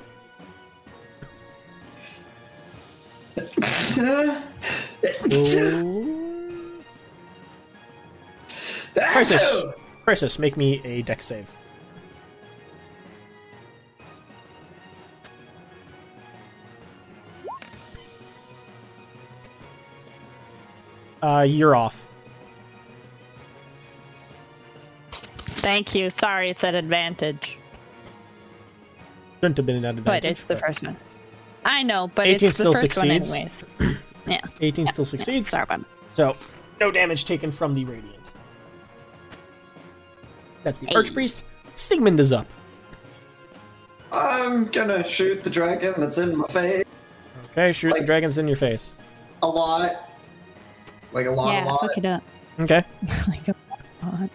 Speaker 5: Oh. Crisis! Crisis, make me a deck save. Uh, you're off.
Speaker 3: Thank you. Sorry, it's an advantage,
Speaker 5: Shouldn't have been an advantage.
Speaker 3: but it's the first one. I know, but
Speaker 5: 18
Speaker 3: it's the
Speaker 5: still
Speaker 3: first
Speaker 5: succeeds.
Speaker 3: one anyways.
Speaker 5: 18 still
Speaker 3: Yeah,
Speaker 5: succeeds.
Speaker 3: sorry about
Speaker 5: So, no damage taken from the Radiant. That's the
Speaker 3: Hey.
Speaker 5: Archpriest. Sigmund is up.
Speaker 6: I'm gonna shoot the dragon that's in my face
Speaker 5: Okay, shoot the
Speaker 6: Like-
Speaker 5: dragons in your face.
Speaker 6: a lot. Like a lot,
Speaker 3: yeah,
Speaker 6: a lot.
Speaker 3: fuck it up.
Speaker 5: Okay.
Speaker 3: Like a lot.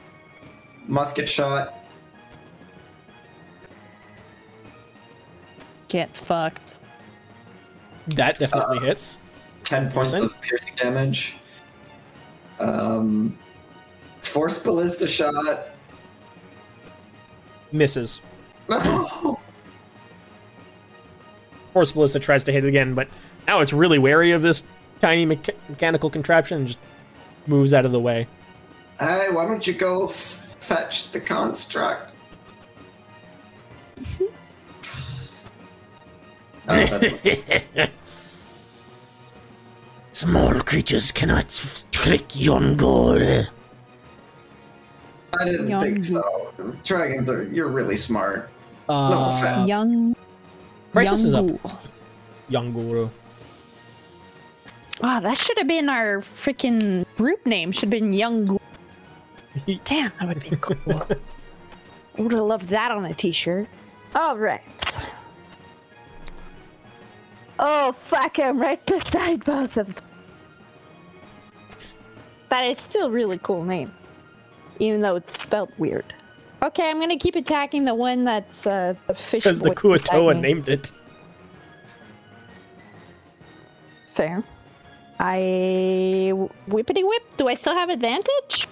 Speaker 6: Musket shot.
Speaker 3: Get fucked.
Speaker 5: That definitely hits.
Speaker 6: 10 points
Speaker 5: Piercing?
Speaker 6: of piercing damage. Um, force ballista shot.
Speaker 5: Misses.
Speaker 6: No.
Speaker 5: Force Ballista tries to hit it again, but now it's really wary of this tiny mecha- mechanical contraption and just moves out of the way.
Speaker 6: Hey, why don't you go f- fetch the construct? Oh, that's-
Speaker 9: Small creatures cannot f- trick yon goal.
Speaker 6: I didn't
Speaker 3: Young.
Speaker 6: think so. Dragons are, you're really smart.
Speaker 5: Uh,
Speaker 6: offense.
Speaker 3: Young.
Speaker 5: Crisis is up.
Speaker 3: young ghoul.
Speaker 5: Young Guru.
Speaker 3: Wow, that should have been our freaking group name. Should have been Young. Ghoul. Damn, that would have been cool. I would have loved that on a t-shirt. All right. Oh fuck! I'm right beside both of them. That is still a really cool name, even though it's spelled weird. Okay, I'm gonna keep attacking the one that's uh, the fish.
Speaker 5: Because the
Speaker 3: boy beside
Speaker 5: Kuatoa
Speaker 3: me.
Speaker 5: named it.
Speaker 3: Fair. I whippity whip. Do I still have advantage?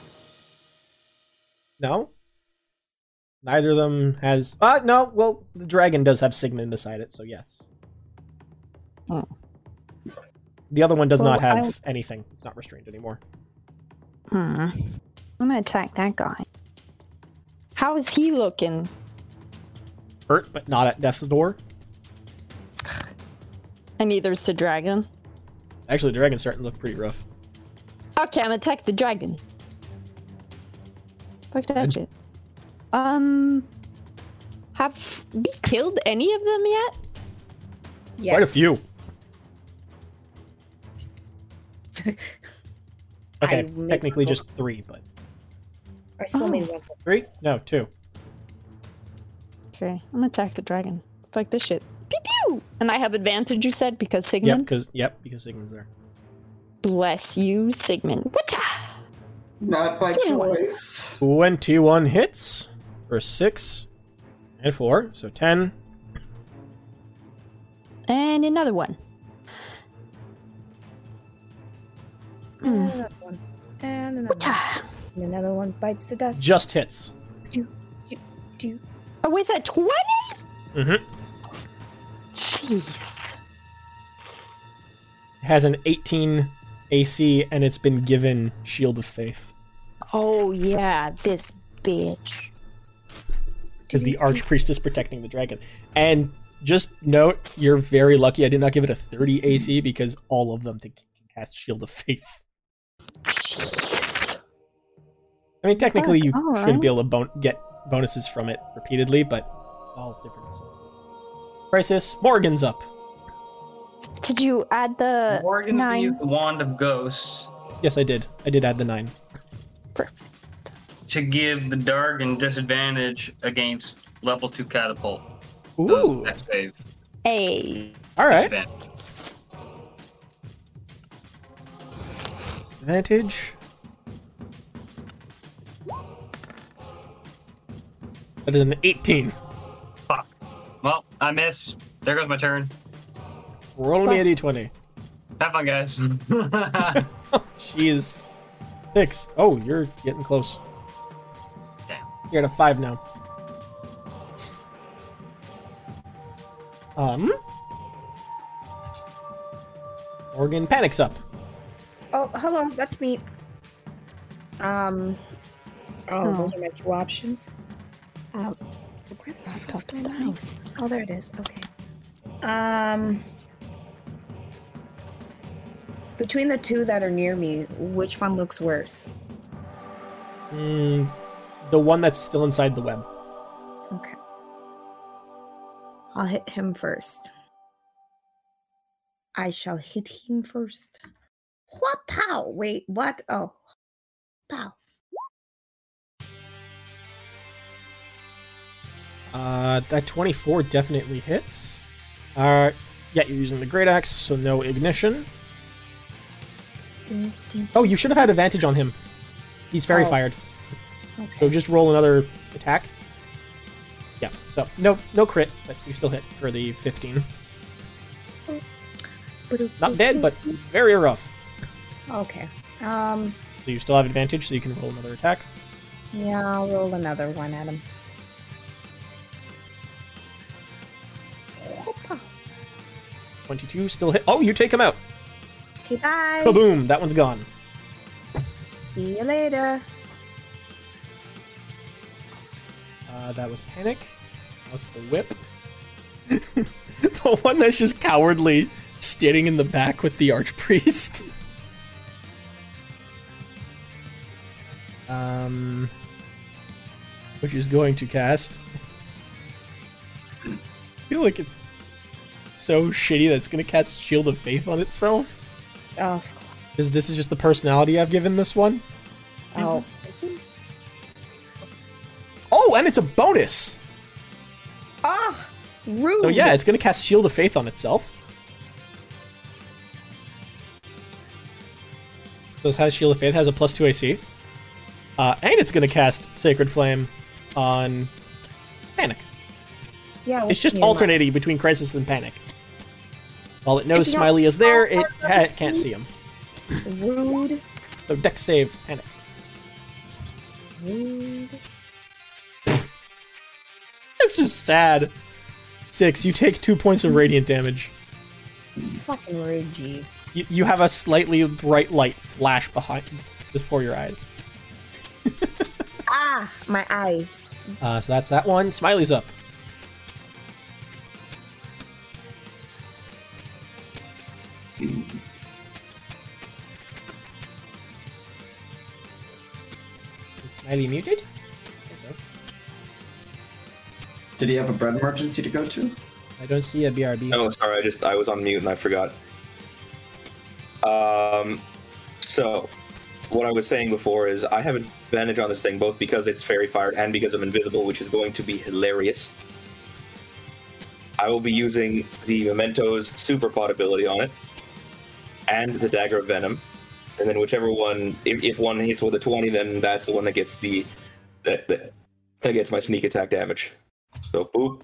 Speaker 5: No? Neither of them has. Uh, no, well, the dragon does have Sigmund beside it, so yes.
Speaker 3: Oh.
Speaker 5: The other one does
Speaker 3: Well,
Speaker 5: not have
Speaker 3: I-
Speaker 5: anything. It's not restrained anymore.
Speaker 3: Hmm. I'm gonna attack that guy. How is he looking?
Speaker 5: Hurt, but not at death's door.
Speaker 3: And neither's the dragon.
Speaker 5: Actually, the dragon's starting to look pretty rough.
Speaker 3: Okay, I'm gonna attack the dragon. Fuck that shit. Um. Have we killed any of them yet?
Speaker 2: Yes.
Speaker 5: Quite a few. okay,
Speaker 2: I made-
Speaker 5: technically just three, but
Speaker 2: I still
Speaker 3: Oh.
Speaker 2: made one.
Speaker 5: three? No, two.
Speaker 3: Okay, I'm gonna attack the dragon. Fuck this shit. Pew pew! And I have advantage, you said, because
Speaker 5: Yep,
Speaker 3: Sigmund?
Speaker 5: because yep, because Sigmund's there.
Speaker 3: Bless you, Sigmund. What?
Speaker 6: Not by
Speaker 3: Yeah.
Speaker 6: choice.
Speaker 5: 21 hits for 6 and 4, so 10.
Speaker 3: And another one.
Speaker 2: And another one. And another one.
Speaker 3: Whatcha?
Speaker 2: And another one bites the dust.
Speaker 5: Just hits.
Speaker 2: Do-
Speaker 3: Oh, With a 20?
Speaker 5: Mhm.
Speaker 3: Jeez.
Speaker 5: It has an 18 AC and it's been given Shield of Faith
Speaker 3: Oh, yeah, this bitch.
Speaker 5: because the Archpriest is protecting the dragon. And just note, you're very lucky I did not give it a 30 AC because all of them can cast Shield of Faith.
Speaker 3: Jeez.
Speaker 5: I mean, technically,
Speaker 3: Fuck,
Speaker 5: you
Speaker 3: all
Speaker 5: shouldn't be
Speaker 3: right.
Speaker 5: able to bon- get bonuses from it repeatedly, but all different sources. Crisis, Morgan's up.
Speaker 3: Did you add the
Speaker 7: Morgan's gonna
Speaker 3: Uh, nine?
Speaker 7: use the wand of ghosts
Speaker 5: Yes, I did. I did add the nine.
Speaker 7: to give the Dargon disadvantage against level two catapult.
Speaker 5: Ooh,
Speaker 7: That save.
Speaker 3: Hey.
Speaker 5: all right.
Speaker 7: Disadvantage.
Speaker 5: Advantage. That is an 18.
Speaker 7: Well, I miss. There goes my turn.
Speaker 5: Roll me a d20.
Speaker 7: Have fun, guys.
Speaker 5: Jeez. Six. Oh, you're getting close.
Speaker 7: Damn.
Speaker 5: You're at a five now. Um. Morgan panics up.
Speaker 2: Oh, hello, that's me. Um. Oh,
Speaker 3: Oh.
Speaker 2: those are my two options. Um, where the fuck is my mouse? Oh, there it is. Okay. Um. Between the two that are near me, which one looks worse?
Speaker 5: Mm, the one that's still inside the web.
Speaker 2: Okay. I'll hit him first. I shall hit him first. What pow? Wait, what? Oh. Pow.
Speaker 5: Uh, that 24 definitely hits. Uh, yeah, you're using the great axe, so no ignition.
Speaker 2: Dun, dun,
Speaker 5: Oh, you should have had advantage on him. He's very
Speaker 2: Oh.
Speaker 5: fired. So
Speaker 2: Okay.
Speaker 5: just roll another attack. Yeah. So no, no crit, but you still hit for the 15. Not dead, but very rough.
Speaker 2: Okay. Um.
Speaker 5: So you still have advantage, so you can roll another attack.
Speaker 2: Yeah, I'll roll another one at him. Hoppa.
Speaker 5: 22 still hit. Oh, you take him out.
Speaker 2: Okay, bye.
Speaker 5: Kaboom! That one's gone.
Speaker 2: See you later.
Speaker 5: Uh, that was panic. What's the whip? the one that's just cowardly standing in the back with the archpriest. Um, which is going to cast. I feel like it's so shitty that it's going to cast Shield of Faith on itself.
Speaker 2: Oh, of course.
Speaker 5: Is this is just the personality I've given this one? Mm-hmm.
Speaker 2: oh.
Speaker 5: Oh, and it's a bonus.
Speaker 2: Ah, rude.
Speaker 5: So yeah, it's going to cast Shield of Faith on itself. So it has Shield of Faith has a plus two AC, uh, and it's going to cast Sacred Flame on Panic.
Speaker 2: Oh, yeah.
Speaker 5: It's just alternating between Crisis and Panic. While it knows Smiley is there, it ha- can't see him.
Speaker 2: Rude.
Speaker 5: So Dex save Panic.
Speaker 2: Rude.
Speaker 5: It's just sad. Six, you take two points of radiant damage.
Speaker 2: It's fucking rude, G.
Speaker 5: You, you have a slightly bright light flash behind before your eyes.
Speaker 2: Ah, my eyes.
Speaker 5: Uh, so that's that one. Smiley's up. Is Smiley muted?
Speaker 6: Did he have a bread emergency to go to?
Speaker 5: I don't see a BRB.
Speaker 4: Oh, sorry. I just I was on mute and I forgot. Um, so what I was saying before is I have advantage on this thing both because it's fairy fired and because I'm invisible, which is going to be hilarious. I will be using the Memento's super pot ability on it and the dagger of venom. and then whichever one, if, if one hits with a twenty, then that's the one that gets the that that, that gets my sneak attack damage. So boop,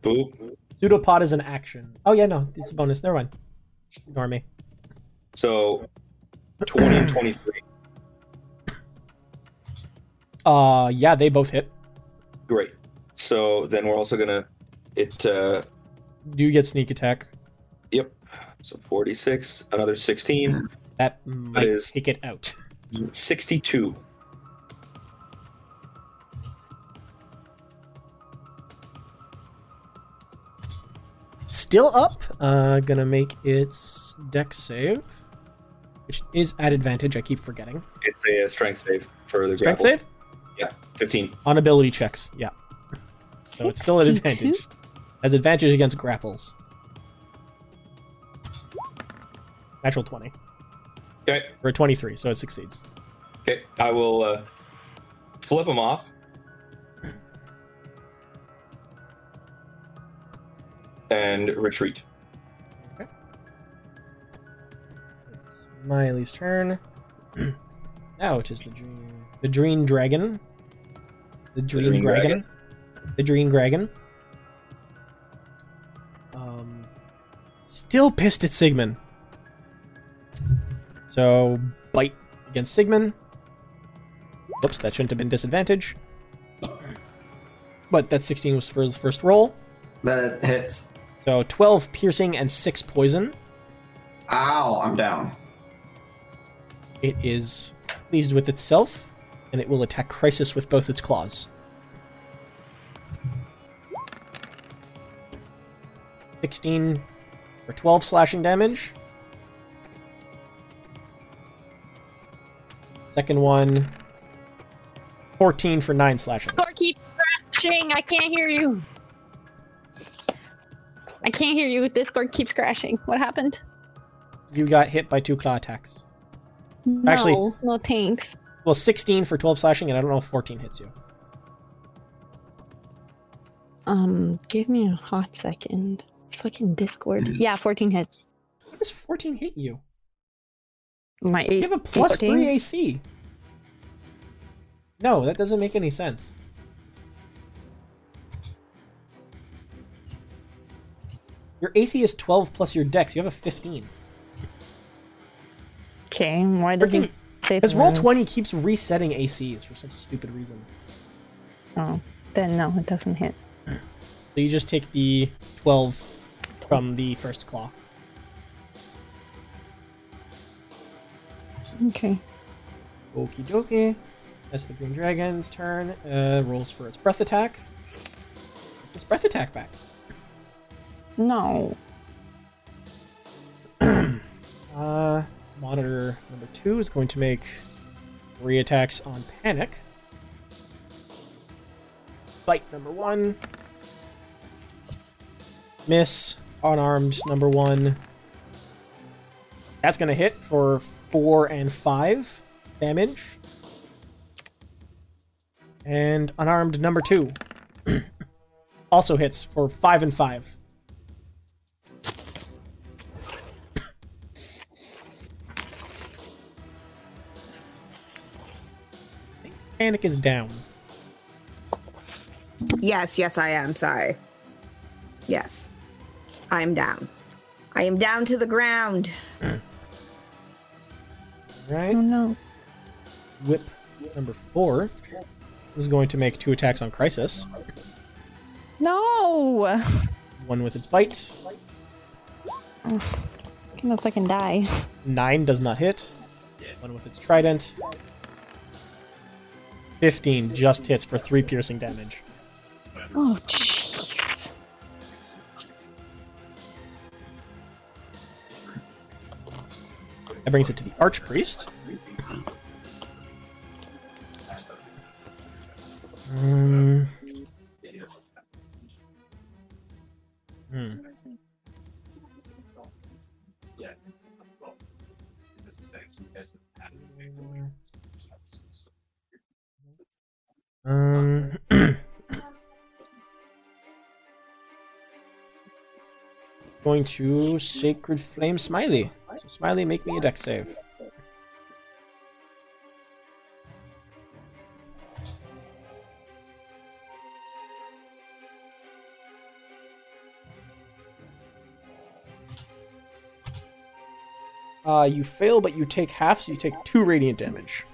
Speaker 4: boop.
Speaker 5: Pseudopod is an action. Oh yeah, no, it's a bonus. Never mind. Ignore me.
Speaker 4: So twenty and twenty-three.
Speaker 5: Uh, yeah, they both hit.
Speaker 4: Great. So then we're also gonna it. Uh,
Speaker 5: Do you get sneak attack?
Speaker 4: yep. So forty-six, another sixteen,
Speaker 5: That might
Speaker 4: is-
Speaker 5: take it out.
Speaker 4: 62.
Speaker 5: Still up. Uh, gonna make its deck save, which is at advantage. I keep forgetting.
Speaker 4: It's a, uh, strength save for the
Speaker 5: Strength
Speaker 4: grapple.
Speaker 5: save
Speaker 4: Yeah, fifteen.
Speaker 5: on ability checks. Yeah, so it's still at
Speaker 3: 62?
Speaker 5: advantage. Has advantage against grapples. Natural twenty
Speaker 4: Okay,
Speaker 5: or twenty-three, so it succeeds.
Speaker 4: okay. I will uh, flip him off. And retreat.
Speaker 5: It's Miley's turn. now it is the dream. The dream dragon. The dream,
Speaker 4: dream
Speaker 5: dragon. The dream dragon. Um, still pissed at Sigmund. So bite against Sigmund. Whoops, that shouldn't have been disadvantage. But that 16 was for his first roll.
Speaker 6: That hits.
Speaker 5: So 12 piercing and 6 poison.
Speaker 6: Ow, I'm down.
Speaker 5: It is pleased with itself, and it will attack Crisis with both its claws. 16 for 12 slashing damage. Second one, 14 for 9 slashing.
Speaker 3: Or keep crashing. I can't hear you. I can't hear you. Discord keeps crashing. What happened?
Speaker 5: You got hit by two claw attacks.
Speaker 3: No,
Speaker 5: Actually-
Speaker 3: no tanks.
Speaker 5: Well, 16 for 12 slashing, and I don't know if 14 hits you.
Speaker 3: Um, give me a hot second. Fucking Discord. Yeah, 14 hits.
Speaker 5: How does 14 hit you?
Speaker 3: My
Speaker 5: You
Speaker 3: eight.
Speaker 5: have a plus
Speaker 3: 14.
Speaker 5: 3 AC. No, that doesn't make any sense. Your AC is 12 plus your dex. You have a 15.
Speaker 3: Okay, why doesn't
Speaker 5: Freaking-
Speaker 3: it say
Speaker 5: Because
Speaker 3: the
Speaker 5: roll
Speaker 3: word?
Speaker 5: 20 keeps resetting ACs for some stupid reason.
Speaker 3: Oh, then no, it doesn't hit.
Speaker 5: So you just take the 12 from the first claw.
Speaker 3: Okay.
Speaker 5: Okie dokie. That's the green dragon's turn. Uh, rolls for its breath attack. Its breath attack back.
Speaker 3: No.
Speaker 5: Uh, monitor number two is going to make three attacks on panic. Bite number one. Miss unarmed number one. That's going to hit for four and five damage. And unarmed number two also hits for five and five. Panic is down.
Speaker 2: Yes, yes, I am. Sorry. Yes. I am down. I am down to the ground.
Speaker 5: Right?
Speaker 3: Oh no.
Speaker 5: whip number four is going to make two attacks on crisis
Speaker 3: No!
Speaker 5: one with its bite
Speaker 3: I'm gonna fucking die.
Speaker 5: nine does not hit one with its trident 15 just hits for three piercing damage
Speaker 3: Oh jeez.
Speaker 5: that brings it to the archpriest um, hmm. Um, going to Sacred Flame Smiley. So Smiley, make me a deck save. Uh, you fail, but you take half, so you take two radiant damage.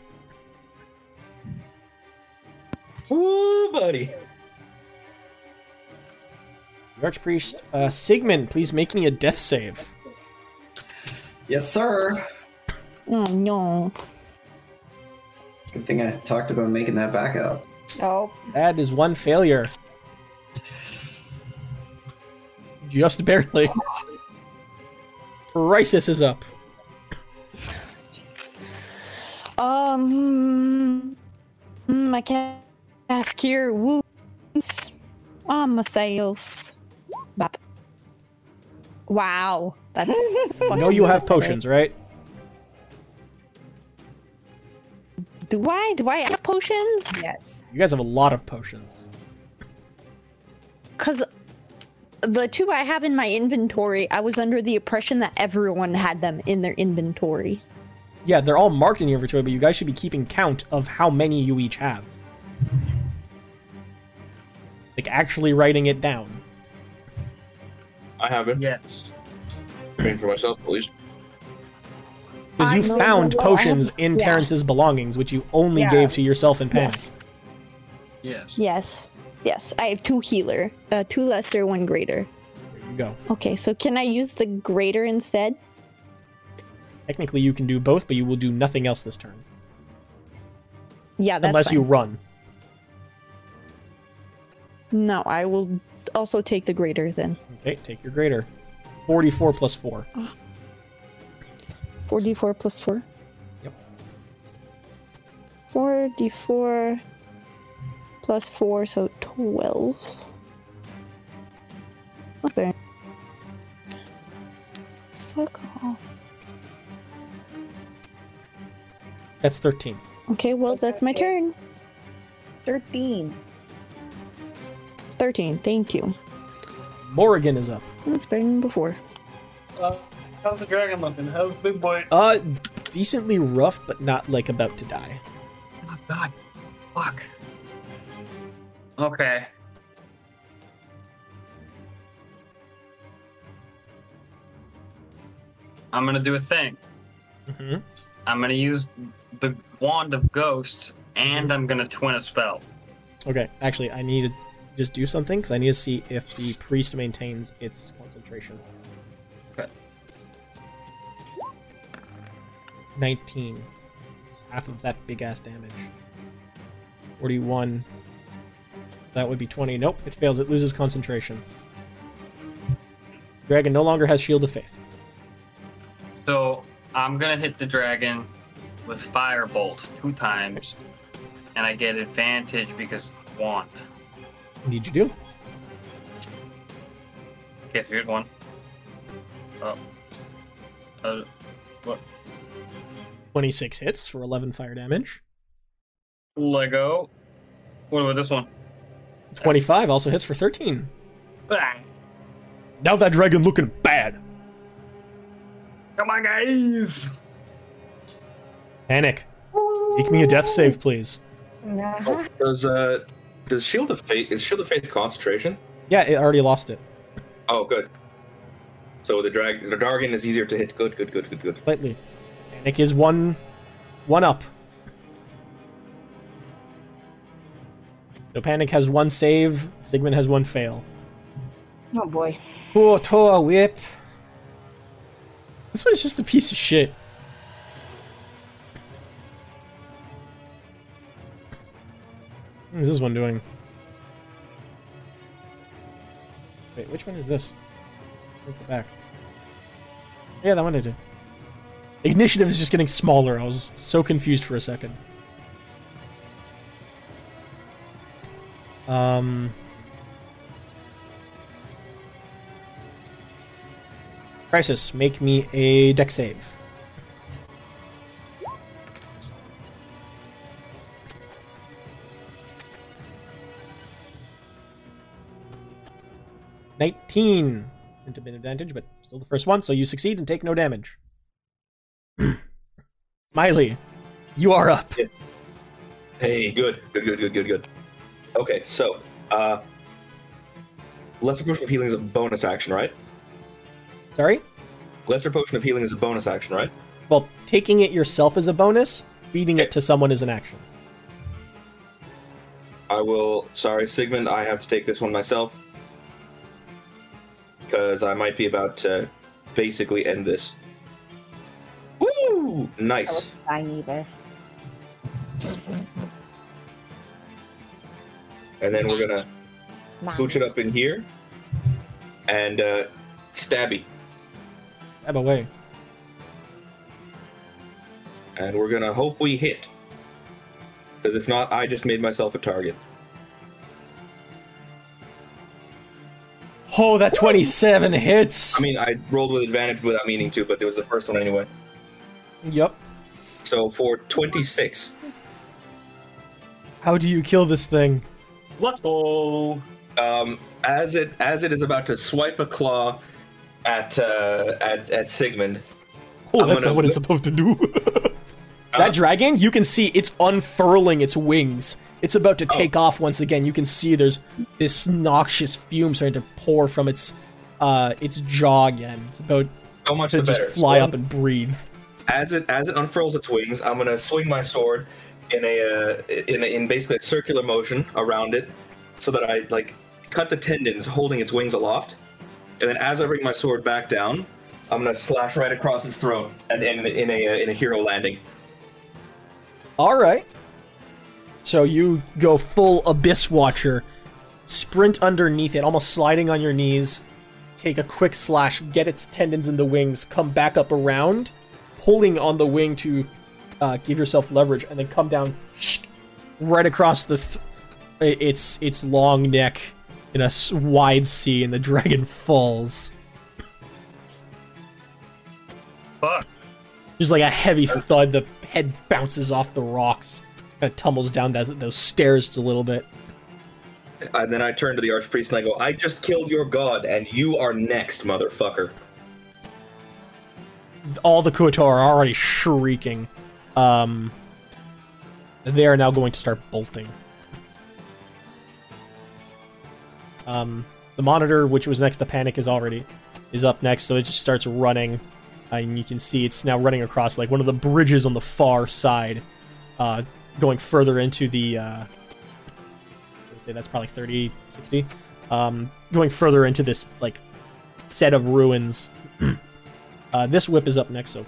Speaker 4: Ooh, buddy.
Speaker 5: The Archpriest, uh, Sigmund, please make me a death save.
Speaker 6: Yes, sir.
Speaker 3: Oh no.
Speaker 6: Good thing I talked about making that back up.
Speaker 2: Oh,
Speaker 5: That is one failure. Just barely. Crisis is up.
Speaker 3: Um, mm, I can't ask your wounds on myself. Bop. Wow, that's.
Speaker 5: You know you have potions, right?
Speaker 3: Do I? Do I have potions?
Speaker 2: yes.
Speaker 5: You guys have a lot of potions.
Speaker 3: Cause the two I have in my inventory, I was under the impression that everyone had them in their inventory.
Speaker 5: Yeah, they're all marked in your inventory, but you guys should be keeping count of how many you each have. Like actually writing it down.
Speaker 4: I haven't.
Speaker 7: Yes.
Speaker 4: I mean, for myself, at least.
Speaker 5: Because
Speaker 2: I
Speaker 5: you
Speaker 2: know
Speaker 5: found
Speaker 2: the law.
Speaker 5: potions in
Speaker 3: Yeah.
Speaker 5: Terrence's belongings, which you only
Speaker 2: Yeah.
Speaker 5: gave to yourself and Pan.
Speaker 3: Yes.
Speaker 7: Yes.
Speaker 3: Yes. Yes. I have two healer, uh, two lesser, one greater.
Speaker 5: There you go.
Speaker 3: Okay, so can I use the greater instead?
Speaker 5: Technically, you can do both, but you will do nothing else this turn.
Speaker 3: Yeah, that's
Speaker 5: unless you
Speaker 3: fine.
Speaker 5: run.
Speaker 3: No, I will also take the greater then.
Speaker 5: Okay, take your greater. 44 plus 4.
Speaker 3: 4d4 plus 4.
Speaker 5: Yep.
Speaker 3: 4d4 plus 4, so 12. Okay. Fuck off.
Speaker 5: That's 13.
Speaker 3: Okay, well, that's my turn.
Speaker 2: 13.
Speaker 3: 13, thank you.
Speaker 5: Morrigan is up.
Speaker 3: That's better than before.
Speaker 10: Uh, how's the dragon looking? How's big boy?
Speaker 5: Uh, decently rough, but not like about to die.
Speaker 7: Oh God. Fuck. Okay. I'm gonna do a thing.
Speaker 5: Mm-hmm.
Speaker 7: I'm gonna use the wand of ghosts, and I'm gonna twin a spell.
Speaker 5: Okay, actually, I need to just do something because I need to see if the priest maintains its concentration.
Speaker 7: Okay.
Speaker 5: 19. Just half of that big ass damage. 41. That would be 20. Nope, it fails. It loses concentration. Dragon no longer has Shield of Faith.
Speaker 7: So I'm gonna hit the dragon with firebolt two times, and I get advantage because of wand.
Speaker 5: What did you do?
Speaker 7: Okay, so here's one. Oh. Uh,
Speaker 5: 26 hits for 11 fire damage.
Speaker 7: Lego. What about this one?
Speaker 5: 25 also hits for 13.
Speaker 7: Ah,
Speaker 5: Now that dragon looking bad.
Speaker 7: come on, guys!
Speaker 5: Panic. Make me a death save, please. Oh.
Speaker 2: Uh-huh.
Speaker 4: Does uh, does Shield of Faith is Shield of Faith concentration?
Speaker 5: Yeah, it already lost it.
Speaker 4: Oh, good. So the drag the dragon is easier to hit. Good, good, good, good, good.
Speaker 5: Slightly. Panic is one one up. So Panic has one save, Sigmund has one fail.
Speaker 2: Oh boy.
Speaker 5: Poor Toa Whip. This one's just a piece of shit. What is this one doing? Wait, which one is this? Look at the back. Yeah, that one I did. Ignitive is just getting smaller. I was so confused for a second. Um. Crisis, make me a deck save. Nineteen. Into a bit of advantage, but still the first one, so you succeed and take no damage. Smiley, you are up.
Speaker 4: Hey, good, good, good, good, good, good. Okay, so uh, lesser potion of healing is a bonus action, right?
Speaker 5: Sorry?
Speaker 4: Lesser potion of healing is a bonus action, right?
Speaker 5: Well, taking it yourself is a bonus. Feeding it to someone is an action.
Speaker 4: I will. Sorry, Sigmund, I have to take this one myself because I might be about to basically end this. Woo!
Speaker 2: I
Speaker 4: Nice.
Speaker 2: wasn't dying either.
Speaker 4: And then we're gonna
Speaker 2: Nah.
Speaker 4: pooch it up in here and uh, stabby.
Speaker 5: Stab away.
Speaker 4: And we're gonna hope we hit because if not, I just made myself a target.
Speaker 5: Oh, that 27 hits.
Speaker 4: I mean, I rolled with advantage without meaning to, but it was the first one anyway.
Speaker 5: yep.
Speaker 4: So for 26,
Speaker 5: How do you kill this thing?
Speaker 7: What?
Speaker 4: Oh. Um, as it as it is about to swipe a claw at uh, at at Sigmund.
Speaker 5: Oh,
Speaker 4: I'm
Speaker 5: that's
Speaker 4: gonna- Uh.
Speaker 5: not what it's supposed to do. that dragon, you can see it's unfurling its wings. It's about
Speaker 4: Oh.
Speaker 5: to take off once again. You can see there's this noxious fume starting to pour from its uh its jaw again. It's about
Speaker 4: How much
Speaker 5: to
Speaker 4: the
Speaker 5: just
Speaker 4: better.
Speaker 5: fly
Speaker 4: So-
Speaker 5: up and breathe.
Speaker 4: As it as it unfurls its wings, I'm gonna swing my sword in a uh, in a, in basically a circular motion around it, so that I like cut the tendons holding its wings aloft, and then as I bring my sword back down, I'm gonna slash right across its throat and in, in a uh, in a hero landing.
Speaker 5: All right. So you go full abyss watcher, sprint underneath it, almost sliding on your knees, take a quick slash, get its tendons in the wings, come back up around, pulling on the wing to uh, give yourself leverage, and then come down right across the th- i- its its long neck in a s- wide sea, and the dragon falls.
Speaker 7: Fuck.
Speaker 5: There's like a heavy thud. The head bounces off the rocks, kind of tumbles down those, those stairs just a little bit.
Speaker 4: And then I turn to the archpriest and I go, "I just killed your god, and you are next, motherfucker."
Speaker 5: All the Kotor are already shrieking. Um, they are now going to start bolting. Um, the monitor, which was next to Panic, is already is up next, so it just starts running, uh, and you can see it's now running across like one of the bridges on the far side, uh, going further into the. Uh, I'd say that's probably 30, 60. Um, going further into this like set of ruins. uh, this whip is up next, so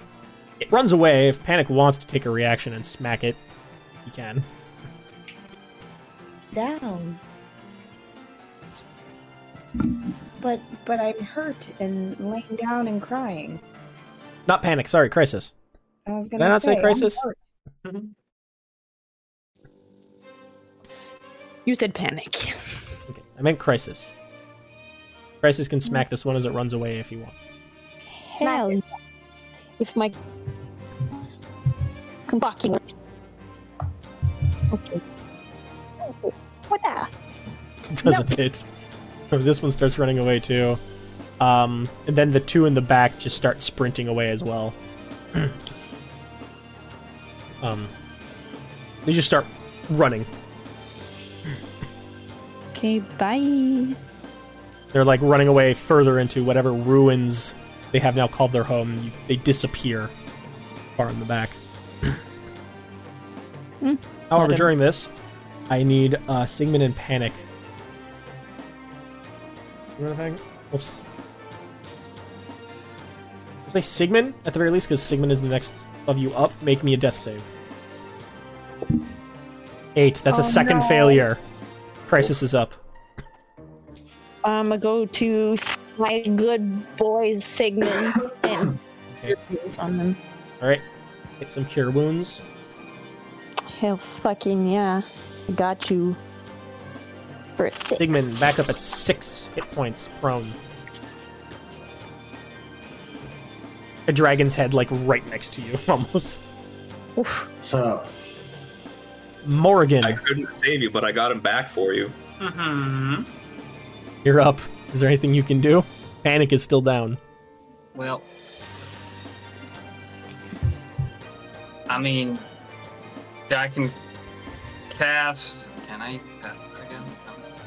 Speaker 5: it runs away. If Panic wants to take a reaction and smack it, he can.
Speaker 2: down. But but I'm hurt and laying down and crying.
Speaker 5: Not Panic, sorry, Crisis.
Speaker 2: I was
Speaker 5: Did
Speaker 2: gonna
Speaker 5: I not say
Speaker 2: I'm
Speaker 5: Crisis?
Speaker 2: hurt.
Speaker 3: You said panic.
Speaker 5: Okay, I meant Crisis. Crisis can smack this one as it runs away if he wants.
Speaker 2: Smack
Speaker 3: Hell,
Speaker 2: it.
Speaker 3: if my Kumbakin. Okay. What the?
Speaker 5: Doesn't it? So this one starts running away too. Um, and then the two in the back just start sprinting away as well. um, they just start running.
Speaker 3: Okay, bye.
Speaker 5: They're like running away further into whatever ruins they have now called their home. You, they disappear far in the back.
Speaker 3: Hmm.
Speaker 5: However,
Speaker 3: Not a-
Speaker 5: during this, I need uh, Sigmund and Panic. You want to Panic? Oops. I'll say Sigmund at the very least, because Sigmund is the next of you up. Make me a death save. Eight. That's a
Speaker 3: Oh,
Speaker 5: second
Speaker 3: no.
Speaker 5: failure. Crisis is up.
Speaker 3: I'm gonna go to my good boy Sigmund and
Speaker 5: Okay.
Speaker 3: on them.
Speaker 5: All right. Get some cure wounds.
Speaker 3: Hell fucking yeah. Got you. For a six.
Speaker 5: Sigmund back up at six hit points, prone. A dragon's head, like right next to you, almost.
Speaker 3: Oof.
Speaker 6: So,
Speaker 5: Morgan,
Speaker 4: I couldn't save you, but I got him back for you.
Speaker 7: Mm-hmm.
Speaker 5: you're up. Is there anything you can do? Panic is still down.
Speaker 7: Well. I mean, I can cast. Can I cast again?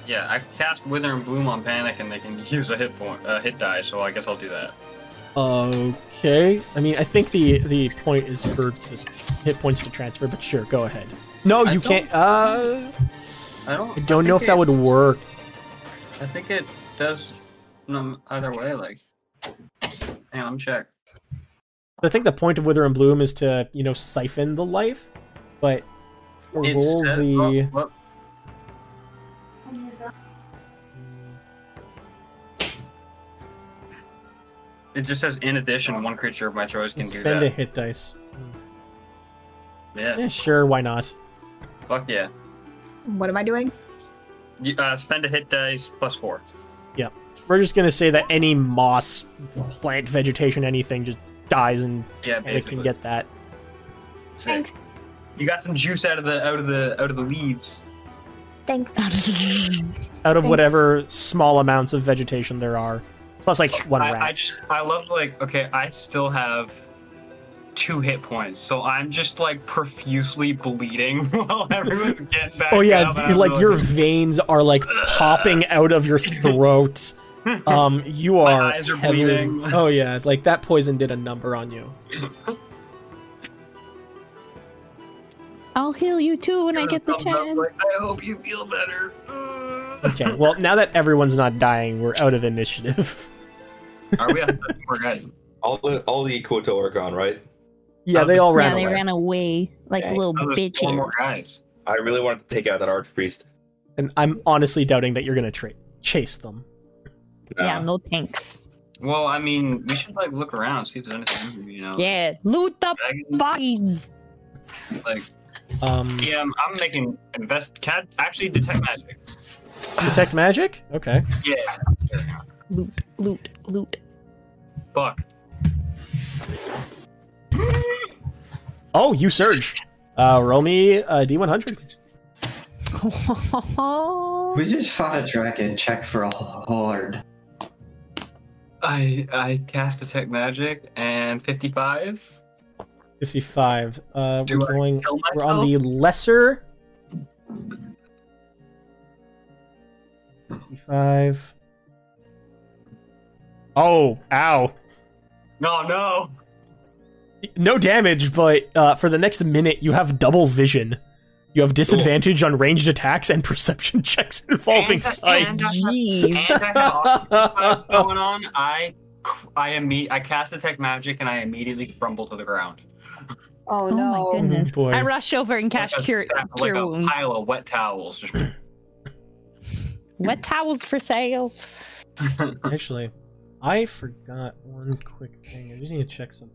Speaker 7: Yeah, I can cast Wither and Bloom on Panic, and they can use a hit point, uh, hit die. So I guess I'll do that.
Speaker 5: Okay. I mean, I think the the point is for the hit points to transfer, but sure, go ahead. No,
Speaker 7: I
Speaker 5: you
Speaker 7: don't-
Speaker 5: can't. Uh,
Speaker 7: I don't.
Speaker 5: I don't know
Speaker 7: think
Speaker 5: if that
Speaker 7: it-
Speaker 5: would work.
Speaker 7: I think it does. No, either way, like. Hang on, let me check.
Speaker 5: I think the point of Wither and Bloom is to you know siphon the life, but or roll
Speaker 7: It's uh,
Speaker 5: the.
Speaker 7: oh, well, it just says in addition, one creature of my choice can do
Speaker 5: Spend a
Speaker 7: that.
Speaker 5: hit dice.
Speaker 7: Yeah,
Speaker 5: Yeah, sure, why not?
Speaker 7: fuck yeah.
Speaker 2: What am I doing?
Speaker 7: You, uh, spend a hit dice plus four.
Speaker 5: We're just gonna say that any moss, plant, vegetation, anything just dies, and
Speaker 7: Yeah,
Speaker 5: it
Speaker 7: basically.
Speaker 5: can get that.
Speaker 7: Sick. You got some juice out of the out of the out of the leaves.
Speaker 2: Thanks.
Speaker 5: out of
Speaker 2: Thanks.
Speaker 5: whatever small amounts of vegetation there are, plus like one rat.
Speaker 7: Oh, I, I just I love like okay, I still have two hit points, so I'm just like profusely bleeding while everyone's getting back.
Speaker 5: oh yeah,
Speaker 7: up,
Speaker 5: th-
Speaker 7: and I'm
Speaker 5: like your veins are like popping out of your throat. Um, you
Speaker 7: My
Speaker 5: are.
Speaker 7: eyes are
Speaker 5: heavily-
Speaker 7: bleeding.
Speaker 5: Oh yeah, like that poison did a number on you.
Speaker 3: I'll heal you too when I
Speaker 7: Give
Speaker 3: get
Speaker 7: it a
Speaker 3: the
Speaker 7: thumbs up,
Speaker 3: chance.
Speaker 7: like, I hope you feel better.
Speaker 5: Okay, well now that everyone's not dying, we're out of initiative.
Speaker 7: Are we? At, we're good.
Speaker 4: All the all the Kotor are gone, right?
Speaker 5: yeah,
Speaker 7: I'll
Speaker 5: they
Speaker 7: just-
Speaker 5: all ran
Speaker 3: yeah, they
Speaker 5: away,
Speaker 3: ran away like
Speaker 4: Okay.
Speaker 3: little
Speaker 7: Oh, there's Four
Speaker 3: bitches.
Speaker 7: more guys.
Speaker 4: I really wanted to take out that archpriest.
Speaker 5: and I'm honestly doubting that you're gonna tra- chase them.
Speaker 3: Yeah,
Speaker 4: Nah.
Speaker 3: no thanks.
Speaker 7: Well, I mean, we should like look around, see if there's anything, you know.
Speaker 3: Yeah, loot the
Speaker 7: Dragon,
Speaker 3: bodies.
Speaker 7: like,
Speaker 5: Um,
Speaker 7: yeah, I'm, I'm making invest. Cat actually detect magic.
Speaker 5: detect magic. Okay.
Speaker 7: Yeah,
Speaker 3: Loot, loot, loot.
Speaker 7: fuck.
Speaker 5: Oh, you surge. Uh, roll me uh, D100.
Speaker 6: We just fought a dragon. Check for a horde.
Speaker 7: I I cast detect magic and 55.
Speaker 5: 55. Uh,
Speaker 7: Do
Speaker 5: we're
Speaker 7: I
Speaker 5: going
Speaker 7: Kill myself.
Speaker 5: We're on the lesser. 55. Oh, ow.
Speaker 7: No, no.
Speaker 5: No damage, but uh, for the next minute, you have double vision. You have disadvantage on ranged attacks and perception checks involving
Speaker 7: And-
Speaker 5: sight.
Speaker 7: and- And
Speaker 3: Jeez.
Speaker 7: I had all this vibe going on. I I imme- I cast detect magic and I immediately crumble to the ground.
Speaker 2: Oh,
Speaker 3: Oh
Speaker 2: no.
Speaker 3: my goodness.
Speaker 5: boy.
Speaker 3: I rush over and
Speaker 7: Like
Speaker 3: cast
Speaker 7: a
Speaker 3: cure,
Speaker 7: sack- like
Speaker 3: cure
Speaker 7: a
Speaker 3: wounds.
Speaker 7: pile of wet towels. Just
Speaker 3: Wet towels for sale.
Speaker 5: Actually, I forgot one quick thing. I just need to check something.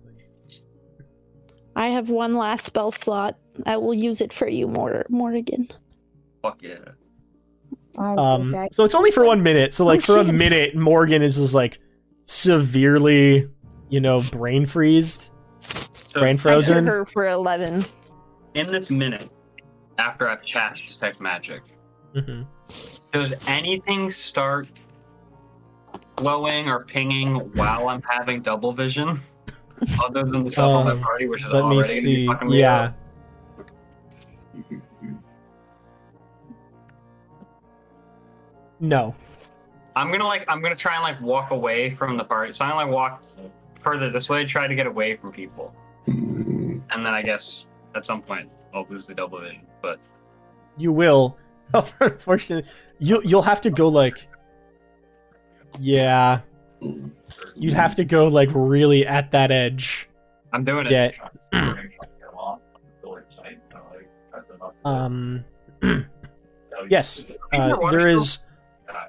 Speaker 3: I have one last spell slot. I will use it for you, Mor- Morrigan.
Speaker 7: fuck yeah.
Speaker 2: I was gonna
Speaker 5: Um,
Speaker 2: say,
Speaker 5: so it's only for one minute. So like
Speaker 3: Oh,
Speaker 5: for a
Speaker 3: shit.
Speaker 5: minute, Morgan is just like severely, you know, brain freezed,
Speaker 7: So
Speaker 5: brain
Speaker 3: I cure
Speaker 5: frozen.
Speaker 3: her for 11.
Speaker 7: in this minute, after I've cast detect magic,
Speaker 5: Mhm.
Speaker 7: does anything start glowing or pinging while I'm having double vision? Other than the stuff on the
Speaker 5: Um,
Speaker 7: party, which is
Speaker 5: Let
Speaker 7: already
Speaker 5: me
Speaker 7: gonna be
Speaker 5: see.
Speaker 7: fucking me up.
Speaker 5: Yeah. No.
Speaker 7: I'm gonna like I'm gonna try and like walk away from the party. So I'm gonna like walk further this way, try to get away from people,
Speaker 6: Hmm.
Speaker 7: and then I guess at some point I'll lose the double vision. But
Speaker 5: You will. Unfortunately, you you'll have to go like. Yeah. You'd have to go like really at that edge.
Speaker 7: I'm doing it.
Speaker 5: Yeah. Um. Yes. Uh, there is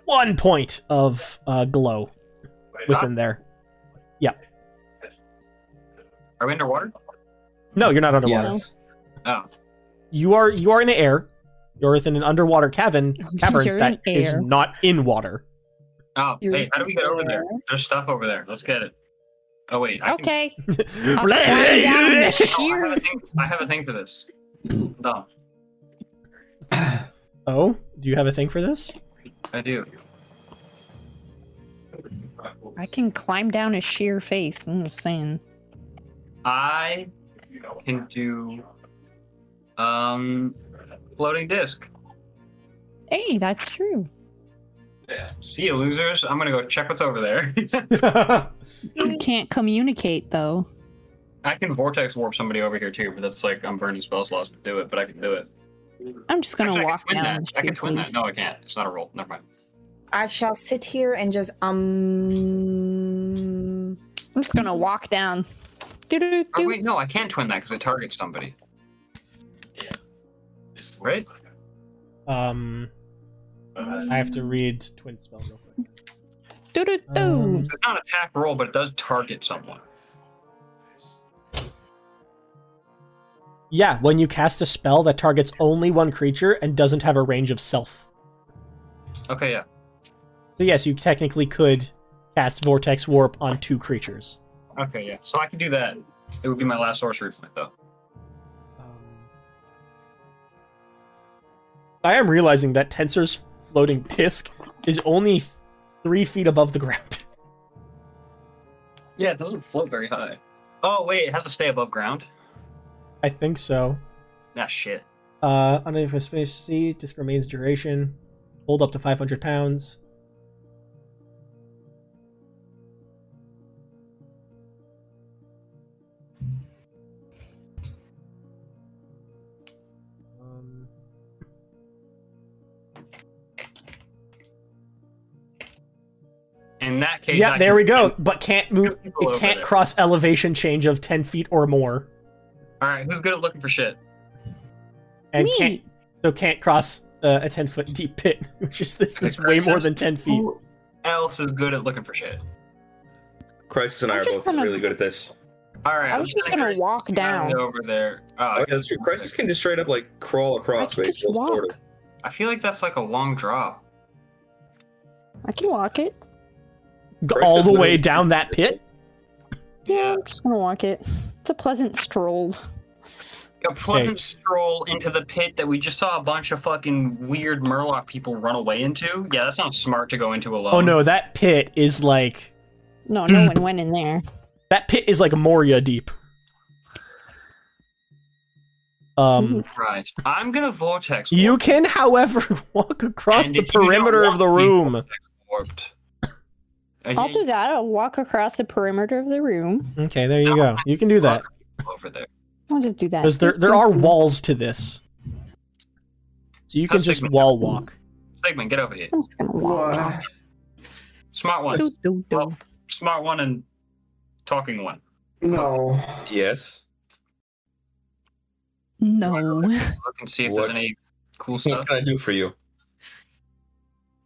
Speaker 5: one point of uh, glow within there.
Speaker 7: Are we underwater?
Speaker 5: No, you're not underwater.
Speaker 6: Yes.
Speaker 5: You are you are in the air. You're within an underwater cavern
Speaker 3: You're
Speaker 5: cavern that
Speaker 3: in
Speaker 5: is
Speaker 3: air.
Speaker 5: not in water.
Speaker 7: Oh,
Speaker 2: You're
Speaker 7: hey, how do we get over there?
Speaker 2: there.
Speaker 7: There's stuff over there. Let's get it. Oh wait. I Can...
Speaker 3: Okay. I'll climb down the
Speaker 7: Oh,
Speaker 5: Bleh!
Speaker 7: I,
Speaker 3: sheer
Speaker 7: have a thing... I have a thing for this. No,
Speaker 5: oh, do you have a thing for this?
Speaker 7: I do.
Speaker 3: I can climb down a sheer face. I'm just saying.
Speaker 7: I can do um floating disc.
Speaker 3: Hey, that's true.
Speaker 7: See you, losers. I'm gonna go check what's over there.
Speaker 3: You can't communicate though.
Speaker 7: I can vortex warp somebody over here too, but that's like I'm burning spell slots to do it, but I can do it.
Speaker 3: I'm just gonna
Speaker 7: Actually,
Speaker 3: walk
Speaker 7: I can twin
Speaker 3: down.
Speaker 7: that. I can twin that.
Speaker 3: Spearfleece.
Speaker 7: No, I can't. It's not a roll. Never mind.
Speaker 2: I shall sit here and just um.
Speaker 3: I'm just gonna walk down. Doo-doo-doo.
Speaker 7: Oh, wait, no, I can twin that because it targets somebody. Right?
Speaker 5: um, I have to read twin spell real quick.
Speaker 3: Doo-doo-doo.
Speaker 5: Um,
Speaker 7: It's not attack roll, but it does target someone.
Speaker 5: yeah, when you cast a spell that targets only one creature and doesn't have a range of self.
Speaker 7: Okay, yeah.
Speaker 5: So yes, you technically could cast vortex warp on two creatures.
Speaker 7: Okay, yeah. So I can do that. It would be my last sorcery point, though.
Speaker 5: Um, I am realizing that Tensor's floating disc is only three feet above the ground.
Speaker 7: Yeah, it doesn't float very high. Oh, wait, it has to stay above ground?
Speaker 5: I think so.
Speaker 7: Nah, shit.
Speaker 5: Uh, unable space sea disc remains duration. Hold up to 500 pounds. Um,
Speaker 7: In that case,
Speaker 5: yeah,
Speaker 7: I
Speaker 5: there
Speaker 7: can-
Speaker 5: we go. But can't move.
Speaker 7: People over
Speaker 5: It can't
Speaker 7: there.
Speaker 5: cross elevation change of 10 feet or more,
Speaker 7: All right, who's good at looking for shit?
Speaker 5: and
Speaker 3: Me.
Speaker 5: can't so can't cross uh, a 10 foot deep pit, which is this this is way more than 10 feet.
Speaker 7: Who else is good at looking for shit?
Speaker 4: Crisis and I
Speaker 3: I'm
Speaker 4: are
Speaker 3: just
Speaker 4: both
Speaker 3: gonna-
Speaker 4: really good at this.
Speaker 7: All right,
Speaker 3: I was just gonna walk down.
Speaker 7: over there. Oh,
Speaker 4: Oh, yeah, that's true. Crisis can just straight up like crawl across.
Speaker 3: can
Speaker 4: Wait,
Speaker 3: just
Speaker 4: well, sort
Speaker 3: walk.
Speaker 4: of.
Speaker 7: I feel like that's like a long drop.
Speaker 3: I can walk it.
Speaker 5: Go
Speaker 4: Bryce
Speaker 5: all
Speaker 4: is
Speaker 5: the way
Speaker 4: literally-
Speaker 5: down that pit.
Speaker 3: Yeah, I'm just gonna walk it. It's a pleasant stroll.
Speaker 7: A pleasant stroll into the pit that we just saw a bunch of fucking weird Murloc people run away into. Yeah, that's not smart to go into alone.
Speaker 5: Oh no, that pit is like
Speaker 3: No,
Speaker 5: Hmm.
Speaker 3: no one went in there.
Speaker 5: that pit is like Moria deep. Um,
Speaker 7: Right. I'm gonna vortex.
Speaker 5: you
Speaker 7: warp,
Speaker 5: can, however, walk across
Speaker 7: and
Speaker 5: the
Speaker 7: if you don't
Speaker 5: perimeter
Speaker 7: want
Speaker 5: of the
Speaker 7: to be
Speaker 5: room.
Speaker 7: Warped. And
Speaker 3: I'll
Speaker 7: you-
Speaker 3: do that. I'll walk across the perimeter of the room.
Speaker 5: Okay, there you go. You can do that
Speaker 7: over there.
Speaker 3: I'll just do that.
Speaker 5: because there there are walls to this, so you can
Speaker 7: How's
Speaker 5: just
Speaker 7: Sigmund?
Speaker 5: wall walk.
Speaker 7: Sigmund, get over here.
Speaker 3: I'm just gonna walk.
Speaker 6: What?
Speaker 7: Smart one.
Speaker 3: Doo-doo-doo.
Speaker 7: Well, smart one and talking one.
Speaker 6: No.
Speaker 4: Yes.
Speaker 3: No.
Speaker 7: Look and see if
Speaker 4: What-
Speaker 7: there's any cool
Speaker 4: What
Speaker 7: stuff.
Speaker 4: can I do for you?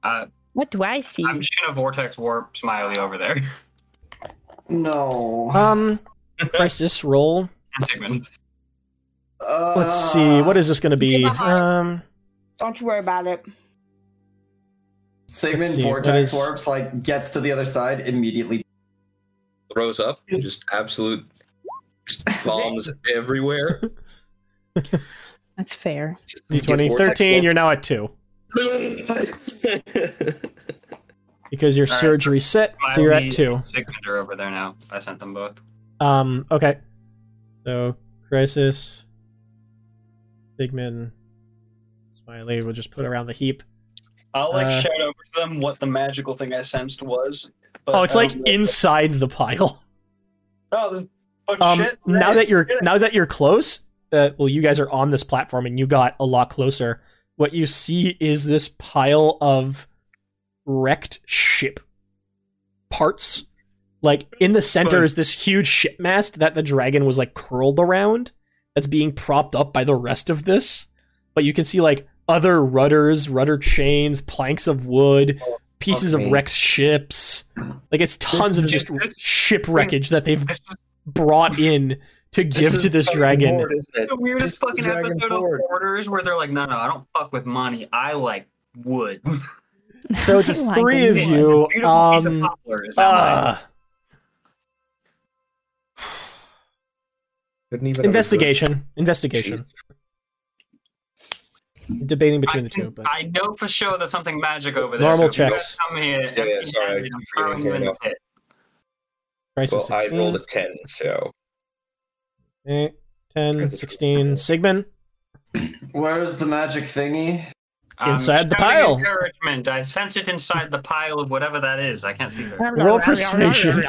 Speaker 7: Uh,
Speaker 3: What do I see?
Speaker 7: I'm just gonna vortex warp Smiley over there.
Speaker 6: No.
Speaker 5: Um, press this roll.
Speaker 7: And Sigmund.
Speaker 6: Uh,
Speaker 5: Let's see, what is this going to be? Um,
Speaker 2: Don't you worry about it.
Speaker 5: Let's
Speaker 6: Sigmund
Speaker 5: see, what
Speaker 6: vortex
Speaker 5: is-
Speaker 6: warps like gets to the other side immediately.
Speaker 4: Throws up, just absolute just bombs everywhere.
Speaker 3: That's fair.
Speaker 5: d20 13. You're now at two because your
Speaker 7: All right,
Speaker 5: surgery set, so you're
Speaker 7: Smiley
Speaker 5: at two.
Speaker 7: and Sigmund are over there now. I sent them both.
Speaker 5: Um. Okay. So crisis. Sigmund. Smiley. We'll just put around the heap.
Speaker 10: I'll like
Speaker 5: Uh,
Speaker 10: shout over to them what the magical thing I sensed was. But
Speaker 5: Oh, it's
Speaker 10: I
Speaker 5: like
Speaker 10: don't know.
Speaker 5: inside the pile.
Speaker 10: Oh, there's oh,
Speaker 5: Um.
Speaker 10: shit.
Speaker 5: Now
Speaker 10: Nice.
Speaker 5: that you're
Speaker 10: Get it.
Speaker 5: now that you're close. Uh, well, you guys are on this platform, and you got a lot closer. What you see is this pile of wrecked ship parts. Like in the center
Speaker 4: Fun.
Speaker 5: is this huge ship mast that the dragon was like curled around. that's being propped up by the rest of this. But you can see like other rudders, rudder chains, planks of wood, pieces
Speaker 6: okay.
Speaker 5: of wrecked ships. Like it's tons of
Speaker 7: is-
Speaker 5: just
Speaker 7: this-
Speaker 5: ship wreckage that they've
Speaker 7: This is
Speaker 5: brought in to give to this dragon.
Speaker 7: the weirdest
Speaker 4: the
Speaker 7: fucking
Speaker 4: dragon's
Speaker 7: episode of
Speaker 4: sword.
Speaker 7: Orders where they're like, no, no, I don't fuck with money. I like wood.
Speaker 5: So the
Speaker 3: I like
Speaker 5: three of
Speaker 3: it.
Speaker 5: you,
Speaker 7: Beautiful piece of
Speaker 5: um,
Speaker 7: poplar. Is that right?
Speaker 5: uh, investigation, investigation. Debating between
Speaker 7: I
Speaker 5: the two,
Speaker 7: can-
Speaker 5: but
Speaker 7: I know for sure there's something magic over there.
Speaker 5: Normal
Speaker 7: so if you guys
Speaker 5: checks.
Speaker 7: Come here.
Speaker 4: Yeah, yeah,
Speaker 7: empty-handed,
Speaker 4: sorry, I
Speaker 7: I'm
Speaker 4: keep
Speaker 7: throwing you in the
Speaker 4: forgetting.
Speaker 7: pit.
Speaker 5: crisis
Speaker 4: Well, I rolled
Speaker 5: 16,
Speaker 4: a ten, so
Speaker 5: eh, 10, 16, Sigmund.
Speaker 6: Where's the magic thingy?
Speaker 7: I'm
Speaker 5: Inside the
Speaker 7: shouting
Speaker 5: pile.
Speaker 7: Encouragement. I sense it inside the pile of whatever that is. I can't see very well.
Speaker 5: Roll persuasion.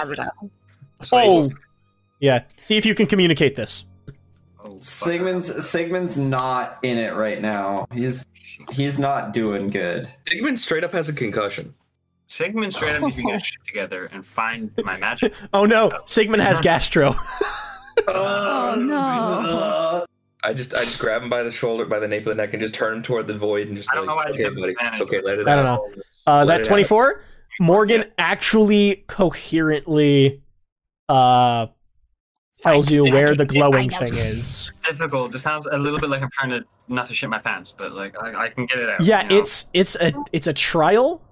Speaker 7: Oh.
Speaker 5: Yeah. See if you can communicate this.
Speaker 7: oh fuck.
Speaker 6: Sigmund's Sigmund's not in it right now. He's he's not doing good.
Speaker 4: Sigmund straight up has a concussion.
Speaker 7: Sigmund straight up needs to get shit together and find my magic.
Speaker 5: Oh no, Sigmund has gastro.
Speaker 3: Oh no.
Speaker 6: Uh,
Speaker 4: I just I just grab him by the shoulder, by the nape of the neck, and just turn him toward the void and just.
Speaker 7: I don't
Speaker 4: like,
Speaker 7: know why I
Speaker 4: Okay,
Speaker 7: didn't
Speaker 4: buddy, it's
Speaker 7: manage
Speaker 4: okay.
Speaker 7: it.
Speaker 4: Let it
Speaker 5: I
Speaker 4: out.
Speaker 5: don't Uh,
Speaker 4: Let
Speaker 5: that
Speaker 4: it out.
Speaker 5: 24, Morgan actually coherently uh, tells you where the glowing thing is.
Speaker 7: Difficult. It sounds a little bit like I'm trying to not to shit my pants, but like I, I can get it out.
Speaker 5: Yeah,
Speaker 7: you know?
Speaker 5: it's it's a it's a trial,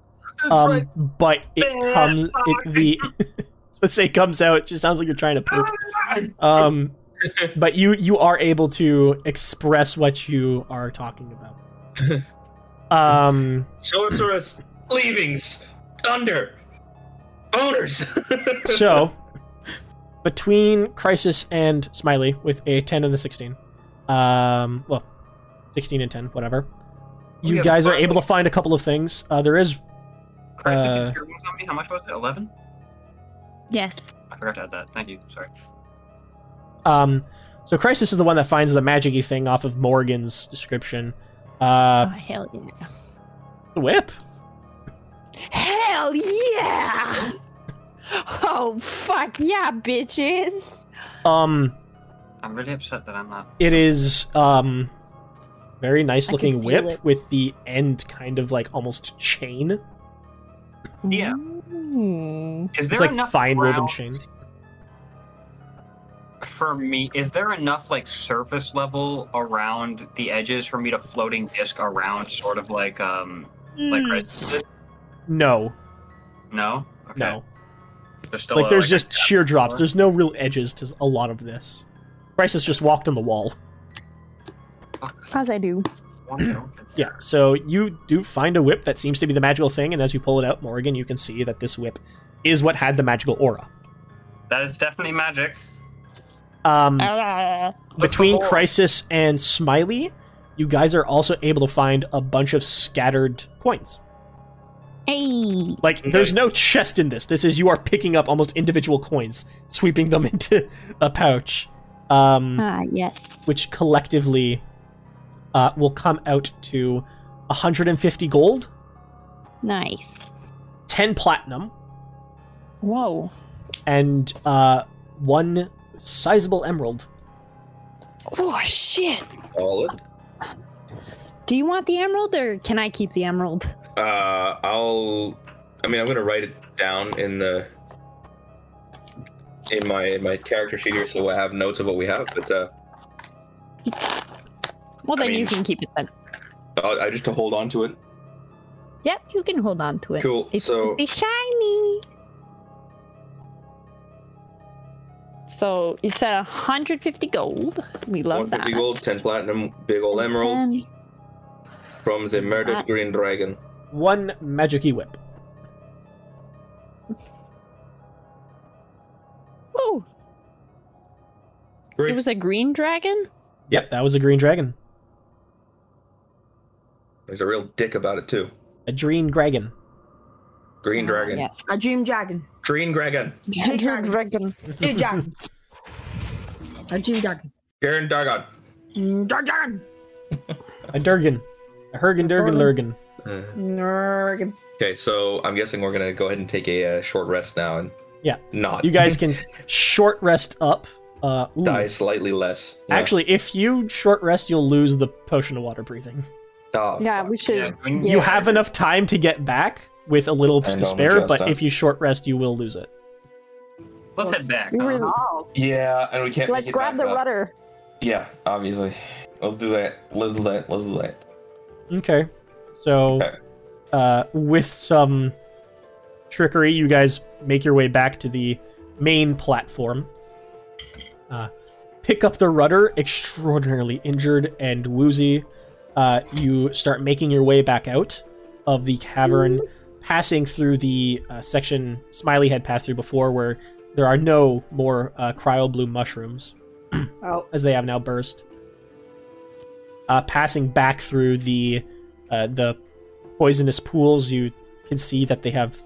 Speaker 5: um, but it comes it, the let's say it comes out. It just sounds like you're trying to poop. Um, but you you are able to express what you are talking about. Um,
Speaker 4: Sorceress leavings under boners.
Speaker 5: so between Crisis and Smiley with a 10 and a 16, um, well, 16 and 10, whatever,
Speaker 7: We
Speaker 5: you
Speaker 7: have
Speaker 5: guys are
Speaker 7: five.
Speaker 5: able to find a couple of things. Uh, there is
Speaker 7: Christ, it
Speaker 5: uh,
Speaker 7: did your wounds on me. How much was it? Eleven.
Speaker 3: Yes.
Speaker 7: I forgot to add that. Thank you. Sorry.
Speaker 5: Um, so Crisis is the one that finds the magic-y thing off of Morgan's description.
Speaker 3: Oh
Speaker 5: Uh,
Speaker 3: hell yeah.
Speaker 5: the whip.
Speaker 3: Hell yeah! Oh fuck yeah, bitches!
Speaker 5: Um,
Speaker 7: I'm really upset that I'm not.
Speaker 5: it is um, very nice-looking
Speaker 3: feel
Speaker 5: whip
Speaker 3: it.
Speaker 5: with the end kind of like almost chain.
Speaker 7: Yeah.
Speaker 3: Ooh.
Speaker 7: Is there
Speaker 5: It's like
Speaker 7: enough
Speaker 5: fine ribbon
Speaker 7: ground
Speaker 5: chain.
Speaker 7: for me? Is there enough like surface level around the edges for me to floating disc around, sort of like um like Christ did?
Speaker 5: No,
Speaker 7: No. Okay.
Speaker 5: no.
Speaker 7: There's still
Speaker 5: like
Speaker 7: a,
Speaker 5: there's just
Speaker 7: a gap
Speaker 5: sheer drops.
Speaker 7: floor.
Speaker 5: There's no real edges to a lot of this. Crisis just walked on the wall.
Speaker 3: As I do.
Speaker 5: Yeah, so you do find a whip that seems to be the magical thing, and as you pull it out, Morgan, you can see that this whip is what had the magical aura.
Speaker 7: That is definitely magic.
Speaker 5: Um,
Speaker 3: Ah.
Speaker 5: between
Speaker 7: Before-
Speaker 5: Crisis and Smiley, you guys are also able to find a bunch of scattered coins.
Speaker 3: Hey!
Speaker 5: Like, there's no chest in this. This is you are picking up almost individual coins, sweeping them into a pouch, um,
Speaker 3: Ah, yes.
Speaker 5: which collectively uh, will come out to 150 gold,
Speaker 3: Nice.
Speaker 5: 10 platinum,
Speaker 3: Whoa.
Speaker 5: and uh, one sizable emerald.
Speaker 3: Oh shit!
Speaker 4: All it.
Speaker 3: Do you want the emerald or can I keep the emerald?
Speaker 4: Uh, I'll. I mean, I'm gonna write it down in the in my in my character sheet here, so I have notes of what we have. But uh,
Speaker 3: Well,
Speaker 4: I
Speaker 3: then you
Speaker 4: mean-
Speaker 3: can keep it then.
Speaker 4: I'll, I just to hold on to it.
Speaker 3: Yep, you can hold on to it.
Speaker 4: Cool,
Speaker 3: It's
Speaker 4: so-
Speaker 3: pretty shiny. So you said 150 gold. We love that.
Speaker 4: 150 gold, 10 platinum, big old emerald
Speaker 3: Ten.
Speaker 4: from the murdered
Speaker 3: Plat-
Speaker 4: green dragon.
Speaker 5: One magic whip.
Speaker 3: Oh, it
Speaker 4: Great.
Speaker 3: was a green dragon.
Speaker 5: Yep, that was a green dragon.
Speaker 4: There's a real dick about it too.
Speaker 5: A green dragon.
Speaker 4: Green
Speaker 3: Ah,
Speaker 4: dragon.
Speaker 3: Yes.
Speaker 2: A dream dragon.
Speaker 4: Green dragon.
Speaker 2: Big
Speaker 3: Green
Speaker 2: dragon.
Speaker 3: dragon.
Speaker 2: Big dragon. A dream dragon.
Speaker 4: Garen Dargon.
Speaker 2: Mm, Dark dragon.
Speaker 5: A Durgan. A Hergen Durgan Lurgan.
Speaker 4: Uh,
Speaker 2: Nerg.
Speaker 4: okay, so I'm guessing we're gonna go ahead and take a uh, short rest now and
Speaker 5: Yeah.
Speaker 4: not
Speaker 5: You guys can short rest up. Uh, ooh.
Speaker 4: die slightly less. Yeah.
Speaker 5: Actually, if you short rest, you'll lose the potion of water breathing.
Speaker 4: Oh,
Speaker 3: Yeah,
Speaker 4: fuck.
Speaker 3: we
Speaker 7: Yeah,
Speaker 3: should.
Speaker 7: when-
Speaker 5: You have enough time to get back with a little
Speaker 4: And
Speaker 5: to
Speaker 4: I'll
Speaker 5: spare,
Speaker 4: adjust
Speaker 5: but
Speaker 4: that.
Speaker 5: if you short rest, you will lose it.
Speaker 7: Let's head back.
Speaker 3: We were-
Speaker 7: huh?
Speaker 4: Yeah, and we can't.
Speaker 3: Let's
Speaker 4: make it
Speaker 3: grab
Speaker 4: back
Speaker 3: the
Speaker 4: up.
Speaker 3: rudder.
Speaker 4: Yeah, obviously. Let's do that. Let's do that. Let's do that.
Speaker 5: Okay. So,
Speaker 4: Okay.
Speaker 5: uh, with some trickery, you guys make your way back to the main platform. Uh, pick up the rudder, extraordinarily injured and woozy. Uh, you start making your way back out of the cavern, passing through the uh, section Smiley had passed through before, where there are no more uh, cryo blue mushrooms
Speaker 2: Oh,
Speaker 5: as they have now burst. Uh, passing back through the uh, Uh, the poisonous pools, you can see that they have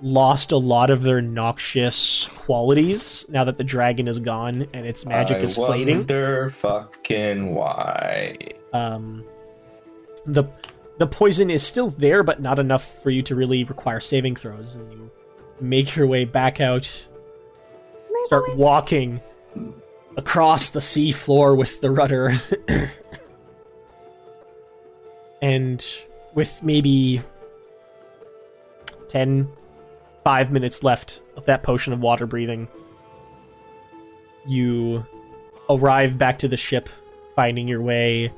Speaker 5: lost a lot of their noxious qualities now that the dragon is gone and its magic
Speaker 4: I
Speaker 5: is fading.
Speaker 4: Wonder fucking why?
Speaker 5: Um, the the poison is still there, but not enough for you to really require saving throws. And you make your way back out, start walking across the sea floor with the rudder, and with maybe 10, 5 minutes left of that potion of water breathing, you arrive back to the ship, finding your way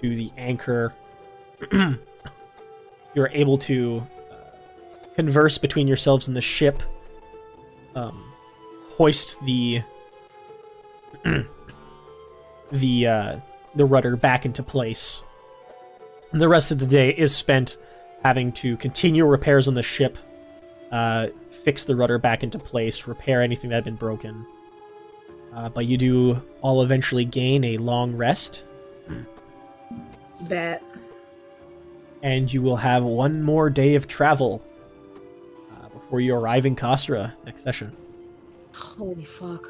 Speaker 5: to the anchor. You're able to uh, converse between yourselves and the ship, um, hoist the the uh, the rudder back into place. And the rest of the day is spent having to continue repairs on the ship, uh, fix the rudder back into place, repair anything that had been broken. Uh, but you do all eventually gain a long rest,
Speaker 2: Bet.
Speaker 5: and you will have one more day of travel uh, before you arrive in Kostra next session.
Speaker 11: Holy fuck.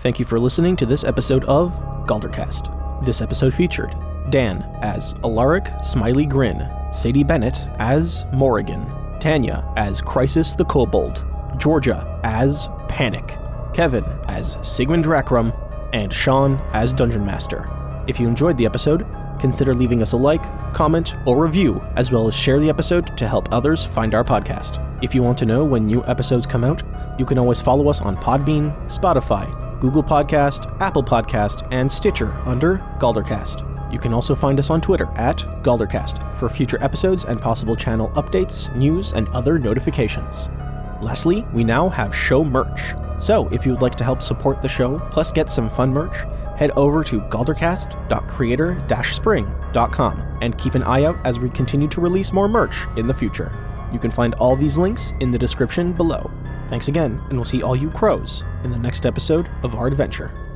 Speaker 1: Thank you for listening to this episode of Galdercast. This episode featured Dan as Alaric Smiley Grin, Sadie Bennett as Morrigan, Tanya as Crisis the Kobold, Georgia as Panic, Kevin as Sigmund Rackram, and Sean as Dungeon Master. If you enjoyed the episode, consider leaving us a like, comment, or review, as well as share the episode to help others find our podcast. If you want to know when new episodes come out, you can always follow us on Podbean, Spotify, Google Podcast, Apple Podcast, and Stitcher under Galdercast. You can also find us on Twitter at Galdercast for future episodes and possible channel updates, news, and other notifications. Lastly, we now have show merch. So if you would like to help support the show, plus get some fun merch, head over to galdercast.creator-spring.com and keep an eye out as we continue to release more merch in the future. You can find all these links in the description below. Thanks again, and we'll see all you crows in the next episode of our adventure.